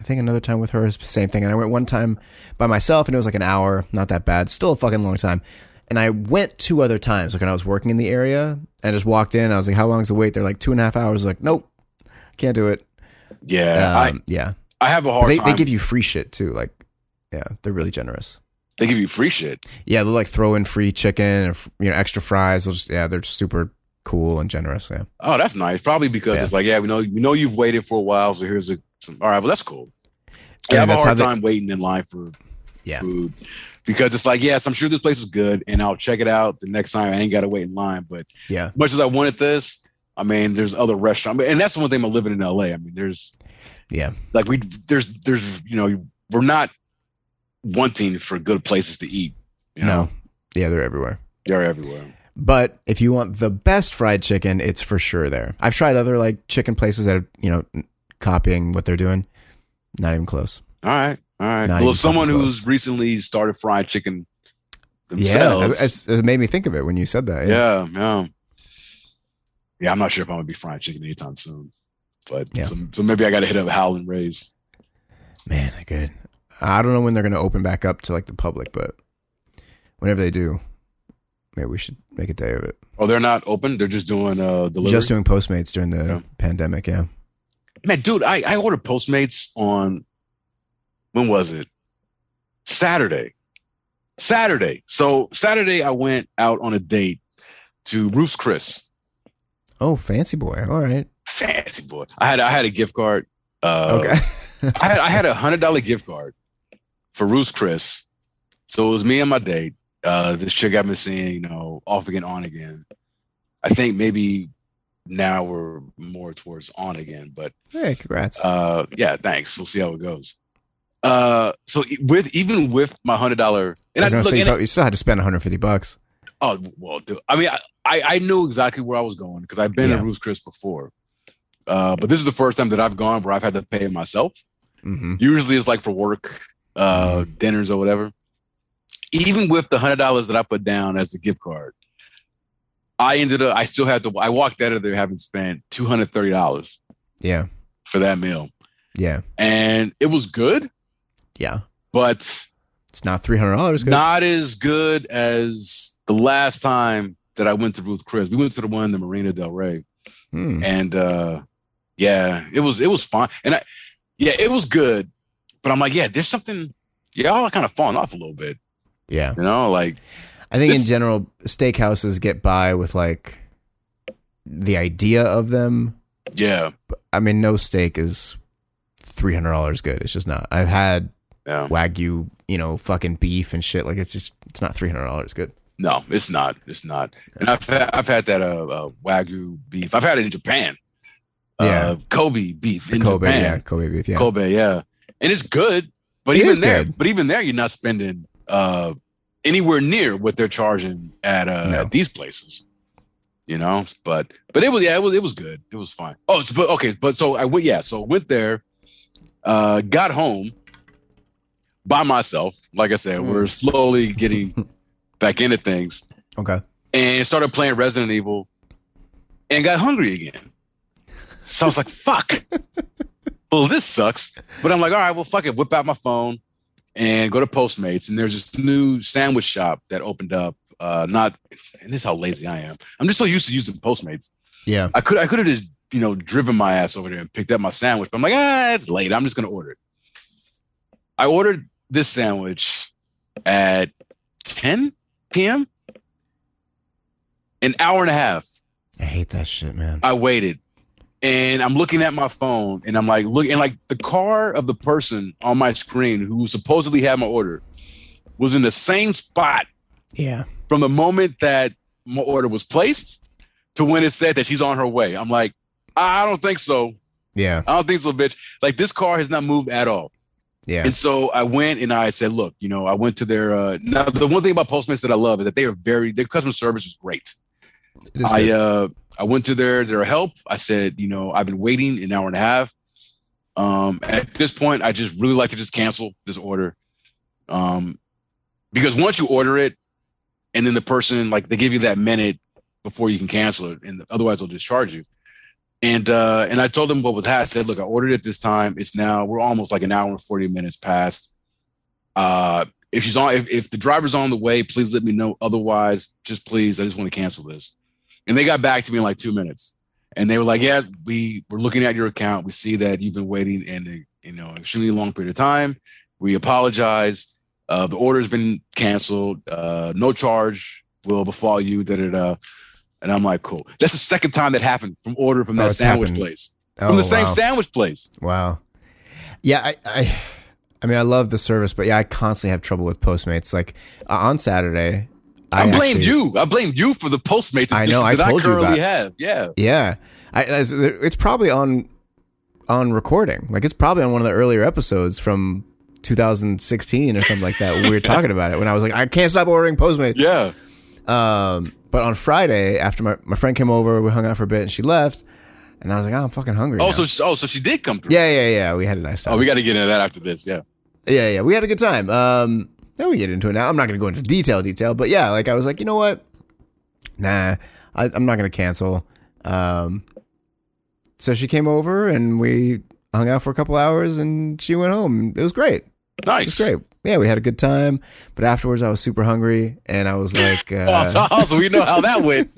Speaker 1: I think another time with her is the same thing. And I went one time by myself and it was like an hour, not that bad, still a fucking long time. And I went two other times, like when I was working in the area. I just walked in. I was like, how long's the wait? They're like two and a half hours. Like, nope, can't do it.
Speaker 2: yeah.
Speaker 1: Um, yeah.
Speaker 2: I, I have a
Speaker 1: But
Speaker 2: hard
Speaker 1: They,
Speaker 2: time.
Speaker 1: they give you free shit too. Like, yeah, they're really generous.
Speaker 2: you free shit.
Speaker 1: Yeah, they'll like throw in free chicken and, you know, extra fries. They'll just, yeah, they're super cool and generous. Yeah.
Speaker 2: Oh, that's nice. Probably because
Speaker 1: Yeah.
Speaker 2: it's like, yeah, we know we know you've waited for a while, so here's a. Some, all right, well that's cool. Yeah, I have a
Speaker 1: that's how
Speaker 2: hard
Speaker 1: they-
Speaker 2: time waiting in line for
Speaker 1: Yeah.
Speaker 2: food because it's like, yes, I'm sure this place is good, and I'll check it out the next time. I ain't got to wait in line, but
Speaker 1: Yeah.
Speaker 2: much as I wanted this, I mean, there's other restaurants, and that's the one thing about living in LA. I mean, there's
Speaker 1: Yeah.
Speaker 2: like we there's there's you know we're not wanting for good places to eat. You know,
Speaker 1: No. Yeah, they're everywhere.
Speaker 2: they're everywhere.
Speaker 1: But if you want the best fried chicken, it's for sure there. I've tried other like chicken places that are, you know, n- copying what they're doing. Not even close.
Speaker 2: All right, all right.
Speaker 1: Not
Speaker 2: well,
Speaker 1: even
Speaker 2: if someone
Speaker 1: fucking
Speaker 2: who's
Speaker 1: close.
Speaker 2: recently started fried chicken
Speaker 1: Yeah,
Speaker 2: themselves,
Speaker 1: it's- it made me think of it when you said that.
Speaker 2: yeah, yeah, yeah. I'm not sure if I'm gonna be frying chicken anytime soon, but
Speaker 1: Yeah.
Speaker 2: so, so maybe I got to hit up Howlin' Rays.
Speaker 1: man, I could. I don't know when they're going to open back up to like the public, but whenever they do, maybe we should make a day of it.
Speaker 2: Oh, they're not open. They're just doing uh delivery.
Speaker 1: Just doing Postmates during the
Speaker 2: Yeah.
Speaker 1: pandemic. Yeah,
Speaker 2: Man, dude, I, I ordered Postmates on when was it? Saturday. Saturday. So Saturday I went out on a date to Ruth's Chris.
Speaker 1: Oh, fancy boy. All right.
Speaker 2: Fancy boy. I had I had a gift card. Uh,
Speaker 1: okay. [laughs]
Speaker 2: I had I had a hundred dollar gift card for Ruth's Chris. So it was me and my date. Uh, this chick I've been seeing, you know, off again, on again. I think maybe now we're more towards on again, but
Speaker 1: hey, congrats.
Speaker 2: uh yeah thanks we'll see how it goes uh so e- with even with my hundred dollar and
Speaker 1: I
Speaker 2: i,
Speaker 1: was going to
Speaker 2: look
Speaker 1: say you,
Speaker 2: and it,
Speaker 1: probably, you still had to spend 150 bucks.
Speaker 2: oh well dude, i mean I, I i knew exactly where i was going because i've been
Speaker 1: Yeah.
Speaker 2: to Ruth's chris before uh but this is the first time that i've gone where i've had to pay it myself
Speaker 1: hmm
Speaker 2: Usually it's like for work, uh, dinners or whatever. Even with the hundred dollars that I put down as a gift card, I ended up I still had to I walked out of there having spent two hundred thirty dollars
Speaker 1: Yeah.
Speaker 2: for that meal,
Speaker 1: Yeah.
Speaker 2: and it was good,
Speaker 1: Yeah.
Speaker 2: but
Speaker 1: It's not three hundred dollars.
Speaker 2: not as good as the last time that I went to Ruth Chris. We went to the one in the Marina Del Rey.
Speaker 1: Hmm.
Speaker 2: and uh yeah it was it was fun and i yeah it was good but i'm like yeah there's something y'all are kind of falling off a little bit
Speaker 1: Yeah.
Speaker 2: you know like
Speaker 1: I think in
Speaker 2: This-
Speaker 1: general, steakhouses get by with like the idea of them.
Speaker 2: yeah
Speaker 1: I mean, no steak is three hundred dollars good. It's just not. I've had
Speaker 2: yeah
Speaker 1: wagyu, you know, fucking beef and shit. Like it's just, it's not three hundred dollars good.
Speaker 2: no it's not it's not and i've had i've had that uh, uh wagyu beef i've had it in japan
Speaker 1: Yeah.
Speaker 2: uh, kobe beef
Speaker 1: The
Speaker 2: in
Speaker 1: Kobe,
Speaker 2: japan
Speaker 1: yeah, Kobe beef, yeah,
Speaker 2: kobe yeah and it's good but
Speaker 1: It is
Speaker 2: even there
Speaker 1: good.
Speaker 2: but even there you're not spending uh anywhere near what they're charging at uh
Speaker 1: No.
Speaker 2: at these places you know. But but it was yeah, it was it was good. It was fine. Oh, it's- but okay, but so I went yeah, so went there, uh, got home by myself. Like I said,
Speaker 1: Hmm.
Speaker 2: we're
Speaker 1: [laughs]
Speaker 2: slowly getting back into things
Speaker 1: okay,
Speaker 2: and started playing Resident Evil, and got hungry again. So I was like, fuck. Well, this sucks. But I'm like, all right, well, fuck it. Whip out my phone and go to Postmates. And there's this new sandwich shop that opened up. Uh, not, and this is how lazy I am. I'm just so used to using Postmates.
Speaker 1: yeah,
Speaker 2: I could I could have just you know driven my ass over there and picked up my sandwich, but I'm like, ah, it's late. I'm just gonna order it. I ordered this sandwich at 10 p.m. An hour and a half.
Speaker 1: I hate that shit, man.
Speaker 2: I waited, and I'm looking at my phone, and I'm like, look, and like the car of the person on my screen who supposedly had my order was in the same spot
Speaker 1: yeah,
Speaker 2: from the moment that my order was placed to when it said that she's on her way. I'm like, I don't think so.
Speaker 1: yeah,
Speaker 2: I don't think so, bitch. Like this car has not moved at all.
Speaker 1: yeah,
Speaker 2: And so I went and I said, look, you know, I went to their. Uh, now the one thing about Postmates that I love is that they are very their customer service is great.
Speaker 1: It is
Speaker 2: I
Speaker 1: good.
Speaker 2: uh I went to their their help. I said, you know, I've been waiting an hour and a half. Um, at this point, I just really like to just cancel this order, um, because once you order it, and then the person like they give you that minute before you can cancel it, and otherwise they'll just charge you. And uh, and I told them what was had. I said, look, I ordered it this time. It's now we're almost like an hour and forty minutes past. Uh, if she's on, if, if the driver's on the way, please let me know. Otherwise, just please, I just want to cancel this. And they got back to me in like two minutes. And they were like, Yeah, we were looking at your account. We see that you've been waiting in a you know extremely long period of time. We apologize. Uh, the order's been canceled. Uh, no charge will befall you. Da da da. And I'm like, cool. That's the second time that happened from order from
Speaker 1: Oh,
Speaker 2: that
Speaker 1: it's
Speaker 2: sandwich
Speaker 1: happened.
Speaker 2: place.
Speaker 1: oh,
Speaker 2: uh, from the same
Speaker 1: wow.
Speaker 2: sandwich place.
Speaker 1: Wow. Yeah, I, I, I mean, I love the service, but yeah, I constantly have trouble with Postmates. Like uh, on Saturday,
Speaker 2: I, blame
Speaker 1: actually-
Speaker 2: you. I blame you for the Postmates
Speaker 1: I know,
Speaker 2: edition
Speaker 1: I
Speaker 2: that
Speaker 1: told
Speaker 2: I
Speaker 1: you
Speaker 2: currently
Speaker 1: about it.
Speaker 2: have. Yeah.
Speaker 1: Yeah, I, I- it's probably on on recording. Like it's probably on one of the earlier episodes from 2016 or something like that. when we
Speaker 2: [laughs]
Speaker 1: were talking about it when I was like, I can't stop ordering Postmates.
Speaker 2: Yeah.
Speaker 1: Um, but on Friday, after my, my friend came over, we hung out for a bit, and she left, and I was like, oh, I'm fucking hungry.
Speaker 2: Oh,
Speaker 1: now.
Speaker 2: so she, oh, so she did come through.
Speaker 1: yeah, yeah, yeah. We had a nice time.
Speaker 2: Oh, we got to get into that after this. Yeah.
Speaker 1: Yeah, yeah, we had a good time. Um, then we get into it now. I'm not gonna go into detail, detail, but yeah, like I was like, you know what? Nah, I, I'm not gonna cancel. Um, so she came over and we hung out for a couple hours, and she went home. It was great. It was
Speaker 2: Nice. [laughs]
Speaker 1: great. Yeah, we had a good time. But afterwards, I was super hungry, and I was like,
Speaker 2: [laughs] Oh, so,
Speaker 1: uh,
Speaker 2: oh, so we know how that went.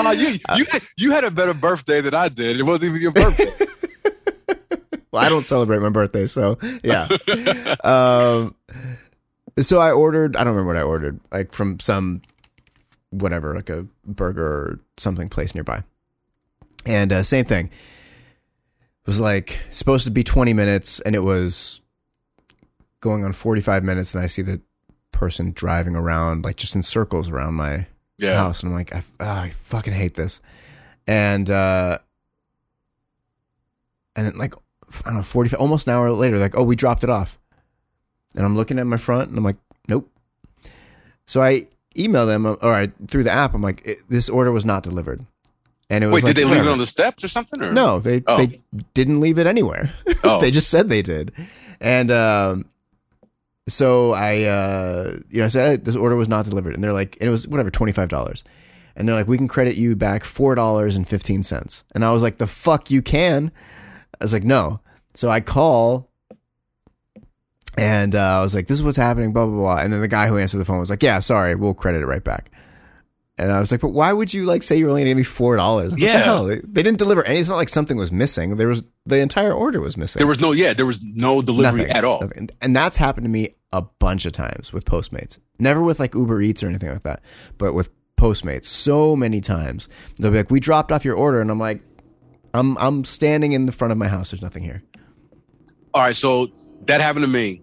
Speaker 1: [laughs]
Speaker 2: oh, you,
Speaker 1: Uh,
Speaker 2: you, you had a better birthday than I did. It wasn't even your birthday.
Speaker 1: [laughs] well, I don't celebrate my birthday, so yeah. um, so I ordered. I don't remember what I ordered. Like from some whatever, like a burger or something place nearby. And uh, same thing. It was like supposed to be twenty minutes, and it was going on forty five minutes. And I see the person driving around, like just in circles around my
Speaker 2: Yeah.
Speaker 1: house, and I'm like, I, ah, I fucking hate this. And uh, and then like I don't know, forty five, almost an hour later, like, oh, we dropped it off. And I'm looking at my front, and I'm like, nope. uh, So I emailed them, or I through the app, I'm like, it, this order was not delivered. And it was
Speaker 2: Wait,
Speaker 1: like,
Speaker 2: did they leave it
Speaker 1: whatever.
Speaker 2: on the steps or something? Or?
Speaker 1: No, they
Speaker 2: Oh.
Speaker 1: they didn't leave it anywhere. [laughs]
Speaker 2: Oh.
Speaker 1: they just said they did, and um, so I uh, you know I said "Hey, this order was not delivered, and they're like, and it was whatever twenty five dollars, and they're like, we can credit you back four dollars and fifteen cents, and I was like, the fuck you can, I was like, no, so I call. And uh, I was like, "This is what's happening," blah blah blah. And then the guy who answered the phone was like, "Yeah, sorry, we'll credit it right back." And I was like, but why would you like say you're only gonna give me four dollars? "Oh, What
Speaker 2: Yeah.
Speaker 1: the hell? They, they didn't deliver any. It's not like something was missing. There was the entire order was missing.
Speaker 2: There was no, yeah, there was no delivery
Speaker 1: Nothing.
Speaker 2: at all.
Speaker 1: Nothing. And that's happened to me a bunch of times with Postmates. Never with like Uber Eats or anything like that, but with Postmates, so many times they'll be like, "We dropped off your order," and I'm like, "I'm I'm standing in the front of my house. There's nothing here."
Speaker 2: All right, so that happened to me.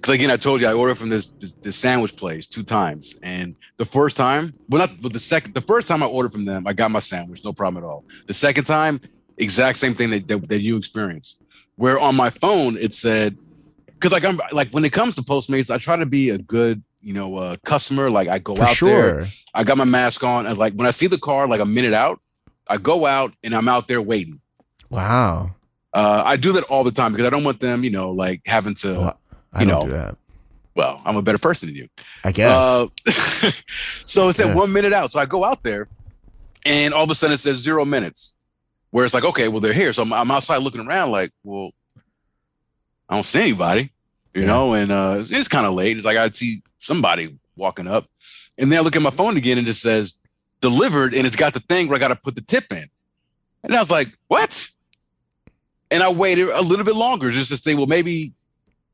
Speaker 2: 'Cause again, I told you I ordered from this, this this sandwich place two times, and the first time, well, not but the second, the first time I ordered from them, I got my sandwich, no problem at all. The second time, exact same thing that that, that you experienced, where on my phone it said, because like I'm like when it comes to Postmates, I try to be a good you know uh, customer. Like I go
Speaker 1: For
Speaker 2: out there,
Speaker 1: sure.
Speaker 2: I got my mask on, and like when I see the car like a minute out, I go out and I'm out there waiting.
Speaker 1: Wow.
Speaker 2: Uh, I do that all the time because I don't want them, you know, like having to.
Speaker 1: Oh, I
Speaker 2: You
Speaker 1: don't
Speaker 2: know.
Speaker 1: do that.
Speaker 2: Well, I'm a better person than you.
Speaker 1: I guess.
Speaker 2: Uh, [laughs] so it's at
Speaker 1: Yes.
Speaker 2: one minute out. So I go out there, and all of a sudden it says zero minutes, where it's like, okay, well they're here. So I'm, I'm outside looking around, like, well, I don't see anybody, you
Speaker 1: Yeah.
Speaker 2: know. And uh, it's, it's kind of late. It's like I see somebody walking up, and then I look at my phone again, and it says delivered, and it's got the thing where I got to put the tip in, and I was like, what? And I waited a little bit longer just to say, well, maybe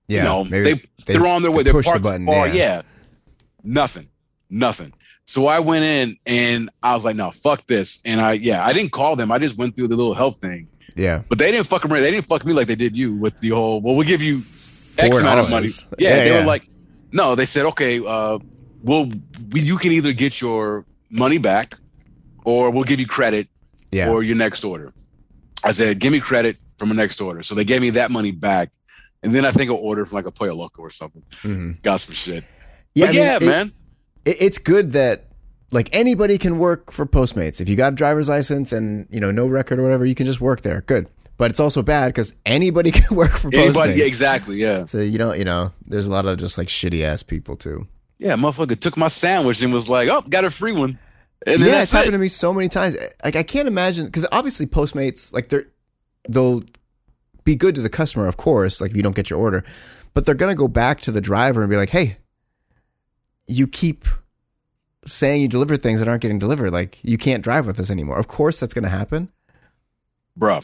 Speaker 1: yeah.
Speaker 2: you know
Speaker 1: maybe
Speaker 2: they they're on their way. They're
Speaker 1: push the
Speaker 2: parked
Speaker 1: button,
Speaker 2: far-
Speaker 1: yeah.
Speaker 2: yeah. Nothing. Nothing. So I went in and I was like, no, fuck this. And I yeah, I didn't call them. I just went through the little help thing.
Speaker 1: yeah.
Speaker 2: But they didn't fuck around. They didn't fuck me like they did you with the whole well, we'll give you X amount of money.
Speaker 1: $4.
Speaker 2: Yeah, they were like, no, they said, okay, uh, well, we, you can either get your money back or we'll give you credit
Speaker 1: yeah.
Speaker 2: or your next order. I said, give me credit from my next order. So they gave me that money back. And then I think I ordered from like a Pollo Loco or something.
Speaker 1: Mhm.
Speaker 2: Got some shit.
Speaker 1: Yeah,
Speaker 2: but
Speaker 1: I mean,
Speaker 2: yeah,
Speaker 1: it-
Speaker 2: man.
Speaker 1: it, it's good that like anybody can work for Postmates. If you got a driver's license and you know no record or whatever, you can just work there. Good, but it's also bad because anybody [laughs] can work for
Speaker 2: Anybody,
Speaker 1: Postmates.
Speaker 2: yeah, exactly. Yeah.
Speaker 1: So you don't, you know, there's a lot of just like shitty ass people too.
Speaker 2: Yeah, motherfucker took my sandwich and was like, oh, got a free one. And then
Speaker 1: yeah, it's
Speaker 2: that's
Speaker 1: happened
Speaker 2: it.
Speaker 1: to me so many times. Like I can't imagine because obviously Postmates like they're they'll be good to the customer, of course. Like if you don't get your order, but they're gonna go back to the driver and be like, "Hey, you keep saying you deliver things that aren't getting delivered. Like you can't drive with us anymore." Of course, that's gonna happen.
Speaker 2: Bruh.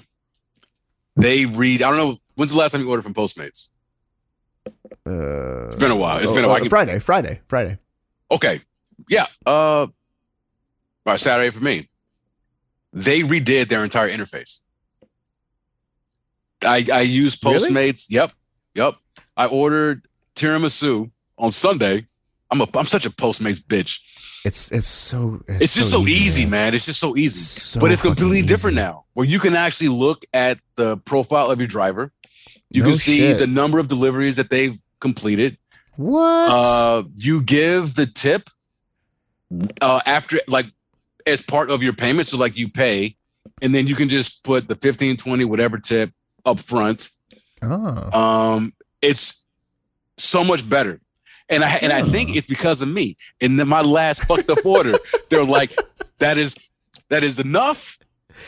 Speaker 2: They read, I don't know, when's the last time you ordered from Postmates?
Speaker 1: Uh,
Speaker 2: It's been a while. It's been a while.
Speaker 1: Friday, Friday, Friday.
Speaker 2: Okay. Yeah. Uh, by Saturday for me. They redid their entire interface. I I used
Speaker 1: Really?
Speaker 2: Postmates. Yep. Yep. I ordered tiramisu on Sunday. I'm a I'm such a Postmates bitch.
Speaker 1: It's it's so
Speaker 2: It's, just so easy,
Speaker 1: man.
Speaker 2: man. It's just so easy.
Speaker 1: So
Speaker 2: but it's completely
Speaker 1: fucking
Speaker 2: different
Speaker 1: easy.
Speaker 2: now, where you can actually look at the profile of your driver. You
Speaker 1: No
Speaker 2: can see
Speaker 1: shit.
Speaker 2: the number of deliveries that they've completed.
Speaker 1: What?
Speaker 2: Uh, you give the tip uh, after, like, as part of your payment. So, like, you pay, and then you can just put the 15, 20, whatever tip up front.
Speaker 1: oh,
Speaker 2: Um, it's so much better. And I and I think it's because of me. And then my last fucked up order, they're like, "That is, that is enough.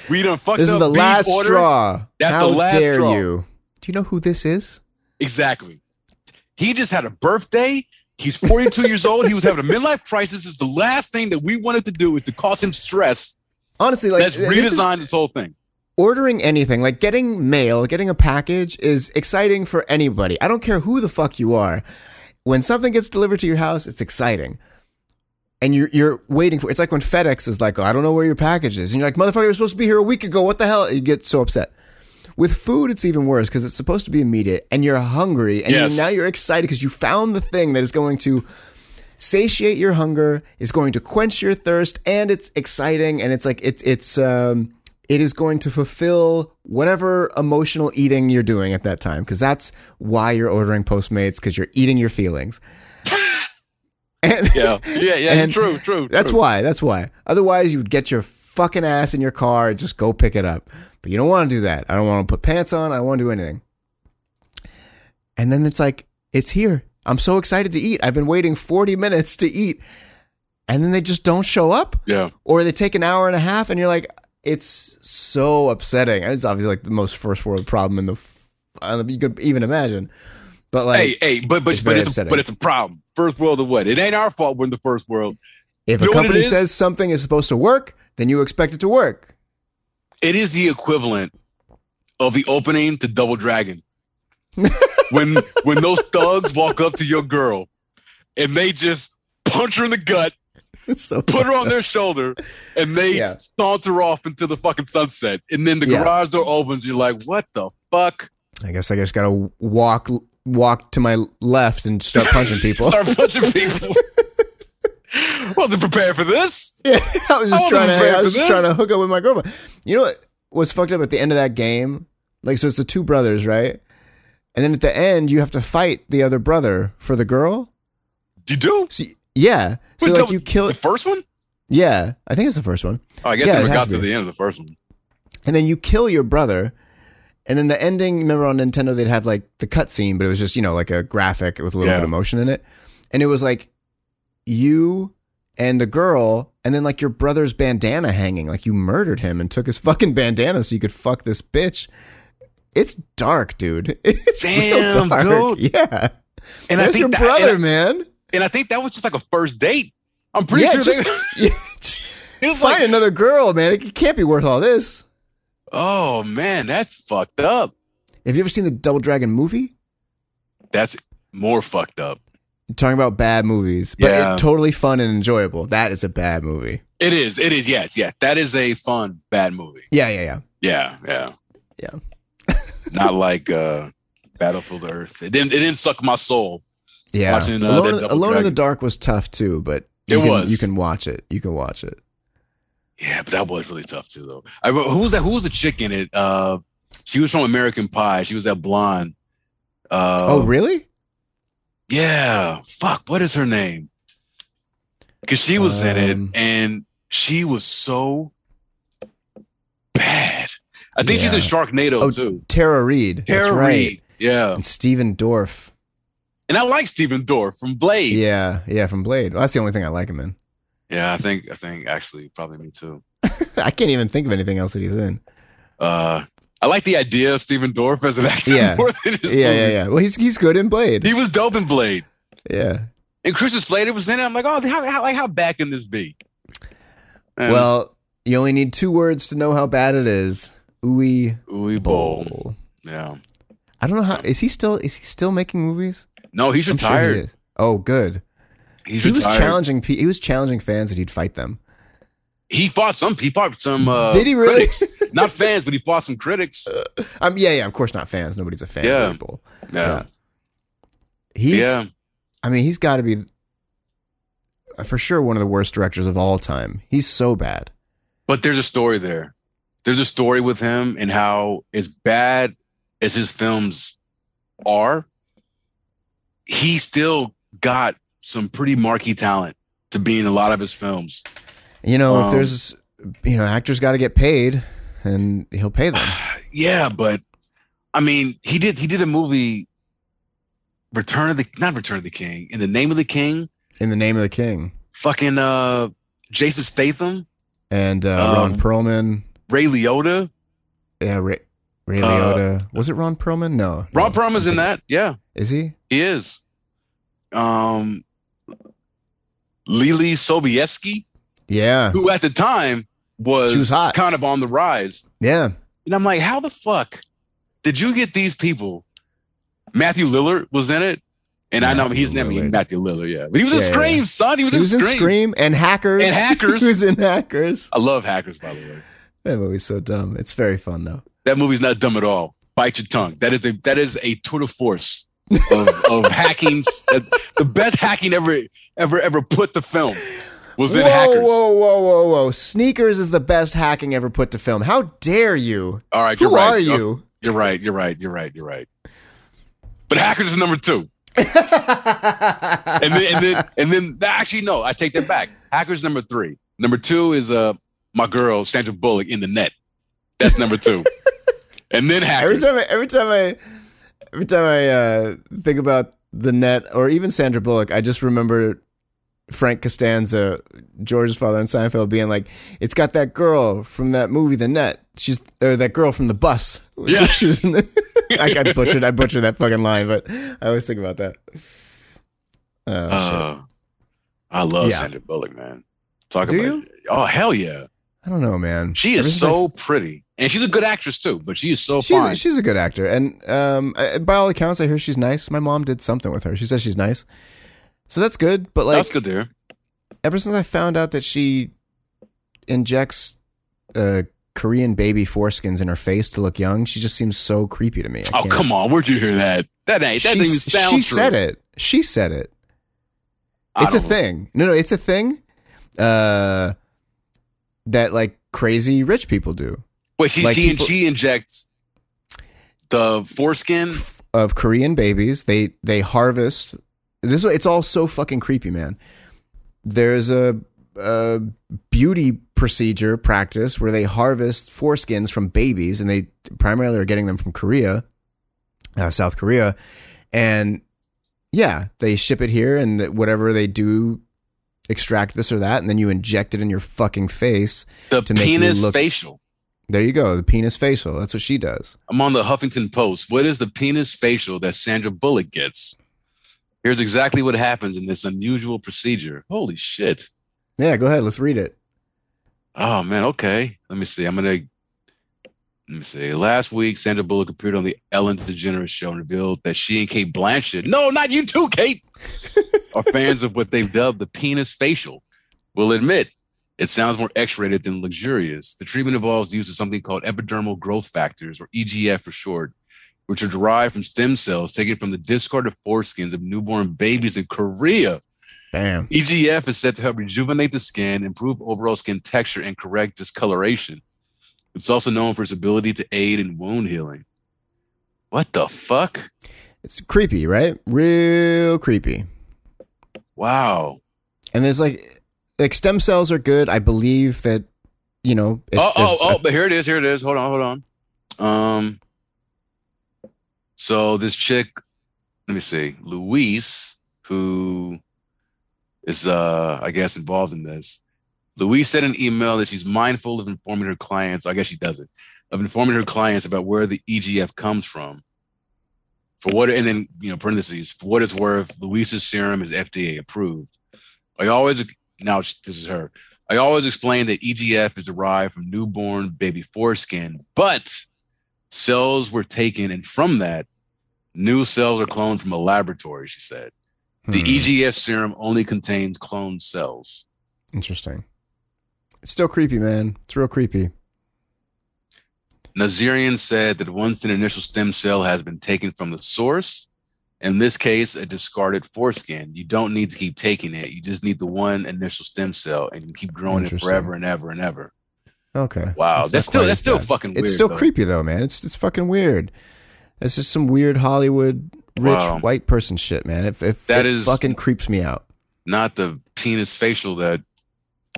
Speaker 2: We done fucked
Speaker 1: this
Speaker 2: up
Speaker 1: is the
Speaker 2: B's
Speaker 1: last
Speaker 2: order."
Speaker 1: straw.
Speaker 2: That's the
Speaker 1: How
Speaker 2: last
Speaker 1: dare
Speaker 2: straw.
Speaker 1: you? Do you know who this is?
Speaker 2: Exactly. He just had a birthday. He's 42 years old. He was having a midlife crisis. It's the last thing that we wanted to do is to cause him stress.
Speaker 1: Honestly, like
Speaker 2: Let's
Speaker 1: this is-
Speaker 2: redesign this whole thing.
Speaker 1: ordering anything, like getting mail, getting a package is exciting for anybody. I don't care who the fuck you are. When something gets delivered to your house, it's exciting. And you're you're waiting for it's like when FedEx is like, oh, I don't know where your package is. And you're like, motherfucker, you're supposed to be here a week ago. What the hell? You get so upset. With food, it's even worse because it's supposed to be immediate and you're hungry and
Speaker 2: Yes.
Speaker 1: you're, now you're excited because you found the thing that is going to satiate your hunger, is going to quench your thirst, and it's exciting and it's like it's it's um it is going to fulfill whatever emotional eating you're doing at that time because that's why you're ordering Postmates because you're eating your
Speaker 2: [laughs]
Speaker 1: feelings. and
Speaker 2: Yeah. Yeah. Yeah.
Speaker 1: And
Speaker 2: true. True.
Speaker 1: [laughs] that's
Speaker 2: true.
Speaker 1: why. That's why. Otherwise, you'd get your fucking ass in your car and just go pick it up. But you don't want to do that. I don't want to put pants on. I don't want to do anything. And then it's like, it's here. I'm so excited to eat. I've been waiting 40 minutes to eat. And then they just don't show up.
Speaker 2: Yeah.
Speaker 1: Or they take an hour and a half and you're like, it's so upsetting. It's obviously like the most first world problem in the, uh, you could even imagine. But like,
Speaker 2: hey, hey, but but
Speaker 1: it's
Speaker 2: but
Speaker 1: very
Speaker 2: it's, a,
Speaker 1: upsetting.
Speaker 2: but it's a problem. First world or what? It ain't our fault we're in the first world.
Speaker 1: if a
Speaker 2: you know what it
Speaker 1: company
Speaker 2: is?
Speaker 1: says something is supposed to work, then you expect it to work. [laughs]
Speaker 2: It is the equivalent of the opening to
Speaker 1: [laughs]
Speaker 2: Double Dragon. when when those thugs walk up to your girl and they just punch her in the gut,
Speaker 1: It's so
Speaker 2: put her on their shoulder, and they
Speaker 1: Yeah.
Speaker 2: saunter off into the fucking sunset. And then the
Speaker 1: Yeah.
Speaker 2: garage door opens, you're like, what the fuck?
Speaker 1: I guess I just gotta walk walk to my left and start
Speaker 2: [laughs]
Speaker 1: punching people.
Speaker 2: Start punching people. Wasn't prepared for this.
Speaker 1: Yeah, [laughs] I was
Speaker 2: I
Speaker 1: just
Speaker 2: wasn't
Speaker 1: trying to
Speaker 2: prepared
Speaker 1: I was just
Speaker 2: for this.
Speaker 1: trying to hook up with my girlfriend. You know what what's fucked up at the end of that game? Like so it's the two brothers, right? And then at the end you have to fight the other brother for the girl.
Speaker 2: You do?
Speaker 1: So y- yeah. So
Speaker 2: Wait,
Speaker 1: like
Speaker 2: that-
Speaker 1: you kill
Speaker 2: [laughs] The first one?
Speaker 1: Yeah, I think it's the first one.
Speaker 2: Oh, I guess
Speaker 1: Yeah,
Speaker 2: they
Speaker 1: it
Speaker 2: never
Speaker 1: has
Speaker 2: got
Speaker 1: to
Speaker 2: to
Speaker 1: be.
Speaker 2: the end of the first one.
Speaker 1: And then you kill your brother. And then the ending, remember on Nintendo, they'd have like the cutscene, but it was just, you know, like a graphic with a little
Speaker 2: Yeah.
Speaker 1: bit of motion in it. And it was like you and the girl, and then like your brother's bandana hanging. Like you murdered him and took his [laughs] fucking bandana so you could fuck this bitch. It's dark, dude. [laughs] It's real
Speaker 2: Damn,
Speaker 1: dark. Yeah.
Speaker 2: And I
Speaker 1: Where's
Speaker 2: think
Speaker 1: your
Speaker 2: that, and I-
Speaker 1: brother,
Speaker 2: [laughs]
Speaker 1: man? [laughs]
Speaker 2: And I think that was just like a first date. I'm pretty
Speaker 1: Yeah,
Speaker 2: sure
Speaker 1: just-
Speaker 2: they, it was
Speaker 1: Find
Speaker 2: like,
Speaker 1: another girl, man. It can't be worth all this.
Speaker 2: oh man, that's fucked up.
Speaker 1: Have you ever seen the Double Dragon movie?
Speaker 2: That's more fucked up.
Speaker 1: talking about bad movies, but
Speaker 2: Yeah.
Speaker 1: it, totally fun and enjoyable. That is a bad movie.
Speaker 2: It is. It is. Yes. Yes. That is a fun bad movie.
Speaker 1: Yeah, yeah, yeah.
Speaker 2: Yeah. Yeah.
Speaker 1: Yeah.
Speaker 2: [laughs] Not like uh, Battlefield Earth. It didn't. It didn't suck my soul.
Speaker 1: Yeah.
Speaker 2: Watching, uh,
Speaker 1: Alone,
Speaker 2: that
Speaker 1: in-
Speaker 2: Double
Speaker 1: Alone in the
Speaker 2: Dragon.
Speaker 1: Dark was tough too, but you
Speaker 2: It
Speaker 1: can,
Speaker 2: was.
Speaker 1: You can watch it. You can watch it.
Speaker 2: Yeah, but that was really tough too, though. I wrote, who was that? Who was the chick in it? Uh, she was from American Pie. She was that blonde. Uh,
Speaker 1: oh, really?
Speaker 2: Yeah. Fuck. What is her name? Because she was in
Speaker 1: Um,
Speaker 2: it and she was so bad. I think she's in
Speaker 1: Yeah.
Speaker 2: Sharknado
Speaker 1: Oh,
Speaker 2: too.
Speaker 1: Tara Reed. That's
Speaker 2: Tara
Speaker 1: right.
Speaker 2: Reed. Yeah.
Speaker 1: And Steven Dorff.
Speaker 2: And I like Steven Dorff from Blade. Yeah.
Speaker 1: Yeah, yeah, from Blade. Well, that's the only thing I like him in. [laughs]
Speaker 2: I think I think actually probably me too.
Speaker 1: I can't even think of anything else that he's in.
Speaker 2: Uh I like the idea of Steven Dorff as an [laughs] actor
Speaker 1: Yeah.
Speaker 2: more than his
Speaker 1: Yeah, yeah,
Speaker 2: movies.
Speaker 1: yeah. Well, he's he's good in Blade.
Speaker 2: He was dope in Blade.
Speaker 1: Yeah.
Speaker 2: And Christian Slater was in it. I'm like, oh, how, how like how bad can this be? And
Speaker 1: Well, you only need two words to know how bad it is. Ooey
Speaker 2: Uwe Boll.
Speaker 1: bowl.
Speaker 2: Yeah.
Speaker 1: I don't know how is he still is he still making movies?
Speaker 2: No, he's
Speaker 1: I'm sure he
Speaker 2: retired.
Speaker 1: is. oh, good.
Speaker 2: he's
Speaker 1: he was
Speaker 2: retired.
Speaker 1: challenging. pe- He was challenging fans that he'd fight them.
Speaker 2: he fought some. He fought some. Uh,
Speaker 1: Did he really?
Speaker 2: critics. Not fans, but he fought some critics.
Speaker 1: [laughs] Um, yeah, yeah. Of course, not fans. Nobody's a fan.
Speaker 2: Yeah.
Speaker 1: Of people.
Speaker 2: Yeah,
Speaker 1: He's.
Speaker 2: yeah.
Speaker 1: I mean, he's got to be uh, for sure one of the worst directors of all time. He's so bad.
Speaker 2: But there's a story there. There's a story with him and how as bad as his films are, he still got some pretty marquee talent to be in a lot of his films.
Speaker 1: You know, if
Speaker 2: Um,
Speaker 1: there's, you know, actors got to get paid, and he'll pay
Speaker 2: [sighs]
Speaker 1: them.
Speaker 2: Yeah, but I mean, he did. He did a movie, Return of the not Return of the King, in the Name of the King.
Speaker 1: In the name of the king,
Speaker 2: Fucking uh, Jason Statham,
Speaker 1: and uh, Ron
Speaker 2: Um,
Speaker 1: Perlman.
Speaker 2: Ray Liotta.
Speaker 1: Yeah, Ray, Ray
Speaker 2: uh,
Speaker 1: Liotta. Was it Ron Perlman? No.
Speaker 2: Ron
Speaker 1: no.
Speaker 2: Perlman's in that. Yeah,
Speaker 1: Is he?
Speaker 2: he is. Um, Lily Sobieski,
Speaker 1: Yeah.
Speaker 2: who at the time was,
Speaker 1: She was hot.
Speaker 2: kind of on the rise,
Speaker 1: Yeah.
Speaker 2: and I'm like, how the fuck did you get these people? Matthew Lillard was in it, and I know
Speaker 1: Matthew
Speaker 2: he's never
Speaker 1: Lillard.
Speaker 2: Matthew Lillard. Yeah, but he was in
Speaker 1: Yeah, yeah,
Speaker 2: Scream, son. He was,
Speaker 1: He was in Scream and Hackers.
Speaker 2: And
Speaker 1: [laughs]
Speaker 2: Hackers.
Speaker 1: he was in Hackers.
Speaker 2: I love Hackers, by the way.
Speaker 1: That movie's so dumb. It's very fun though.
Speaker 2: That movie's not dumb at all. Bite your tongue. That is a that is a tour de force of, of
Speaker 1: [laughs]
Speaker 2: hacking. That- the best hacking ever ever ever put the film was
Speaker 1: whoa,
Speaker 2: in hackers.
Speaker 1: whoa, whoa, whoa, whoa! Sneakers is the best hacking ever put to film. How dare you?
Speaker 2: All right, you're
Speaker 1: Who
Speaker 2: right.
Speaker 1: are
Speaker 2: You're-
Speaker 1: you? [laughs]
Speaker 2: You're right. You're right. You're right. You're right. But hackers is number two, and then and then and then actually no, I take that back. Hackers number three. Number two is uh my girl Sandra Bullock in the net. That's
Speaker 1: [laughs]
Speaker 2: number two. and then hackers.
Speaker 1: Every time, I, every time I, every time I uh, think about the net or even Sandra Bullock, I just remember Frank Costanza, George's father in Seinfeld, being like, "It's got that girl from that movie, The Net. She's or that girl from the bus." [laughs]
Speaker 2: Yeah.
Speaker 1: She was in the- I, I butchered. I butchered that fucking line, but I always think about that. Oh, shit.
Speaker 2: Uh, I love
Speaker 1: Yeah.
Speaker 2: Sandra Bullock, man. Talk
Speaker 1: Do
Speaker 2: about
Speaker 1: you?
Speaker 2: it. Oh hell yeah.
Speaker 1: I don't know, man.
Speaker 2: She
Speaker 1: Ever
Speaker 2: is
Speaker 1: since I-
Speaker 2: so pretty. And she's a good actress too, but she is so
Speaker 1: she's
Speaker 2: fine.
Speaker 1: she's a good actor, and um, I- by all accounts, I hear she's nice. My mom did something with her. She says she's nice, so that's good. But like,
Speaker 2: That's good there.
Speaker 1: ever since I found out that she injects uh, Korean baby foreskins in her face to look young, she just seems so creepy to me. I
Speaker 2: Oh
Speaker 1: can't-
Speaker 2: come on, where'd you hear that? That ain't that
Speaker 1: She-
Speaker 2: didn't even sound
Speaker 1: She
Speaker 2: true.
Speaker 1: said it. She said it.
Speaker 2: I
Speaker 1: It's a
Speaker 2: don't-
Speaker 1: thing. No, no, it's a thing. Uh, that like crazy rich people do
Speaker 2: Wait, she
Speaker 1: Like
Speaker 2: she,
Speaker 1: people-
Speaker 2: she injects the foreskin.
Speaker 1: of Korean babies. They they harvest. This it's all so fucking creepy, man. There's a, a beauty procedure practice where they harvest foreskins from babies, and they primarily are getting them from Korea, uh, South Korea, and yeah, they ship it here, and th- whatever they do, extract this or that, and then you inject it in your fucking face.
Speaker 2: The
Speaker 1: to make you
Speaker 2: penis
Speaker 1: look-
Speaker 2: facial.
Speaker 1: There you go, the penis facial. That's what she does.
Speaker 2: I'm on the Huffington Post. What is the penis facial that Sandra Bullock gets? Here's exactly what happens in this unusual procedure. Holy shit.
Speaker 1: Yeah, go ahead, let's read it.
Speaker 2: Oh man, okay. Let me see. I'm gonna let me see. Last week, Sandra Bullock appeared on the Ellen DeGeneres show and revealed that she and Kate Blanchett, no, not you too, Kate, are fans of what they've dubbed the penis facial. We'll admit, it sounds more X-rated than luxurious. The treatment involves the use of something called epidermal growth factors, or EGF for short, which are derived from stem cells taken from the discarded foreskins of newborn babies in Korea.
Speaker 1: Damn.
Speaker 2: EGF E is said to help rejuvenate the skin, improve overall skin texture, and correct discoloration. It's also known for its ability to aid in wound healing. What the fuck?
Speaker 1: It's creepy, right? Real creepy.
Speaker 2: Wow.
Speaker 1: And there's like like stem cells are good. I believe that you know it's uh,
Speaker 2: oh, oh,
Speaker 1: there's-
Speaker 2: oh, but here it is. Here it is. Hold on, hold on. Um. So this chick, let me see, Luis, who is, uh, I guess, involved in this. Louise said in an email that she's mindful of informing her clients. I guess she does it of informing her clients about where the EGF comes from. For what, and then you know, parentheses. For what it's worth, Luisa's serum is FDA approved. I always now this is her. I always explain that EGF is derived from newborn baby foreskin, but cells were taken, and from that, new cells are cloned from a laboratory. She said the
Speaker 1: Hmm,
Speaker 2: EGF serum only contains cloned cells.
Speaker 1: interesting. It's still creepy, man. It's real creepy.
Speaker 2: Nazarian said that once an initial stem cell has been taken from the source, in this case, a discarded foreskin, you don't need to keep taking it. You just need the one initial stem cell and you keep growing it
Speaker 1: Interesting.
Speaker 2: forever and ever and ever.
Speaker 1: Okay.
Speaker 2: Wow,
Speaker 1: It's
Speaker 2: that's,
Speaker 1: not
Speaker 2: still
Speaker 1: quite
Speaker 2: that's
Speaker 1: as
Speaker 2: still
Speaker 1: bad.
Speaker 2: fucking.
Speaker 1: It's
Speaker 2: weird,
Speaker 1: still
Speaker 2: though.
Speaker 1: creepy though, man. It's it's fucking weird. It's just some weird Hollywood rich
Speaker 2: Wow.
Speaker 1: white person shit, man. If if
Speaker 2: That
Speaker 1: it
Speaker 2: is-
Speaker 1: fucking creeps me out.
Speaker 2: Not the penis facial that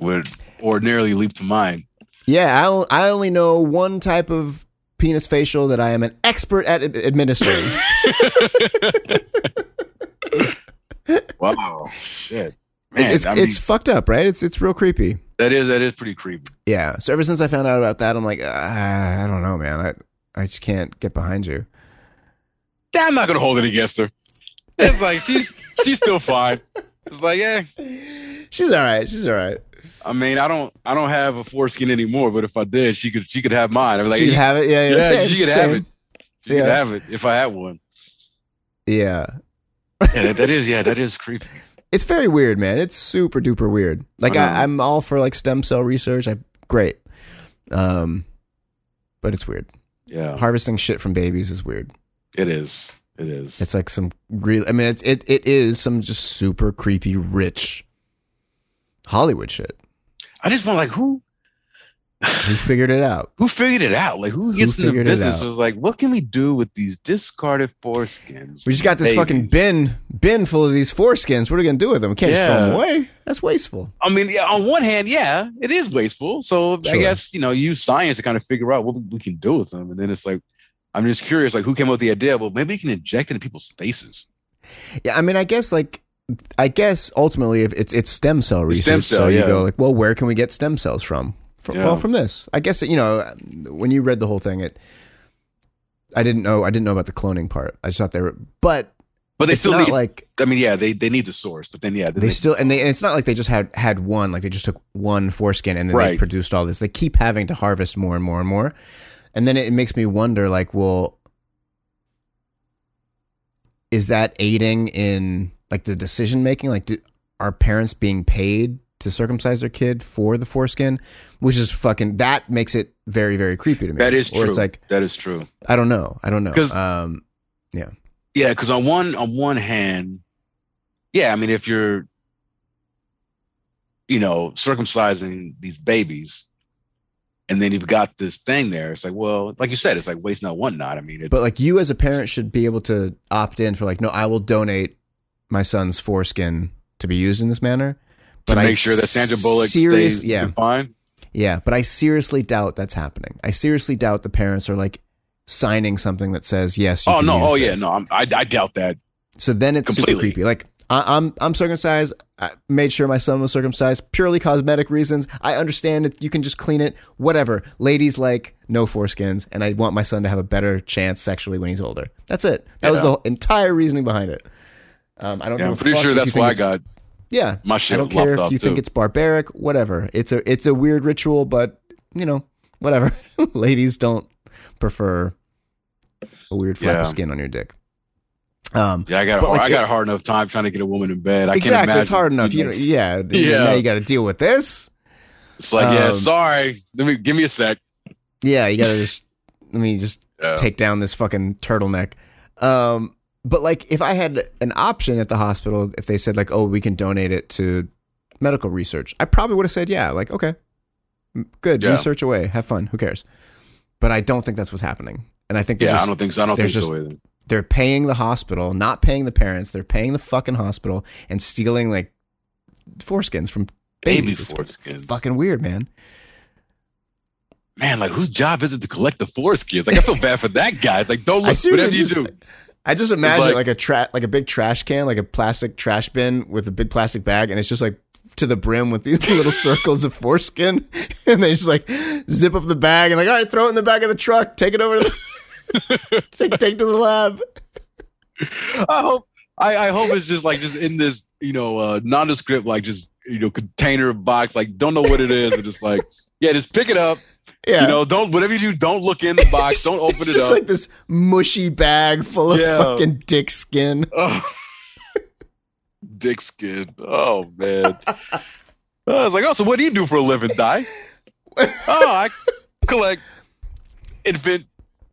Speaker 2: would ordinarily leap to mind. [laughs]
Speaker 1: Yeah, I, o- I only know one type of penis facial that I am an expert at ad- administering.
Speaker 2: Wow, shit, [laughs] man,
Speaker 1: it's
Speaker 2: I mean,
Speaker 1: it's fucked up, right? It's it's real creepy.
Speaker 2: that is that is pretty creepy.
Speaker 1: Yeah. So ever since I found out about that, I'm like, ah, I don't know, man. I I just can't get behind you.
Speaker 2: I'm not gonna hold it against her. It's like she's she's still fine. It's like yeah,
Speaker 1: She's all right. She's all right.
Speaker 2: I mean, I don't, I don't have a foreskin anymore. But if I did, she could, she could have mine. I'd be like,
Speaker 1: she could have it. Yeah, yeah.
Speaker 2: yeah,
Speaker 1: same,
Speaker 2: she could
Speaker 1: same.
Speaker 2: have it. She could
Speaker 1: Yeah.
Speaker 2: have it if I had one.
Speaker 1: Yeah.
Speaker 2: [laughs] Yeah, that, that is, yeah, that is creepy.
Speaker 1: It's very weird, man. It's super duper weird. Like
Speaker 2: Uh-huh.
Speaker 1: I, I'm all for like stem cell research. I great. Um, but it's weird.
Speaker 2: Yeah,
Speaker 1: Harvesting shit from babies is weird.
Speaker 2: it is. It is.
Speaker 1: It's like some real. I mean, it's, it it is some just super creepy rich Hollywood shit.
Speaker 2: I just want like who,
Speaker 1: Who figured it out?
Speaker 2: who figured it out? Like who
Speaker 1: Who
Speaker 2: gets in the
Speaker 1: figured it
Speaker 2: business
Speaker 1: out?
Speaker 2: was like, what can we do with these discarded foreskins?
Speaker 1: We just got this
Speaker 2: Babies.
Speaker 1: fucking bin bin full of these foreskins. What are we gonna do with them? We can't just throw
Speaker 2: Yeah.
Speaker 1: them away. That's wasteful.
Speaker 2: I mean, yeah, on one hand, yeah, it is wasteful. So I
Speaker 1: Sure.
Speaker 2: guess you know, use science to kind of figure out what we can do with them. And then it's like, I'm just curious, like who came up with the idea? Well, maybe we can inject it in people's faces.
Speaker 1: Yeah, I mean, I guess like I guess ultimately, if it's it's stem cell
Speaker 2: It's
Speaker 1: research,
Speaker 2: stem
Speaker 1: so
Speaker 2: cell,
Speaker 1: you
Speaker 2: yeah.
Speaker 1: go like, well, where can we get stem cells from? From
Speaker 2: Yeah.
Speaker 1: well, from this, I guess. You know, when you read the whole thing, it I didn't know I didn't know about the cloning part. I just thought they were, but
Speaker 2: But they
Speaker 1: it's
Speaker 2: still
Speaker 1: not
Speaker 2: need.
Speaker 1: like
Speaker 2: I mean, yeah, they they need the source, but then yeah, then
Speaker 1: they still and they and it's not like they just had had one like they just took one foreskin and then they
Speaker 2: Right.
Speaker 1: produced all this they keep having to harvest more and more and more and then it makes me wonder like well is that aiding in like the decision making like do, are parents being paid to circumcise their kid for the foreskin which is fucking that makes it very very creepy to me
Speaker 2: that is
Speaker 1: or
Speaker 2: true.
Speaker 1: it's like
Speaker 2: that is true.
Speaker 1: i don't know i don't know
Speaker 2: 'Cause-
Speaker 1: um
Speaker 2: Yeah, because on one on one hand, yeah, I mean, if you're, you know, circumcising these babies, and then you've got this thing there, it's like, well, like you said, it's like waste not, want not. I mean, it's,
Speaker 1: But like you as a parent should be able to opt in for like, no, I will donate my son's foreskin to be used in this manner.
Speaker 2: to
Speaker 1: but I
Speaker 2: make sure that Sandra Bullock
Speaker 1: serious-
Speaker 2: stays
Speaker 1: yeah.
Speaker 2: defined.
Speaker 1: Yeah, but I seriously doubt that's happening. I seriously doubt the parents are like signing something that says yes. You
Speaker 2: Oh
Speaker 1: can
Speaker 2: no!
Speaker 1: use
Speaker 2: Oh yeah!
Speaker 1: this.
Speaker 2: No, I'm, I I doubt that.
Speaker 1: So then it's super
Speaker 2: Completely.
Speaker 1: creepy. Like I, I'm I'm circumcised. I made sure my son was circumcised purely cosmetic reasons. I understand that you can just clean it, whatever. Ladies like no foreskins, and I want my son to have a better chance sexually when he's older. That's it. That was
Speaker 2: Yeah.
Speaker 1: the entire reasoning behind it. Um, I don't.
Speaker 2: Yeah,
Speaker 1: know
Speaker 2: I'm pretty sure that's why I got
Speaker 1: Yeah,
Speaker 2: my
Speaker 1: I
Speaker 2: shit
Speaker 1: don't
Speaker 2: lopped
Speaker 1: care if
Speaker 2: off
Speaker 1: you
Speaker 2: too.
Speaker 1: think it's barbaric, whatever. It's a it's a weird ritual, but you know, whatever. [laughs] Ladies don't prefer a weird flap
Speaker 2: Yeah.
Speaker 1: of skin on your dick. Um,
Speaker 2: yeah, I got a
Speaker 1: but,
Speaker 2: hard,
Speaker 1: like,
Speaker 2: I got a hard enough time trying to get a woman in bed. I
Speaker 1: exactly,
Speaker 2: can't imagine.
Speaker 1: it's hard enough. You know, yeah,
Speaker 2: Yeah.
Speaker 1: yeah. Now you got to deal with this.
Speaker 2: It's like, yeah,
Speaker 1: Um,
Speaker 2: sorry. Let me give me a sec. Uh,
Speaker 1: Yeah, you got to just let me just
Speaker 2: Yeah.
Speaker 1: take down this fucking turtleneck. Um, but like, if I had an option at the hospital, if they said like, "Oh, we can donate it to medical research," I probably would have said, "Yeah, like, okay, M- good,
Speaker 2: Yeah.
Speaker 1: research away, have fun, who cares?" But I don't think that's what's happening, and I think they're
Speaker 2: yeah, I
Speaker 1: just,
Speaker 2: don't think so. I don't think
Speaker 1: there's
Speaker 2: so either.
Speaker 1: they're paying the hospital, not paying the parents. They're paying the fucking hospital and stealing like foreskins from
Speaker 2: Baby
Speaker 1: babies. It's
Speaker 2: foreskin.
Speaker 1: fucking weird, man.
Speaker 2: man, like whose job is it to collect the foreskins? Like I feel bad for that guy. It's like don't
Speaker 1: I
Speaker 2: look
Speaker 1: seriously
Speaker 2: whatever you
Speaker 1: just-
Speaker 2: do.
Speaker 1: I just imagine
Speaker 2: like-
Speaker 1: like, a tra- like a big trash can, like a plastic trash bin with a big plastic bag, and it's just like to the brim with these [laughs] little circles of foreskin, [laughs] and they just like zip up the bag and like, all right, throw it in the back of the truck, take it over to the [laughs] take, take to the lab.
Speaker 2: I hope I, I hope it's just like just in this, you know, uh nondescript like just you know, container box, like don't know what it is, and just like, yeah, just pick it up.
Speaker 1: Yeah,
Speaker 2: You know, don't whatever you do, don't look in the
Speaker 1: [laughs]
Speaker 2: box, don't open
Speaker 1: it's
Speaker 2: it
Speaker 1: just
Speaker 2: up.
Speaker 1: like this mushy bag full of
Speaker 2: Yeah.
Speaker 1: fucking dick skin.
Speaker 2: [laughs] Oh. Dick skin. Oh man.
Speaker 1: [laughs]
Speaker 2: I was like, oh, so what do you do for a living, Di? oh, I collect infant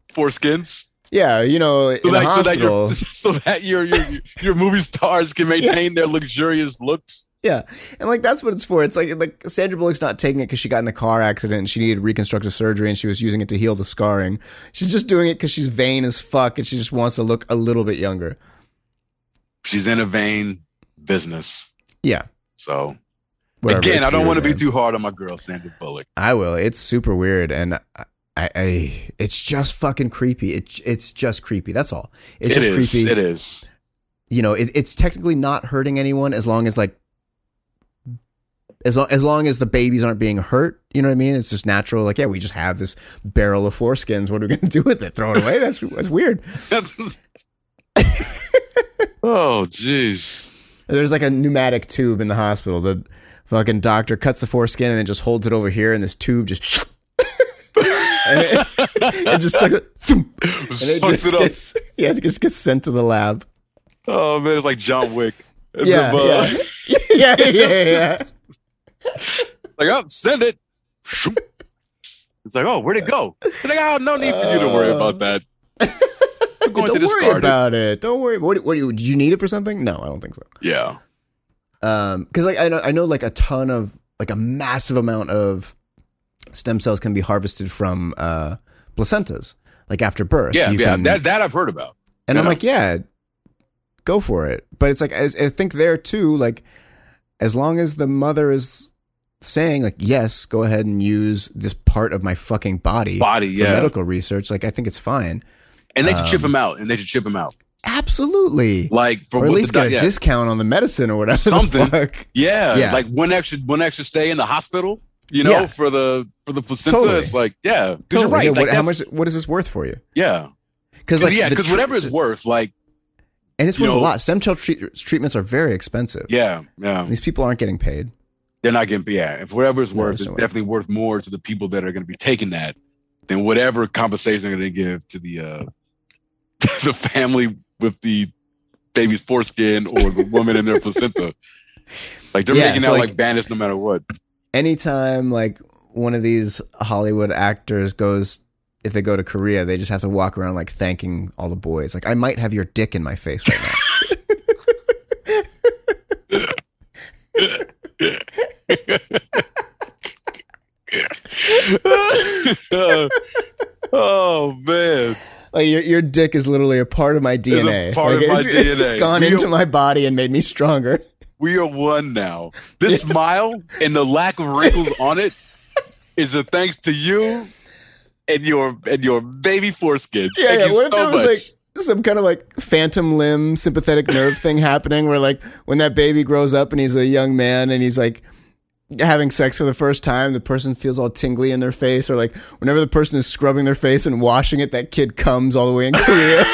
Speaker 2: foreskins.
Speaker 1: Yeah, you know, in
Speaker 2: So
Speaker 1: the
Speaker 2: that, so that
Speaker 1: hospital.
Speaker 2: your [laughs] so that your your your movie stars
Speaker 1: [laughs]
Speaker 2: can maintain their luxurious looks.
Speaker 1: Yeah, and like that's what it's for. It's like like Sandra Bullock's not taking it because she got in a car accident and she needed reconstructive surgery and she was using it to heal the scarring. She's just doing it because she's vain as fuck and she just wants to look a little bit younger.
Speaker 2: She's in a vain business.
Speaker 1: Yeah.
Speaker 2: So
Speaker 1: Whatever,
Speaker 2: again,
Speaker 1: it's
Speaker 2: I don't
Speaker 1: weird,
Speaker 2: want to be
Speaker 1: man.
Speaker 2: too hard on my girl Sandra Bullock.
Speaker 1: I will. It's super weird and. I, I, I, it's just fucking creepy. It, it's just creepy. That's all. It's
Speaker 2: It
Speaker 1: just
Speaker 2: is.
Speaker 1: creepy.
Speaker 2: It is.
Speaker 1: [laughs] you know, it, it's technically not hurting anyone as long as like as long, as long as the babies aren't being hurt, you know what I mean? It's just natural. Like, yeah, we just have this barrel of foreskins. What are we going to [laughs] do with it? Throw it away? That's that's weird.
Speaker 2: oh, jeez.
Speaker 1: There's like a pneumatic tube in the hospital. The fucking doctor cuts the foreskin and then just holds it over here, and this tube just [laughs] [laughs] and it, it just sucks it, [laughs] thump, and it
Speaker 2: [laughs] Sucks
Speaker 1: just
Speaker 2: it up.
Speaker 1: gets, yeah, it just gets sent to the lab.
Speaker 2: Oh man, it's like John Wick. It's
Speaker 1: Yeah, [laughs]
Speaker 2: a, uh,
Speaker 1: yeah, yeah, yeah,
Speaker 2: [laughs]
Speaker 1: yeah.
Speaker 2: Like, oh,
Speaker 1: [laughs]
Speaker 2: send it. It's like, oh, where'd it go? They're like, oh, no need for you to worry about that. We're going
Speaker 1: Uh, [laughs]
Speaker 2: to
Speaker 1: Don't worry
Speaker 2: discard it.
Speaker 1: about it. Don't worry. What, what do you, did you need it for something? No, I don't think so.
Speaker 2: Yeah.
Speaker 1: Um, because like I know I know like a ton of like a massive amount of stem cells can be harvested from uh, placentas, like after birth.
Speaker 2: Yeah,
Speaker 1: You
Speaker 2: yeah,
Speaker 1: can-
Speaker 2: that that I've heard about.
Speaker 1: and I'm
Speaker 2: yeah.
Speaker 1: like, yeah, go for it. But it's like I, I think there too, like as long as the mother is saying like, yes, go ahead and use this part of my fucking body
Speaker 2: Body,
Speaker 1: for
Speaker 2: yeah,
Speaker 1: medical research, like I think it's fine.
Speaker 2: and they should chip
Speaker 1: um,
Speaker 2: him out, and they should chip him out,
Speaker 1: Absolutely.
Speaker 2: like for
Speaker 1: or at
Speaker 2: what
Speaker 1: least
Speaker 2: the
Speaker 1: get
Speaker 2: doc-
Speaker 1: a
Speaker 2: yeah.
Speaker 1: discount on the medicine or whatever. the
Speaker 2: Something.
Speaker 1: fuck.
Speaker 2: Yeah,
Speaker 1: Yeah.
Speaker 2: like one extra one extra stay in the hospital, you know,
Speaker 1: Yeah.
Speaker 2: for the for the placenta.
Speaker 1: Totally.
Speaker 2: It's like yeah, 'cause
Speaker 1: Totally.
Speaker 2: you're right.
Speaker 1: Yeah,
Speaker 2: like,
Speaker 1: what, how much?
Speaker 2: that's-
Speaker 1: What is this worth for you?
Speaker 2: Yeah,
Speaker 1: Because like
Speaker 2: yeah,
Speaker 1: the
Speaker 2: because
Speaker 1: tr-
Speaker 2: whatever it's worth, like
Speaker 1: and it's
Speaker 2: you
Speaker 1: worth a
Speaker 2: know-
Speaker 1: lot. Stem cell treat- treatments are very expensive.
Speaker 2: yeah, yeah,
Speaker 1: And These people aren't getting paid.
Speaker 2: they're not getting yeah. If whatever it's
Speaker 1: No,
Speaker 2: worth,
Speaker 1: it's
Speaker 2: it's
Speaker 1: not worth it.
Speaker 2: definitely worth more to the people that are going to be taking that than whatever compensation they're going to give to the uh [laughs] the family with the baby's foreskin or the woman in their placenta. Like they're
Speaker 1: Yeah,
Speaker 2: making
Speaker 1: so,
Speaker 2: out
Speaker 1: like-
Speaker 2: like, bandits no matter
Speaker 1: [laughs]
Speaker 2: what. [laughs]
Speaker 1: anytime like one of these Hollywood actors goes if they go to Korea, they just have to walk around like thanking all the boys. Like I might have your dick in my face right
Speaker 2: [laughs]
Speaker 1: now.
Speaker 2: oh man.
Speaker 1: Like your your dick is literally a part of my DNA.
Speaker 2: part
Speaker 1: Like,
Speaker 2: of my
Speaker 1: it's- [laughs]
Speaker 2: DNA.
Speaker 1: It's gone
Speaker 2: We-
Speaker 1: into my body and made me stronger.
Speaker 2: we are one now. This smile and the lack
Speaker 1: [laughs]
Speaker 2: of wrinkles on it is a thanks to you and your and your baby foreskin.
Speaker 1: Yeah,
Speaker 2: Thank
Speaker 1: yeah.
Speaker 2: you
Speaker 1: What if
Speaker 2: so
Speaker 1: there was
Speaker 2: much.
Speaker 1: like some kind of like phantom limb sympathetic nerve thing happening where like when that baby grows up and he's a young man and he's like having sex for the first time, the person feels all tingly in their face, or like whenever the person is scrubbing their face and washing it, that kid comes all the
Speaker 2: [laughs]
Speaker 1: way in Korea.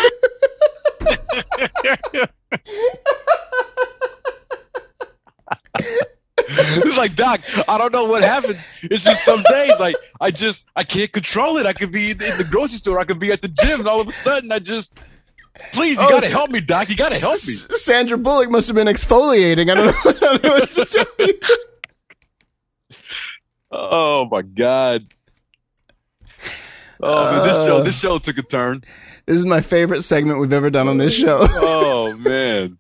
Speaker 2: [laughs] it's like Doc, I don't know what happened. It's just some days like I just I can't control it. I could be in the, in the grocery store, I could be at the gym, and all of a sudden I just please you
Speaker 1: Oh,
Speaker 2: gotta
Speaker 1: s-
Speaker 2: help me, Doc. You gotta help me.
Speaker 1: S- Sandra Bullock must have been exfoliating. I don't know, [laughs] I don't know what to tell you.
Speaker 2: Oh my god. Oh man, this show
Speaker 1: Uh.
Speaker 2: this show took a turn.
Speaker 1: This is my favorite segment we've ever done on this show.
Speaker 2: oh man,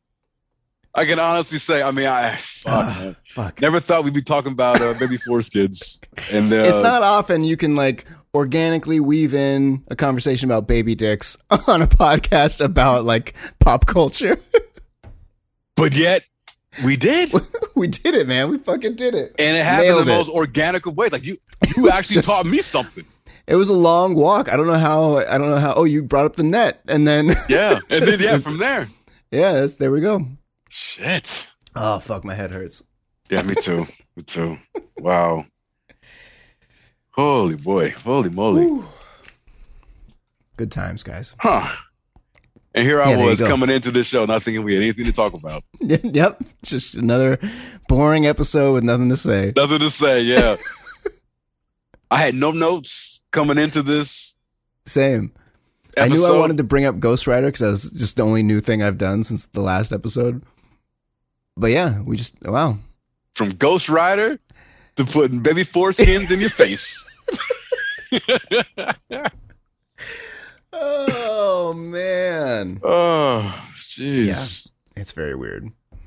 Speaker 2: I can honestly say. I mean,
Speaker 1: [sighs]
Speaker 2: I fuck, man.
Speaker 1: Fuck.
Speaker 2: never thought we'd be talking about uh, baby foreskins, and uh,
Speaker 1: it's not often you can like organically weave in a conversation about baby dicks [laughs] on a podcast about like pop culture. [laughs]
Speaker 2: But yet, we did,
Speaker 1: we did it, man. We fucking did it.
Speaker 2: and it happened
Speaker 1: Nailed
Speaker 2: in the
Speaker 1: it.
Speaker 2: most organic of way. Like you,
Speaker 1: It [laughs]
Speaker 2: you
Speaker 1: was
Speaker 2: actually
Speaker 1: just-
Speaker 2: taught me something.
Speaker 1: It was a long walk. I don't know how. I don't know how. Oh, you brought up the net, and then [laughs]
Speaker 2: Yeah, [laughs] and then yeah, from there.
Speaker 1: yeah, that's, there we go.
Speaker 2: Shit.
Speaker 1: Oh fuck, my head hurts.
Speaker 2: Yeah, me too. Me too. Wow. Holy boy. Holy moly.
Speaker 1: Whew. Good times, guys. [laughs]
Speaker 2: Huh. And here
Speaker 1: Yeah,
Speaker 2: I
Speaker 1: there you
Speaker 2: was
Speaker 1: go.
Speaker 2: coming into this show not thinking we had anything to talk about.
Speaker 1: yep, just another boring episode with nothing to say.
Speaker 2: Nothing to say, yeah. I had no notes coming into this
Speaker 1: Same.
Speaker 2: episode.
Speaker 1: I knew I wanted to bring up Ghost Rider because that was just the only new thing I've done since the last episode. But yeah, we just wow.
Speaker 2: from Ghost Rider to putting baby foreskins in your face.
Speaker 1: Oh man,
Speaker 2: [laughs] Oh, jeez.
Speaker 1: it's very weird. [sighs]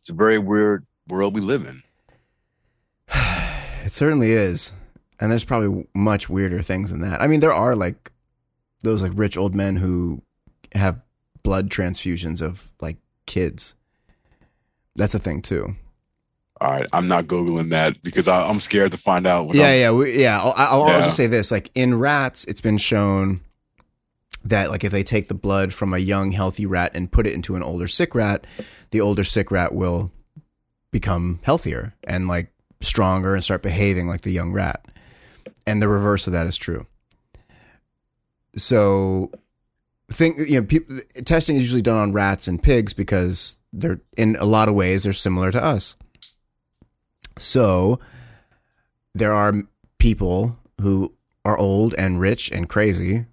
Speaker 2: It's a very weird world we live in.
Speaker 1: It certainly is, and there's probably much weirder things than that. I mean, there are like those like rich old men who have blood transfusions of like kids. That's a thing too.
Speaker 2: All right, I'm not googling that because I, I'm scared to find out. What
Speaker 1: yeah,
Speaker 2: I'm,
Speaker 1: yeah, we, yeah. I'll, I'll, I'll
Speaker 2: Yeah.
Speaker 1: just say this: like in rats, it's been shown that like if they take the blood from a young healthy rat and put it into an older sick rat, the older sick rat will become healthier and like stronger and start behaving like the young rat. And the reverse of that is true. So, think you know, peop testing is usually done on rats and pigs because they're in a lot of ways they're similar to us. So, there are m- people who are old and rich and crazy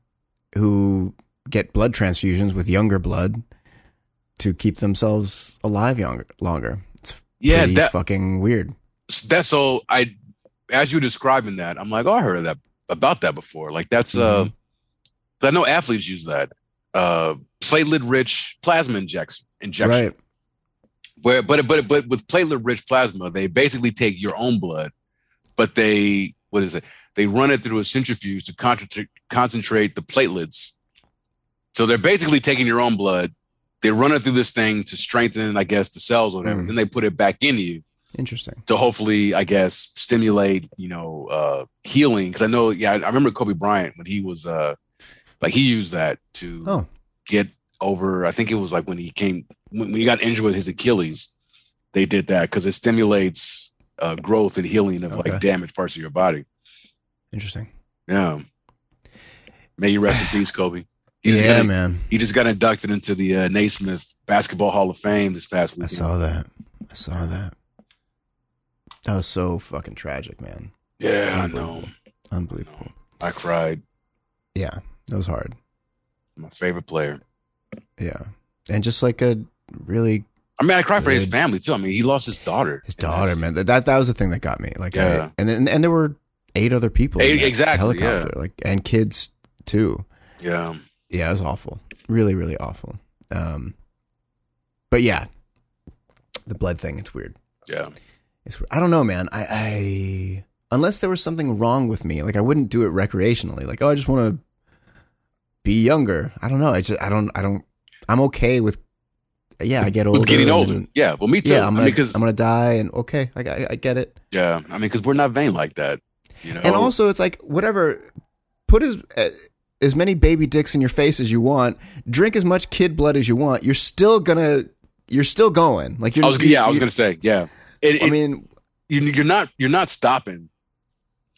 Speaker 1: who get blood transfusions with younger blood to keep themselves alive younger, longer. It's
Speaker 2: yeah.
Speaker 1: pretty
Speaker 2: That,
Speaker 1: fucking weird.
Speaker 2: that's all. I, as you were describing that, I'm like, oh, I heard of that about that before. Like that's uh,
Speaker 1: Mm-hmm.
Speaker 2: I know athletes use that uh, platelet-rich plasma injection. Injection.
Speaker 1: Right.
Speaker 2: where but but but with platelet rich plasma they basically take your own blood but they what is it? They run it through a centrifuge to concentrate concentrate the platelets. So they're basically taking your own blood. They run it through this thing to strengthen, I guess, the cells or whatever.
Speaker 1: Mm.
Speaker 2: Then they put it back in you
Speaker 1: Interesting.
Speaker 2: to hopefully, I guess, stimulate, you know, uh, healing. Because I know, yeah, I, I remember Kobe Bryant when he was, uh, like, he used that to
Speaker 1: Oh.
Speaker 2: get over. I think it was like when he came when, when he got injured with his Achilles. They did that because it stimulates uh, growth and healing of
Speaker 1: Okay.
Speaker 2: like damaged parts of your body.
Speaker 1: Interesting.
Speaker 2: Yeah. May you
Speaker 1: [sighs]
Speaker 2: rest in peace, Kobe. He just,
Speaker 1: Yeah,
Speaker 2: got,
Speaker 1: man.
Speaker 2: he just got inducted into the uh, Naismith Basketball Hall of Fame this past
Speaker 1: I
Speaker 2: weekend.
Speaker 1: saw that. I saw that. That was so fucking tragic, man.
Speaker 2: Yeah, I know.
Speaker 1: Unbelievable.
Speaker 2: I cried.
Speaker 1: Yeah, that was hard.
Speaker 2: My favorite player.
Speaker 1: Yeah, and just like a really
Speaker 2: I mean, I cried for his
Speaker 1: Dude.
Speaker 2: family too. I mean, he lost his daughter.
Speaker 1: his
Speaker 2: And
Speaker 1: daughter,
Speaker 2: that's-
Speaker 1: man. That, that that was the thing that got me. Like, I-
Speaker 2: Yeah.
Speaker 1: and then and there were eight other people. in
Speaker 2: Eight-
Speaker 1: that
Speaker 2: exactly, yeah.
Speaker 1: Helicopter, like, and kids too.
Speaker 2: Yeah.
Speaker 1: Yeah, it was awful. Really, really awful. Um, but yeah, the blood thing. It's weird.
Speaker 2: Yeah.
Speaker 1: It's weird. I don't know, man. I, I unless there was something wrong with me, like I wouldn't do it recreationally. Like, oh, I just want to be younger. I don't know. I just I don't I don't. I'm okay with. Yeah, I get older.
Speaker 2: With getting
Speaker 1: and-
Speaker 2: older. yeah. Well, me too.
Speaker 1: yeah, I'm
Speaker 2: I
Speaker 1: gonna, I
Speaker 2: mean, because
Speaker 1: am gonna die, and okay, I, I, I get it.
Speaker 2: yeah, I mean, because we're not vain like that. You know.
Speaker 1: And also, it's like whatever, put as uh, as many baby dicks in your face as you want, drink as much kid blood as you want. You're still gonna, you're still going. Like you're,
Speaker 2: I was,
Speaker 1: you-
Speaker 2: yeah, I was
Speaker 1: you-
Speaker 2: gonna say, yeah. It, it,
Speaker 1: I mean,
Speaker 2: you, you're not you're not stopping.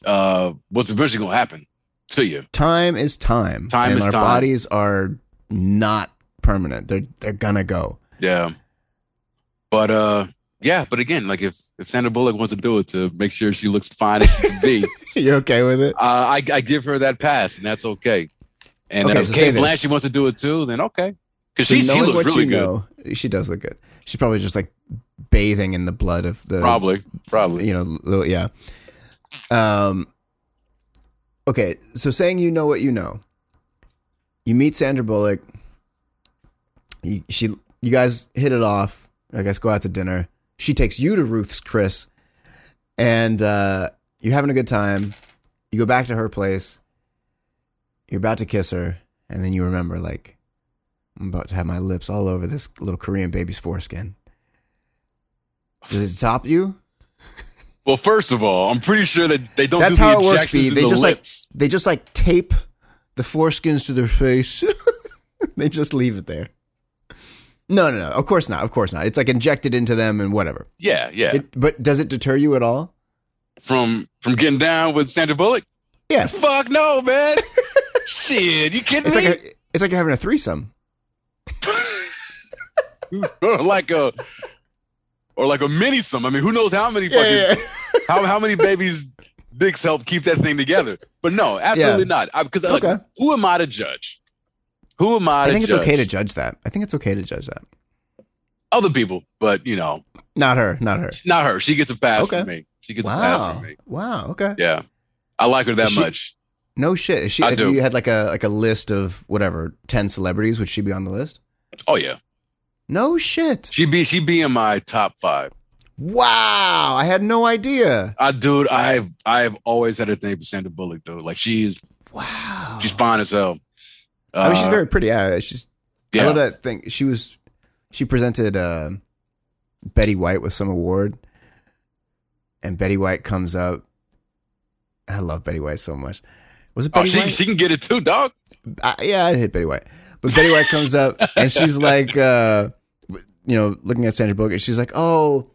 Speaker 2: Uh, what's eventually gonna happen to you?
Speaker 1: time is time.
Speaker 2: Time
Speaker 1: and
Speaker 2: is
Speaker 1: our
Speaker 2: time.
Speaker 1: bodies are not permanent. They're they're gonna go. [laughs]
Speaker 2: Yeah. But uh, yeah. But again, like if if Sandra Bullock wants to do it to make sure she looks fine as she can
Speaker 1: [laughs]
Speaker 2: be,
Speaker 1: you okay with it?
Speaker 2: uh, I I give her that pass, and that's okay. And
Speaker 1: Okay,
Speaker 2: if
Speaker 1: so say
Speaker 2: Kate
Speaker 1: this.
Speaker 2: Blanchett wants to do it too, then okay. Because
Speaker 1: So
Speaker 2: she, she
Speaker 1: knowing
Speaker 2: looks really good.
Speaker 1: know, she does look good. She's probably just like bathing in the blood of the
Speaker 2: Probably, probably.
Speaker 1: you know, little, Uh, yeah. Um. Okay, so saying you know what you know, you meet Sandra Bullock. You, she, you guys hit it off. I guess go out to dinner. She takes you to Ruth's, Chris, and uh, you're having a good time. You go back to her place. You're about to kiss her, and then you remember, like, I'm about to have my lips all over this little Korean baby's foreskin. Does it stop you?
Speaker 2: Well, first of all, I'm pretty sure that they don't.
Speaker 1: That's
Speaker 2: do the
Speaker 1: how it works,
Speaker 2: injections
Speaker 1: B.
Speaker 2: in
Speaker 1: They
Speaker 2: the
Speaker 1: just
Speaker 2: lips.
Speaker 1: like they just like tape the foreskins to their face. [laughs] they just leave it there. No, no, no. Of course not. Of course not. It's like injected into them and whatever.
Speaker 2: yeah, yeah.
Speaker 1: It, but does it deter you at all?
Speaker 2: from from getting down with Sandra Bullock.
Speaker 1: Yeah.
Speaker 2: Fuck
Speaker 1: [laughs]
Speaker 2: no, man. Shit, you kidding
Speaker 1: It's
Speaker 2: me?
Speaker 1: like a, it's like you're having a threesome.
Speaker 2: [laughs] or like a or like a mini some. I mean, who knows how many fucking how how many babies dicks help keep that thing together? But no, absolutely not. Because like,
Speaker 1: Okay.
Speaker 2: who am I to judge? Who am I?
Speaker 1: I
Speaker 2: to
Speaker 1: think it's
Speaker 2: judge?
Speaker 1: okay to judge that. I think it's okay to judge that.
Speaker 2: other people, but you know,
Speaker 1: Not her. Not her.
Speaker 2: not her. She gets a pass
Speaker 1: Okay.
Speaker 2: from me. She gets a pass
Speaker 1: Wow.
Speaker 2: from me.
Speaker 1: Wow. Okay.
Speaker 2: Yeah, I like her that
Speaker 1: She-
Speaker 2: much.
Speaker 1: No shit. Is she,
Speaker 2: I
Speaker 1: if
Speaker 2: do.
Speaker 1: you had like a like a list of whatever ten celebrities, would she be on the list?
Speaker 2: Oh yeah,
Speaker 1: No shit.
Speaker 2: she be she be in my top five.
Speaker 1: Wow. I had no idea.
Speaker 2: I dude, I've I've always had a thing for Sandra Bullock though. Like she's
Speaker 1: Wow.
Speaker 2: she's fine as hell. Uh,
Speaker 1: Oh. I mean, she's very pretty. Yeah, she's.
Speaker 2: yeah.
Speaker 1: I love that thing. She was. She presented uh, Betty White with some award, and Betty White comes up. I love Betty White so much. Was it
Speaker 2: Oh,
Speaker 1: Betty
Speaker 2: she
Speaker 1: White?
Speaker 2: she can get it too, dog.
Speaker 1: I, yeah, I'd hit Betty White. But Betty White comes up and she's like, uh, you know, looking at Sandra Bullock, and she's like, oh,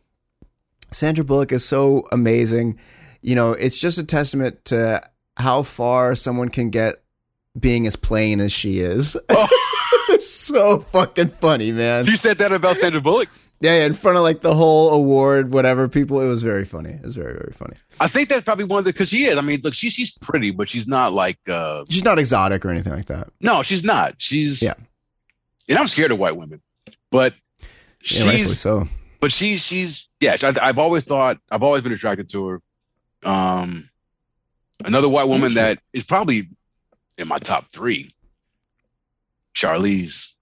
Speaker 1: Sandra Bullock is so amazing. You know, it's just a testament to how far someone can get being as plain as she
Speaker 2: [laughs]
Speaker 1: is.
Speaker 2: Oh.
Speaker 1: it's so fucking funny, man.
Speaker 2: She said that about Sandra Bullock.
Speaker 1: Yeah, yeah, in front of like the whole award, whatever people. It was very funny. It was very, very funny.
Speaker 2: I think that's probably one of the because she is. I mean, look, she she's pretty, but she's not like uh
Speaker 1: She's not exotic or anything like that.
Speaker 2: no, she's not. She's
Speaker 1: Yeah.
Speaker 2: And I'm scared of white women, but
Speaker 1: Yeah, rightfully
Speaker 2: she's
Speaker 1: so.
Speaker 2: but she's she's yeah. I, I've always thought I've always been attracted to her. Um, another white woman that is probably in my top three. Charlize.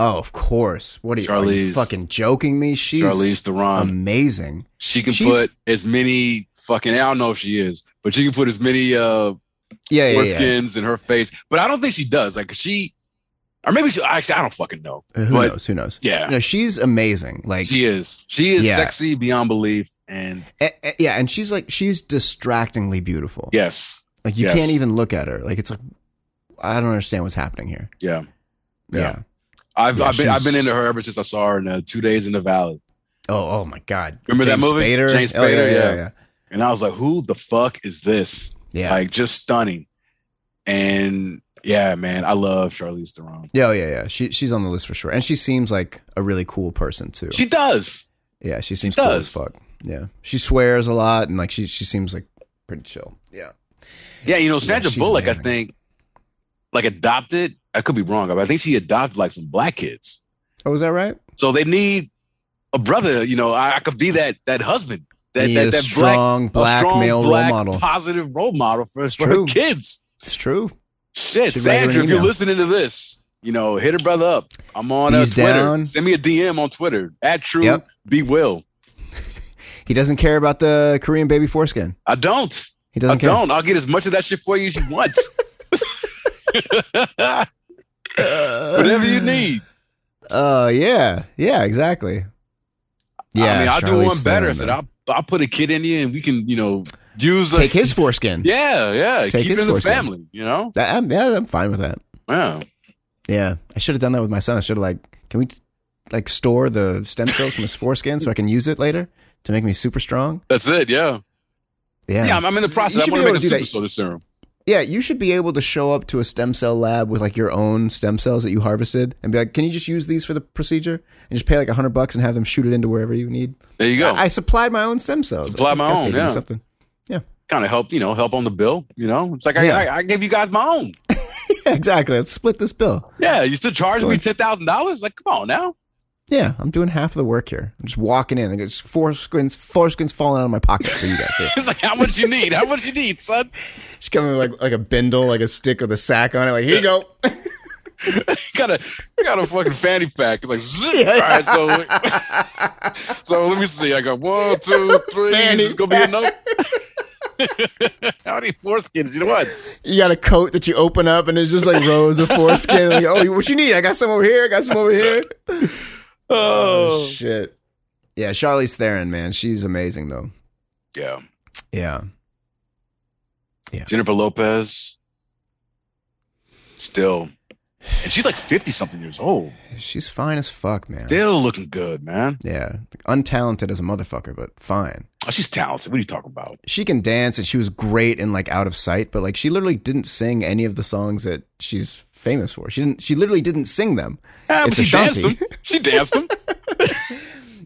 Speaker 1: Oh, of course. What are you, are you
Speaker 2: Charlize-
Speaker 1: fucking joking me? She's
Speaker 2: Charlize Theron.
Speaker 1: amazing.
Speaker 2: she can
Speaker 1: she's-
Speaker 2: put as many fucking. I don't know if she is, but you can put as many uh
Speaker 1: Yeah, yeah,
Speaker 2: more
Speaker 1: yeah.
Speaker 2: skins in her face. But I don't think she does. Like she, or maybe she. Actually, I don't fucking know.
Speaker 1: Uh, Who
Speaker 2: but-
Speaker 1: knows? Who knows?
Speaker 2: Yeah,
Speaker 1: No, she's amazing. Like,
Speaker 2: she is. She is
Speaker 1: Yeah.
Speaker 2: sexy beyond belief. And
Speaker 1: eh, eh, yeah, and she's like, she's distractingly beautiful.
Speaker 2: yes,
Speaker 1: Like you
Speaker 2: Yes.
Speaker 1: can't even look at her. Like it's like I don't understand what's happening here.
Speaker 2: Yeah.
Speaker 1: Yeah.
Speaker 2: Yeah. I've
Speaker 1: Yeah,
Speaker 2: I've been I've
Speaker 1: she's-
Speaker 2: been into her ever since I saw her in uh, Two Days in the Valley,
Speaker 1: Oh, oh my God.
Speaker 2: Remember that movie?
Speaker 1: Spader?
Speaker 2: James
Speaker 1: Oh,
Speaker 2: Spader,
Speaker 1: yeah,
Speaker 2: yeah.
Speaker 1: yeah.
Speaker 2: and I was like, who the fuck is this?
Speaker 1: Yeah.
Speaker 2: Like just stunning. And yeah, man, I love Charlize Theron.
Speaker 1: Yeah, oh, yeah, yeah. She she's on the list for sure, and she seems like a really cool person too.
Speaker 2: She does.
Speaker 1: yeah, she seems
Speaker 2: she
Speaker 1: cool
Speaker 2: does.
Speaker 1: as fuck. Yeah, she swears a lot, and like she she seems like pretty chill. Yeah,
Speaker 2: Yeah, you know, Sandra
Speaker 1: she's
Speaker 2: Bullock,
Speaker 1: amazing.
Speaker 2: I think, like adopted. I could be wrong, but I think she adopted like some black kids.
Speaker 1: oh, is that right?
Speaker 2: So they need a brother. You know, I, I could be that that husband, that
Speaker 1: Need
Speaker 2: that,
Speaker 1: a
Speaker 2: that black,
Speaker 1: strong black,
Speaker 2: a strong
Speaker 1: male
Speaker 2: black
Speaker 1: role model.
Speaker 2: positive role model for,
Speaker 1: It's
Speaker 2: for her
Speaker 1: true.
Speaker 2: kids.
Speaker 1: it's true.
Speaker 2: Shit,
Speaker 1: Should write her an
Speaker 2: Sandra, if you're
Speaker 1: email.
Speaker 2: listening to this, you know, hit her brother up. I'm on uh,
Speaker 1: He's
Speaker 2: Twitter.
Speaker 1: down.
Speaker 2: Send me a DM on Twitter at True
Speaker 1: Yep.
Speaker 2: Be Will.
Speaker 1: He doesn't care about the Korean baby foreskin.
Speaker 2: I don't.
Speaker 1: He doesn't [laughs]
Speaker 2: I
Speaker 1: care.
Speaker 2: don't. I'll get as much of that shit for you as you want.
Speaker 1: [laughs]
Speaker 2: Whatever you need.
Speaker 1: Uh, yeah, yeah, exactly. Yeah,
Speaker 2: I mean, I'll do
Speaker 1: Charlize
Speaker 2: one better.
Speaker 1: Theron,
Speaker 2: So
Speaker 1: man.
Speaker 2: I'll I'll put a kid in you, and we can, you know, use a,
Speaker 1: take his foreskin.
Speaker 2: Yeah, yeah.
Speaker 1: Take
Speaker 2: keep
Speaker 1: his
Speaker 2: it in the
Speaker 1: foreskin.
Speaker 2: family. You know.
Speaker 1: That- I'm, yeah, I'm fine with that.
Speaker 2: Yeah.
Speaker 1: Yeah, I should have done that with my son. I should have like, can we like store the stem cells from his foreskin so I can use it later to make me super strong?
Speaker 2: That's it. Yeah.
Speaker 1: Yeah,
Speaker 2: Yeah.
Speaker 1: yeah,
Speaker 2: I'm, I'm in the
Speaker 1: You
Speaker 2: process.
Speaker 1: should
Speaker 2: I want
Speaker 1: be
Speaker 2: to
Speaker 1: able
Speaker 2: make
Speaker 1: to do
Speaker 2: a super
Speaker 1: that.
Speaker 2: soda serum.
Speaker 1: You should be able to show up to a stem cell lab with like your own stem cells that you harvested and be like, can you just use these for the procedure and just pay like a hundred bucks and have them shoot it into wherever you need?
Speaker 2: There you go.
Speaker 1: I, I supplied my own stem cells.
Speaker 2: Supply my
Speaker 1: I guess
Speaker 2: own,
Speaker 1: they do
Speaker 2: yeah.
Speaker 1: Something. [laughs]
Speaker 2: kind of help. You know, help on the bill. You know, it's like
Speaker 1: Yeah.
Speaker 2: I, I, I gave you guys my own.
Speaker 1: Yeah, exactly. Let's split this bill.
Speaker 2: Yeah, you still charge
Speaker 1: cool.
Speaker 2: me ten thousand dollars? Like, come on now. [laughs]
Speaker 1: Yeah, I'm doing half of the work here. I'm just walking in and just foreskins, foreskins falling out of my pocket for you guys.
Speaker 2: [laughs]
Speaker 1: Here.
Speaker 2: It's like how much you need? How much you need, son?
Speaker 1: She's coming with like like a bindle, like a stick with a sack on it. Like here you go.
Speaker 2: [laughs] got a got a fucking fanny pack. It's like zip.
Speaker 1: Yeah.
Speaker 2: All right, so [laughs] so let me see. I got one, two, three.
Speaker 1: Fanny
Speaker 2: This is gonna be another. [laughs] how many foreskins? You know what?
Speaker 1: [laughs] You got a coat that you open up and it's just like rows of foreskin. Like oh, what you need? I got some over here. I got some over here.
Speaker 2: Oh,
Speaker 1: shit. Yeah, Charlize Theron, man, she's amazing though.
Speaker 2: yeah.
Speaker 1: Yeah,
Speaker 2: Jennifer Lopez. Still, and she's like fifty something years old.
Speaker 1: she's fine as fuck, man.
Speaker 2: Still looking good, man.
Speaker 1: Yeah, untalented as a motherfucker, but fine.
Speaker 2: Oh, she's talented. What are you talking about?
Speaker 1: She can dance and she was great in like Out of Sight, but like she literally didn't sing any of the songs that she's famous for. She didn't. She literally didn't sing them.
Speaker 2: Ah, but
Speaker 1: It's a
Speaker 2: she danced
Speaker 1: donkey.
Speaker 2: them. She danced [laughs] them.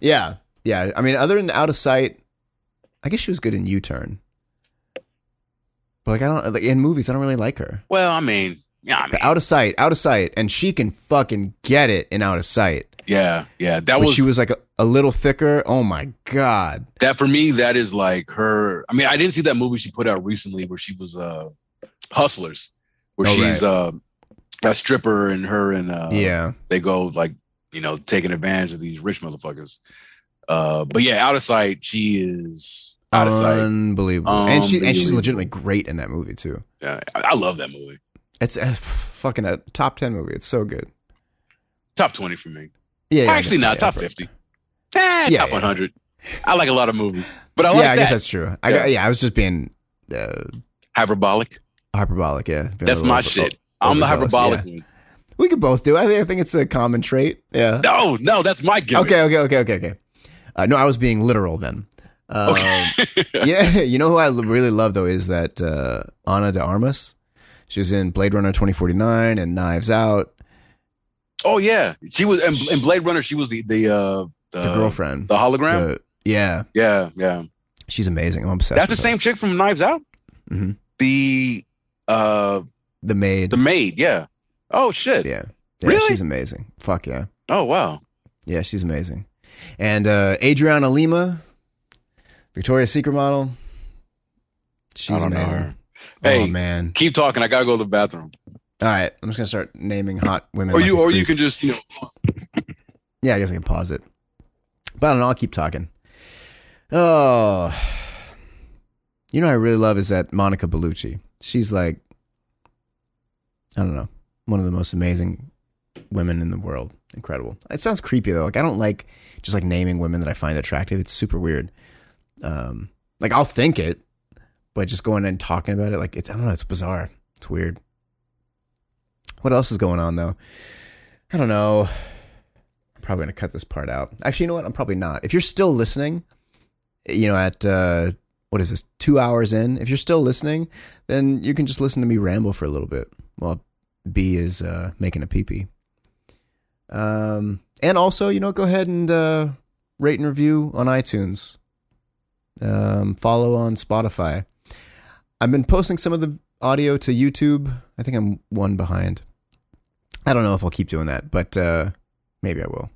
Speaker 1: Yeah, yeah. I mean, other than out of sight, I guess she was good in U Turn. But like, I don't like in movies. I don't really like her.
Speaker 2: Well, I mean, yeah, I mean,
Speaker 1: But out of sight, out of sight, and she can fucking get it in out of sight.
Speaker 2: yeah, yeah. That
Speaker 1: When
Speaker 2: was
Speaker 1: she was like a, a little thicker. Oh my god!
Speaker 2: that for me that is like her i mean i didn't see that movie she put out recently where she was uh hustlers where
Speaker 1: Oh,
Speaker 2: she's uh a stripper and her and uh
Speaker 1: yeah,
Speaker 2: they go like you know taking advantage of these rich motherfuckers uh but yeah out of sight she is out of
Speaker 1: Um,
Speaker 2: sight
Speaker 1: unbelievable. and she and she's
Speaker 2: Unbelievable.
Speaker 1: legitimately great in that movie too.
Speaker 2: yeah, I, I love that movie
Speaker 1: It's a fucking a top ten movie. It's so good.
Speaker 2: top 20 for me
Speaker 1: Yeah, yeah, I
Speaker 2: actually
Speaker 1: guess-
Speaker 2: not
Speaker 1: yeah,
Speaker 2: top
Speaker 1: but-
Speaker 2: 50 Eh,
Speaker 1: Yeah,
Speaker 2: top
Speaker 1: yeah.
Speaker 2: 100 i like a lot of movies but i
Speaker 1: Yeah,
Speaker 2: like
Speaker 1: I
Speaker 2: that
Speaker 1: guess that's true. I,
Speaker 2: Yeah.
Speaker 1: yeah. yeah, I was just being uh,
Speaker 2: hyperbolic
Speaker 1: hyperbolic. Yeah, Being a
Speaker 2: that's
Speaker 1: little
Speaker 2: my
Speaker 1: over-
Speaker 2: shit i'm the
Speaker 1: overzealous,
Speaker 2: hyperbolic
Speaker 1: yeah.
Speaker 2: one
Speaker 1: We could both do. it. I think I think it's a common trait. Yeah.
Speaker 2: no no that's my gimmick
Speaker 1: Okay. Okay. Okay. Okay. Okay. Uh, no, I was being literal then. Um,
Speaker 2: [laughs]
Speaker 1: [laughs] yeah. You know who I l- really love though is that uh, Ana de Armas. She was in Blade Runner twenty forty nine and Knives Out.
Speaker 2: Oh yeah, she was in, in Blade Runner. She was the the uh,
Speaker 1: The girlfriend.
Speaker 2: the hologram.
Speaker 1: The- yeah,
Speaker 2: yeah, yeah.
Speaker 1: she's amazing. I'm obsessed.
Speaker 2: That's the
Speaker 1: with her.
Speaker 2: same chick from Knives Out.
Speaker 1: Mhm.
Speaker 2: The uh
Speaker 1: The maid.
Speaker 2: the maid. Yeah. Oh shit.
Speaker 1: yeah. Yeah,
Speaker 2: Really?
Speaker 1: She's amazing. Fuck yeah.
Speaker 2: Oh wow.
Speaker 1: Yeah, she's amazing. And uh, Adriana Lima, Victoria's Secret model. She's
Speaker 2: I don't know
Speaker 1: amazing.
Speaker 2: her. Hey.
Speaker 1: Oh man.
Speaker 2: Keep talking. I gotta go to the bathroom.
Speaker 1: All right, I'm just gonna start naming hot women.
Speaker 2: Or
Speaker 1: like
Speaker 2: you
Speaker 1: a
Speaker 2: or you
Speaker 1: creep.
Speaker 2: can just you know.
Speaker 1: Yeah, I guess I can pause it. But I don't know. I'll keep talking. Oh, You know, what I really love is that Monica Bellucci. She's like, I don't know, one of the most amazing women in the world. Incredible. It sounds creepy though. Like I don't like just like naming women that I find attractive. It's super weird. Um, like I'll think it, but just going and talking about it, like it's I don't know, it's bizarre. It's weird. What else is going on though? I don't know. I'm probably gonna cut this part out. Actually, you know what? I'm probably not. If you're still listening, you know, at uh, what is this? Two hours in. If you're still listening, then you can just listen to me ramble for a little bit while B is uh, making a pee pee. Um, and also, you know, go ahead and uh, rate and review on iTunes. Um, follow on Spotify. I've been posting some of the audio to YouTube. I think I'm one behind. I don't know if I'll keep doing that, but uh, maybe I will.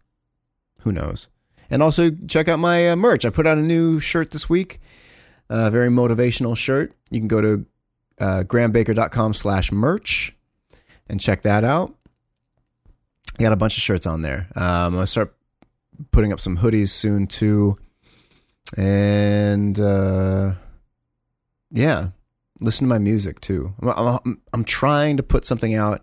Speaker 1: Who knows? And also check out my uh, merch. I put out a new shirt this week, a very motivational shirt. You can go to uh, grahambaker.com slash merch and check that out. I got a bunch of shirts on there. Um, I'm going to start putting up some hoodies soon too. And uh, yeah, listen to my music too. I'm, I'm, I'm trying to put something out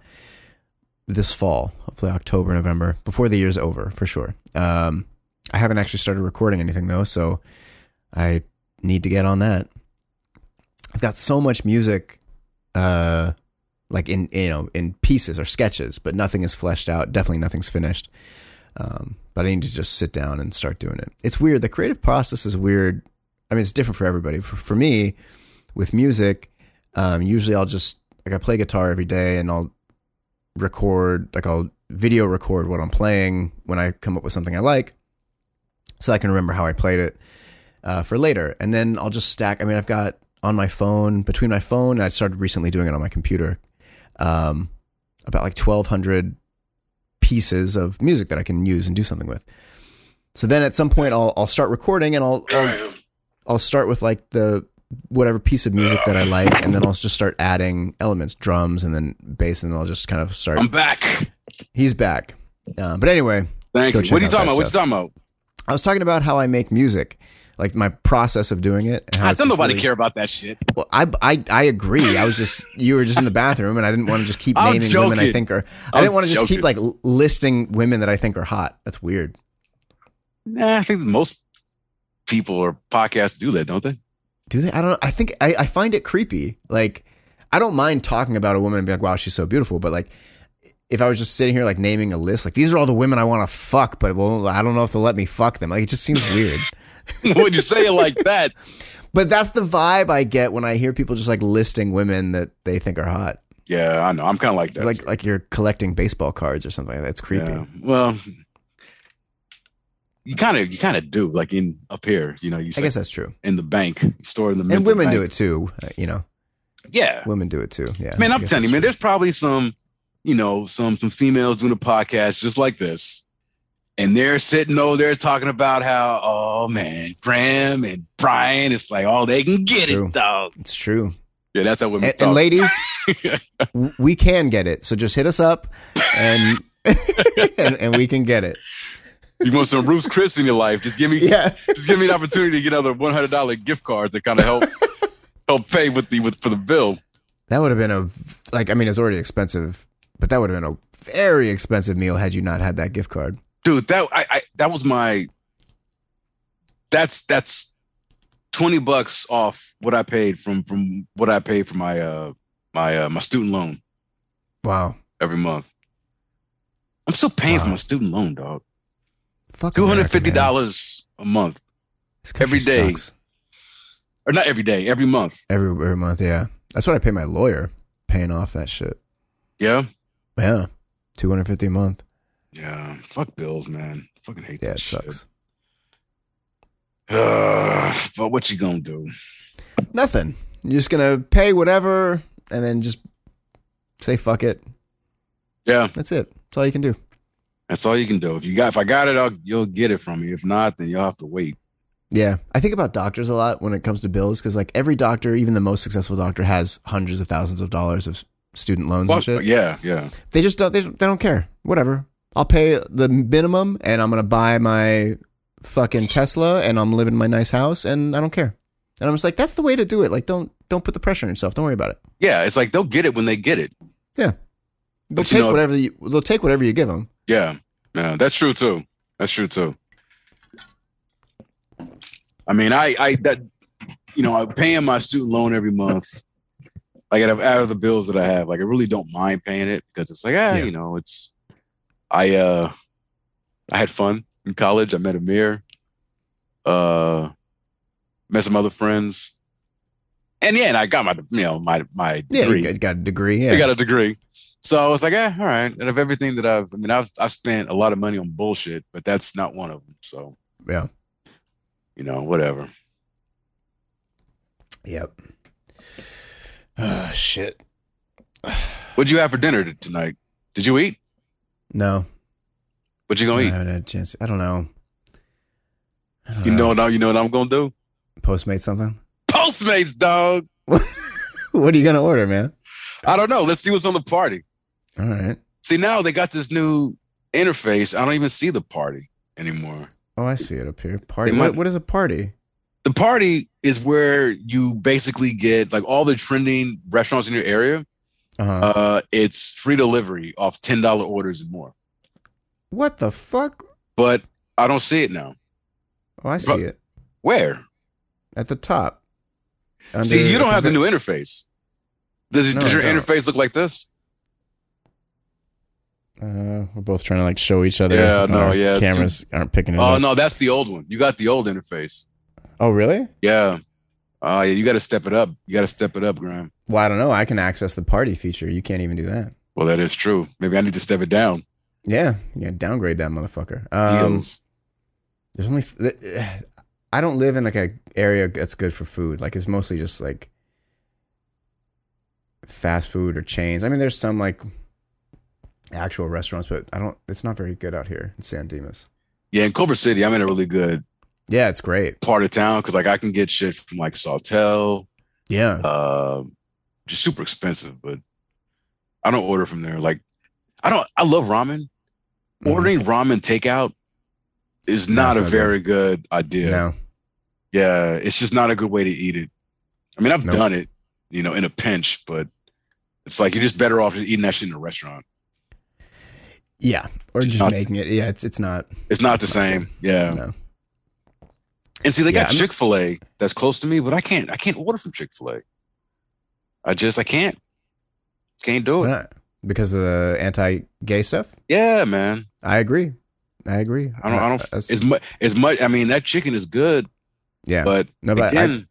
Speaker 1: this fall, hopefully October, November, before the year's over for sure. Um, I haven't actually started recording anything though, so I need to get on that. I've got so much music, uh, like in you know in pieces or sketches, but nothing is fleshed out. Definitely nothing's finished. Um, but I need to just sit down and start doing it. It's weird. The creative process is weird. I mean, it's different for everybody. For, for me, with music, um, usually I'll just like I play guitar every day and I'll record like I'll video record what I'm playing when I come up with something I like so I can remember how I played it uh, for later. And then I'll just stack. I mean, I've got on my phone, between my phone, and I started recently doing it on my computer, um, about like 1,200 pieces of music that I can use and do something with. So then at some point, I'll, I'll start recording and I'll, I'll, I'll start with like the whatever piece of music that I like, and then I'll just start adding elements, drums, and then bass, and then I'll just kind of start.
Speaker 2: I'm back.
Speaker 1: He's back. Uh, but anyway,
Speaker 2: Thank
Speaker 1: Go
Speaker 2: you.
Speaker 1: check
Speaker 2: What are you
Speaker 1: out
Speaker 2: talking
Speaker 1: that
Speaker 2: about? What you
Speaker 1: stuff.
Speaker 2: talking about?
Speaker 1: I was talking about how I make music, like my process of doing it. And how
Speaker 2: I
Speaker 1: it's
Speaker 2: Ah, don't
Speaker 1: just
Speaker 2: nobody
Speaker 1: really-
Speaker 2: care about that shit.
Speaker 1: Well, I, I I agree. I was just you were just in the bathroom, and I didn't want to just keep
Speaker 2: I'm
Speaker 1: naming women I
Speaker 2: joking.
Speaker 1: think are. I
Speaker 2: I'm
Speaker 1: didn't want to just keep
Speaker 2: joking.
Speaker 1: like l- listing women that I think are hot. That's weird.
Speaker 2: Nah, I think most people or podcasts do that, don't they? [laughs]
Speaker 1: Do they? I don't. know. I think I, I find it creepy. Like I don't mind talking about a woman and be like, wow, she's so beautiful. But like, if I was just sitting here like naming a list, like these are all the women I want to fuck, but well, I don't know if they'll let me fuck them. Like it just seems weird.
Speaker 2: when you say it like that,
Speaker 1: But that's the vibe I get when I hear people just like listing women that they think are hot.
Speaker 2: yeah, I know. I'm kind of like that.
Speaker 1: like like you're collecting baseball cards or something. That's creepy.
Speaker 2: Yeah. Well, you kind of you kind of do like in up here, you know. You
Speaker 1: I
Speaker 2: say
Speaker 1: guess that's true.
Speaker 2: in the bank, you store in the
Speaker 1: And women do it too. uh, You know,
Speaker 2: Yeah,
Speaker 1: women do it too. Yeah.
Speaker 2: man.
Speaker 1: I
Speaker 2: I'm
Speaker 1: guess
Speaker 2: telling you,
Speaker 1: that's
Speaker 2: man. There's probably some, you know, some some females doing a podcast just like this, and they're sitting over there talking about how, oh man, Graham and Brian, it's like, oh, they can get
Speaker 1: True.
Speaker 2: it, dog.
Speaker 1: true. It's true.
Speaker 2: Yeah, that's how women
Speaker 1: And,
Speaker 2: talk.
Speaker 1: and
Speaker 2: [laughs]
Speaker 1: ladies, w- we can get it. So just hit us up, and [laughs] and, and we can get it.
Speaker 2: you want some Bruce Chris in your life? Just give me,
Speaker 1: Yeah.
Speaker 2: just give me an opportunity to get other one hundred dollar gift cards that kind
Speaker 1: [laughs]
Speaker 2: of help help pay with the with for the bill.
Speaker 1: That would have been a v- like. I mean, it's already expensive, but that would have been a very expensive meal had you not had that gift card.
Speaker 2: dude that I, I that was my that's that's 20 bucks off what i paid from from what i paid for my uh my uh my student loan
Speaker 1: Wow.
Speaker 2: every month i'm still paying for
Speaker 1: Wow.
Speaker 2: my student loan dog
Speaker 1: Fuck. America, man.
Speaker 2: $250 a month
Speaker 1: This country
Speaker 2: every day.
Speaker 1: sucks.
Speaker 2: or not every day every month
Speaker 1: Every every month. Yeah. That's what I pay my lawyer, paying off that shit.
Speaker 2: yeah
Speaker 1: Yeah. 250 a month.
Speaker 2: yeah fuck bills man fucking hate
Speaker 1: Yeah,
Speaker 2: that
Speaker 1: it
Speaker 2: shit.
Speaker 1: sucks.
Speaker 2: Ugh, [sighs] but what you gonna do
Speaker 1: Nothing. You're just gonna pay whatever and then just say fuck it.
Speaker 2: yeah
Speaker 1: That's it. That's all you can do.
Speaker 2: that's all you can do if you got if i got it I'll, you'll get it from me if not then you'll have to wait
Speaker 1: Yeah. I think about doctors a lot when it comes to bills because like every doctor, even the most successful doctor, has hundreds of thousands of dollars of student loans and
Speaker 2: Fuck,
Speaker 1: shit.
Speaker 2: yeah yeah
Speaker 1: They just don't they, don't they don't care. Whatever. I'll pay the minimum and I'm gonna buy my fucking Tesla and I'm living in my nice house and I don't care. And I'm just like, that's the way to do it. Like, don't don't put the pressure on yourself. Don't worry about it.
Speaker 2: Yeah, it's like they'll get it when they get it.
Speaker 1: They'll
Speaker 2: But you
Speaker 1: take
Speaker 2: know-
Speaker 1: whatever you, they'll take whatever you give them.
Speaker 2: Yeah, yeah, that's true too. That's true too. I mean, I, I that, you know, I'm paying my student loan every month. Like out of out of the bills that I have, like I really don't mind paying it because it's like, ah,
Speaker 1: Yeah.
Speaker 2: you know, it's. I uh, I had fun in college. I met Amir, uh, met some other friends, and yeah, and I got my you know my my
Speaker 1: Yeah,
Speaker 2: degree.
Speaker 1: you got, got a degree. Yeah,
Speaker 2: I got a degree. So I was like, eh, all right. And of everything that I've, I mean, I've, I've spent a lot of money on bullshit, but that's not one of them. So,
Speaker 1: yeah,
Speaker 2: you know, whatever.
Speaker 1: yep.
Speaker 2: Ah,
Speaker 1: Oh shit.
Speaker 2: What'd you have for dinner t- tonight? Did you eat?
Speaker 1: No,
Speaker 2: What you
Speaker 1: I
Speaker 2: gonna eat?
Speaker 1: haven't had a chance. I don't know. I don't
Speaker 2: You know, what I- you know what I'm gonna do?
Speaker 1: Postmate something. [laughs]
Speaker 2: Postmates, dog.
Speaker 1: What are you gonna order, man?
Speaker 2: I don't know. Let's see what's on the party.
Speaker 1: All right.
Speaker 2: See, now they got this new interface. I don't even see the party anymore.
Speaker 1: Oh, I see it up here. Party.
Speaker 2: They
Speaker 1: What,
Speaker 2: might-
Speaker 1: what is a party?
Speaker 2: The party is where you basically get like all the trending restaurants in your area.
Speaker 1: Uh-huh.
Speaker 2: Uh, it's free delivery off ten dollar orders and more.
Speaker 1: What the fuck?
Speaker 2: but I don't see it now.
Speaker 1: Oh, I see it
Speaker 2: Where?
Speaker 1: at the top.
Speaker 2: see, you
Speaker 1: Under-
Speaker 2: don't have the new interface. Does,
Speaker 1: No,
Speaker 2: does
Speaker 1: I
Speaker 2: your
Speaker 1: don't.
Speaker 2: interface look like this?
Speaker 1: Uh, we're both trying to like show each other.
Speaker 2: Yeah,
Speaker 1: and
Speaker 2: no,
Speaker 1: our
Speaker 2: yeah, it's
Speaker 1: Cameras aren't picking it
Speaker 2: Oh
Speaker 1: up.
Speaker 2: no, that's the old one. You got the old interface.
Speaker 1: Oh, really?
Speaker 2: Yeah. Oh yeah, you got to step it up. You got to step it up, Graham.
Speaker 1: Well, I don't know. I can access the party feature. You can't even do that.
Speaker 2: Well, that is true. Maybe I need to step it down.
Speaker 1: Yeah, yeah. Downgrade that motherfucker. Um,
Speaker 2: Eels.
Speaker 1: there's only. f- th- [sighs] I don't live in like a area that's good for food. Like it's mostly just like fast food or chains. I mean, there's some like actual restaurants, but I don't. It's not very good out here in San Dimas.
Speaker 2: yeah, in Culver City, I'm in a really good
Speaker 1: Yeah, it's great.
Speaker 2: part of town because like I can get shit from like Sawtell,
Speaker 1: Yeah.
Speaker 2: uh, just super expensive, but I don't order from there. Like, I don't. I love ramen.
Speaker 1: Mhm.
Speaker 2: Mm-hmm. Ordering ramen takeout is
Speaker 1: No,
Speaker 2: not
Speaker 1: it's
Speaker 2: a
Speaker 1: not
Speaker 2: very good idea.
Speaker 1: No.
Speaker 2: Yeah, it's just not a good way to eat it. I mean, I've
Speaker 1: No.
Speaker 2: done it, you know, in a pinch, but it's like you're just better off just eating that shit in a restaurant.
Speaker 1: Yeah. Or just
Speaker 2: Not-
Speaker 1: making it. Yeah, it's it's not.
Speaker 2: It's not the
Speaker 1: It's not
Speaker 2: same. yeah.
Speaker 1: No.
Speaker 2: And see, they
Speaker 1: Yeah,
Speaker 2: got
Speaker 1: I'm-
Speaker 2: Chick Fil A that's close to me, but I can't. I can't order from Chick Fil A. I just I can't. Can't do
Speaker 1: Why
Speaker 2: it.
Speaker 1: not? Because of the anti-gay stuff.
Speaker 2: Yeah, man.
Speaker 1: I agree. I agree. Uh,
Speaker 2: I don't. I don't.
Speaker 1: That's-
Speaker 2: As much as much. I mean, that chicken is good,
Speaker 1: yeah.
Speaker 2: but
Speaker 1: no, but I,
Speaker 2: again,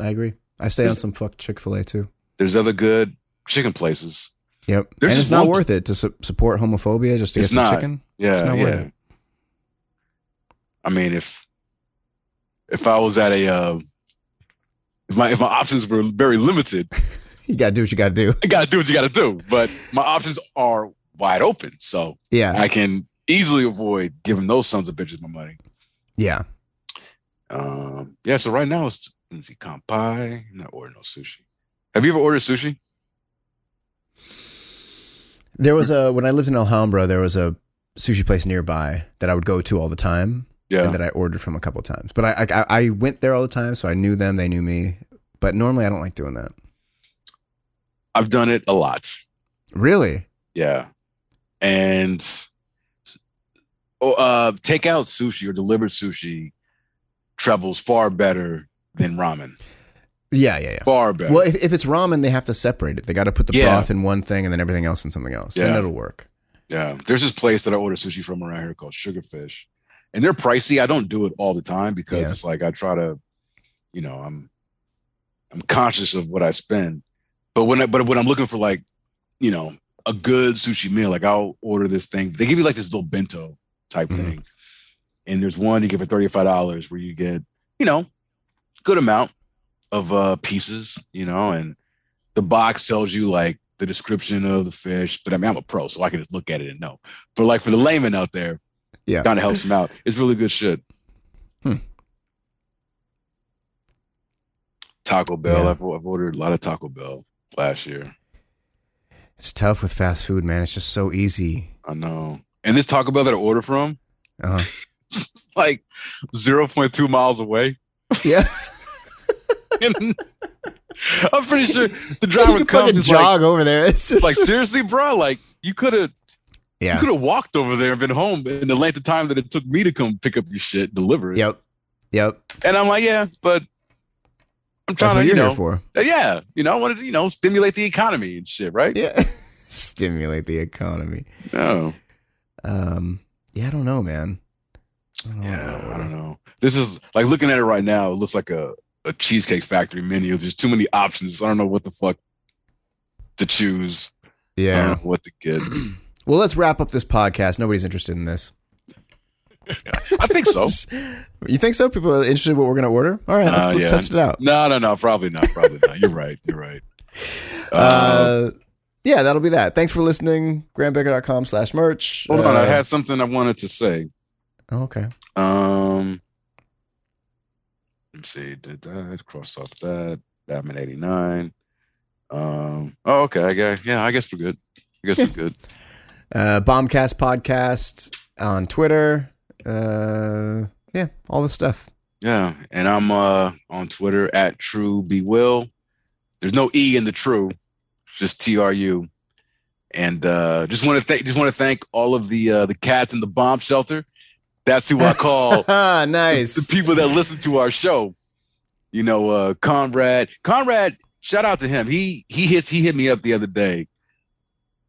Speaker 1: I agree. I stay on
Speaker 2: There's-
Speaker 1: some fuck Chick Fil A too.
Speaker 2: there's other good chicken places.
Speaker 1: Yep.
Speaker 2: There's
Speaker 1: and
Speaker 2: just
Speaker 1: it's not
Speaker 2: one-
Speaker 1: worth it to su- support homophobia just to get
Speaker 2: It's
Speaker 1: some
Speaker 2: not.
Speaker 1: chicken. [laughs]
Speaker 2: Yeah,
Speaker 1: It's not
Speaker 2: yeah.
Speaker 1: worth it.
Speaker 2: I mean, if if I was at a uh, if my if my options were very limited, [laughs]
Speaker 1: You gotta do what you gotta do.
Speaker 2: you gotta do what you gotta do. But my options are wide open, so
Speaker 1: Yeah.
Speaker 2: I can easily avoid giving those sons of bitches my money.
Speaker 1: yeah.
Speaker 2: Um, yeah. So right now it's let me see, kampai. I'm not ordering no sushi. Have you ever ordered sushi?
Speaker 1: There was a when I lived in Alhambra, there was a sushi place nearby that I would go to all the time,
Speaker 2: Yeah.
Speaker 1: and that I ordered from a couple times. But I, I I went there all the time, so I knew them. They knew me. But normally, I don't like doing that.
Speaker 2: I've done it a lot.
Speaker 1: Really?
Speaker 2: Yeah. And oh, uh, takeout sushi or delivered sushi travels far better than ramen.
Speaker 1: Yeah. Yeah. Yeah.
Speaker 2: Far better.
Speaker 1: Well, if, if it's ramen, they have to separate it. They got to put the
Speaker 2: Yeah.
Speaker 1: broth in one thing and then everything else in something else. Then
Speaker 2: Yeah.
Speaker 1: it'll work.
Speaker 2: Yeah. There's this place that I order sushi from around here called Sugarfish. And they're pricey. I don't do it all the time because
Speaker 1: Yeah.
Speaker 2: it's like I try to, you know, I'm I'm conscious of what I spend. But when I but when I'm looking for like, you know, a good sushi meal, like I'll order this thing. They give you like this little bento type
Speaker 1: Mhm.
Speaker 2: thing. And there's one you get for $35 where you get, you know, good amount of uh pieces, you know, and the box tells you like the description of the fish. But I mean, I'm a pro, so I can just look at it and know. But like for the layman out there,
Speaker 1: Yeah.
Speaker 2: kind of helps them out. It's really good shit.
Speaker 1: Hmm.
Speaker 2: Taco Bell.
Speaker 1: Yeah.
Speaker 2: I've, I've ordered a lot of Taco Bell last year.
Speaker 1: It's tough with fast food, man. It's just so easy.
Speaker 2: I know. And this Taco Bell that I order from, [laughs]
Speaker 1: Uh-huh.
Speaker 2: like 0.2 miles away. [laughs]
Speaker 1: Yeah.
Speaker 2: and I'm pretty sure the
Speaker 1: [laughs]
Speaker 2: driver
Speaker 1: you
Speaker 2: comes
Speaker 1: fucking
Speaker 2: and like,
Speaker 1: jog over there. [laughs] It's just
Speaker 2: [laughs] like seriously, bro, like you could have you
Speaker 1: yeah,
Speaker 2: could have walked over there and been home in the length of time that it took me to come pick up your shit, deliver it.
Speaker 1: yep, yep.
Speaker 2: And I'm like, yeah, but I'm
Speaker 1: That's
Speaker 2: trying
Speaker 1: what
Speaker 2: to, you
Speaker 1: you're
Speaker 2: know, uh,
Speaker 1: here for.
Speaker 2: yeah, you know, I wanted to, you know, stimulate the economy and shit, right?
Speaker 1: Yeah, [laughs] stimulate the economy.
Speaker 2: No.
Speaker 1: Um, yeah, I don't know, man. I don't know what
Speaker 2: Yeah,
Speaker 1: that
Speaker 2: I
Speaker 1: order-
Speaker 2: don't know. This is like looking at it right now. It looks like a, a cheesecake factory menu. There's too many options. I don't know what the fuck to choose. I
Speaker 1: Yeah.
Speaker 2: don't know what to get.
Speaker 1: Well, let's wrap up this podcast. Nobody's interested in this.
Speaker 2: I think so.
Speaker 1: [laughs] You think so? People are interested in what we're going to order? All right, let's,
Speaker 2: Uh,
Speaker 1: let's
Speaker 2: yeah.
Speaker 1: test it out.
Speaker 2: No, no, no. Probably not. Probably not. You're right. You're right.
Speaker 1: Uh, yeah, that'll be that. Thanks for listening. GrahamBaker.com slash merch.
Speaker 2: Hold on,
Speaker 1: Uh,
Speaker 2: I had something I wanted to say.
Speaker 1: oh, okay.
Speaker 2: Um, let me see. Did that cross off that Batman eighty nine? Um. Oh, okay. I guess. Yeah. I guess we're good. I guess we're good.
Speaker 1: Uh, Bombcast podcast on Twitter. Uh, yeah, all this stuff.
Speaker 2: Yeah. And I'm uh on Twitter at True Be Will. There's no e in the true, just T R U. And uh, just want to thank just want to thank all of the uh, the cats in the bomb shelter. That's who I call
Speaker 1: [laughs] Ah,
Speaker 2: the-
Speaker 1: nice.
Speaker 2: Oh. the people that listen to our show. You know, uh Conrad. Conrad, shout out to him. He he hits he hit me up the other day.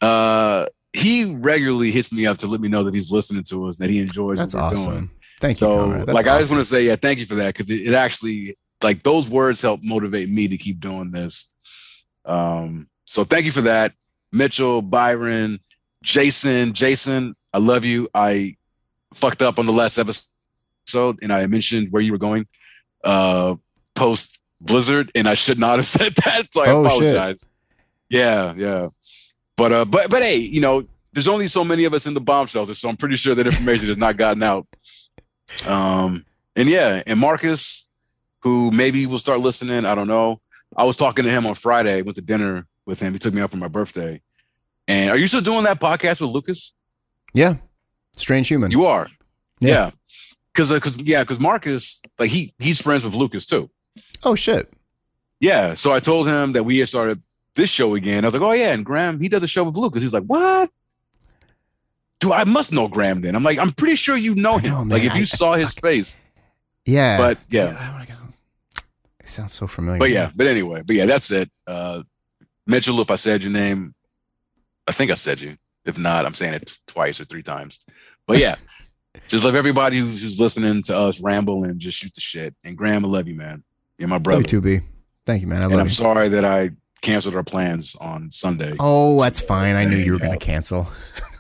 Speaker 2: Uh he regularly hits me up to let me know that he's listening to us, that he enjoys
Speaker 1: That's
Speaker 2: what we're
Speaker 1: awesome.
Speaker 2: doing.
Speaker 1: Thank you,
Speaker 2: So
Speaker 1: Conrad. That's
Speaker 2: like I just
Speaker 1: awesome.
Speaker 2: want to say, yeah, thank you for that because it, it actually like those words help motivate me to keep doing this. Um, so thank you for that. Mitchell, Byron, Jason, Jason, I love you. I fucked up on the last episode and I mentioned where you were going uh post Blizzard and I should not have [laughs] said that. So I
Speaker 1: Oh, shit.
Speaker 2: apologize. Yeah, yeah. But uh but but hey, you know, there's only so many of us in the bomb shelter, so I'm pretty sure that information has not gotten out. Um and yeah, and Marcus, who maybe will start listening, I don't know. I was talking to him on Friday, went to dinner with him. He took me out for my birthday. And are you still doing that podcast with Lucas?
Speaker 1: yeah. Strange human.
Speaker 2: You are.
Speaker 1: Yeah.
Speaker 2: Yeah. Cause, uh, cause, yeah, cause Marcus, like he, he's friends with Lucas too.
Speaker 1: oh, shit.
Speaker 2: Yeah. So I told him that we had started this show again. I was like, oh yeah. And Graham, he does a show with Lucas. He was like, what? Do I must know Graham then? I'm like, I'm pretty sure you know
Speaker 1: I
Speaker 2: him.
Speaker 1: know, man.
Speaker 2: like if
Speaker 1: I-
Speaker 2: you saw his face,
Speaker 1: Yeah.
Speaker 2: but yeah,
Speaker 1: I wanna go- It sounds so familiar.
Speaker 2: but yeah, but anyway, but yeah, that's it. Uh, Mitchell, if I said your name, I think I said you. If not, I'm saying it twice or three times.
Speaker 1: [laughs]
Speaker 2: But yeah, just love everybody who's, who's listening to us ramble and just shoot the shit. And Graham, I love you, man. You're my brother.
Speaker 1: Love you, 2B. Thank you, man. I
Speaker 2: and
Speaker 1: love
Speaker 2: I'm
Speaker 1: you.
Speaker 2: sorry that I canceled our plans on Sunday.
Speaker 1: Oh, that's fine. I knew you were
Speaker 2: Yeah.
Speaker 1: going to cancel.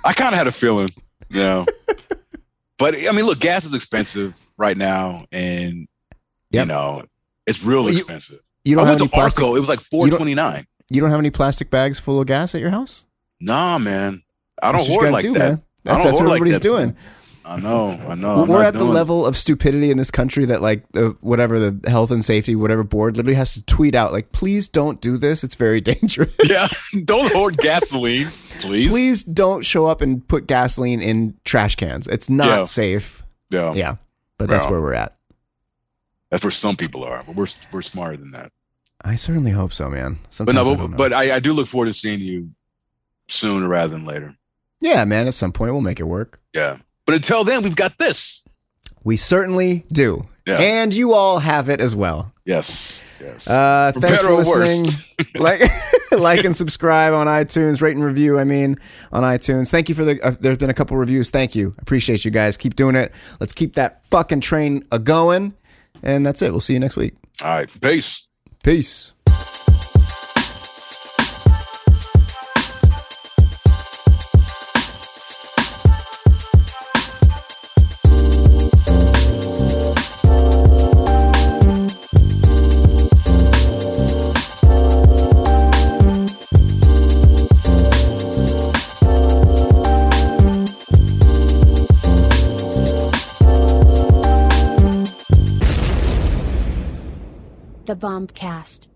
Speaker 2: I kind of had a feeling, you
Speaker 1: [laughs]
Speaker 2: know. but I mean, look, gas is expensive right now, and you
Speaker 1: Yep.
Speaker 2: know it's real
Speaker 1: Well, you-
Speaker 2: expensive.
Speaker 1: You
Speaker 2: I
Speaker 1: don't have
Speaker 2: went to
Speaker 1: any plastic.
Speaker 2: Arco; it was like
Speaker 1: don't-
Speaker 2: four twenty nine.
Speaker 1: You don't have any plastic bags full of gas at your house.
Speaker 2: Nah, man. I
Speaker 1: That's what
Speaker 2: don't
Speaker 1: you
Speaker 2: hoard
Speaker 1: gotta
Speaker 2: like
Speaker 1: do,
Speaker 2: that.
Speaker 1: Man. That's,
Speaker 2: don't
Speaker 1: that's what
Speaker 2: hoard like
Speaker 1: everybody's
Speaker 2: that.
Speaker 1: doing.
Speaker 2: I know. I know. I'm
Speaker 1: We're
Speaker 2: not
Speaker 1: at the
Speaker 2: doing-
Speaker 1: level of stupidity in this country that, like, the, whatever the health and safety, whatever board, literally has to tweet out, like, please don't do this. It's very [laughs] dangerous.
Speaker 2: [laughs] Yeah. don't hoard gasoline, please.
Speaker 1: please don't show up and put gasoline in trash cans. It's not
Speaker 2: Yeah. Oh.
Speaker 1: safe.
Speaker 2: Yeah.
Speaker 1: Yeah, but that's
Speaker 2: Yeah.
Speaker 1: where we're at.
Speaker 2: That's where some people are, but we're we're smarter than that.
Speaker 1: I certainly hope so, man.
Speaker 2: But
Speaker 1: Sometimes
Speaker 2: no,
Speaker 1: I don't
Speaker 2: but,
Speaker 1: know.
Speaker 2: but I, I do look forward to seeing you sooner rather than later.
Speaker 1: yeah, man. At some point, we'll make it work.
Speaker 2: Yeah. But until then, we've got this.
Speaker 1: We certainly do.
Speaker 2: Yeah.
Speaker 1: And you all have it as well.
Speaker 2: Yes. Yes.
Speaker 1: Uh,
Speaker 2: For
Speaker 1: thanks
Speaker 2: better
Speaker 1: for
Speaker 2: or worse.
Speaker 1: listening.
Speaker 2: [laughs]
Speaker 1: like, [laughs] like and subscribe on iTunes. Rate and review. I mean, on iTunes. Thank you for the. Uh, there's been a couple reviews. Thank you. Appreciate you guys. Keep doing it. Let's keep that fucking train a going. And that's it. We'll see you next week.
Speaker 2: All right. Peace.
Speaker 1: Peace.
Speaker 3: The Bombcast.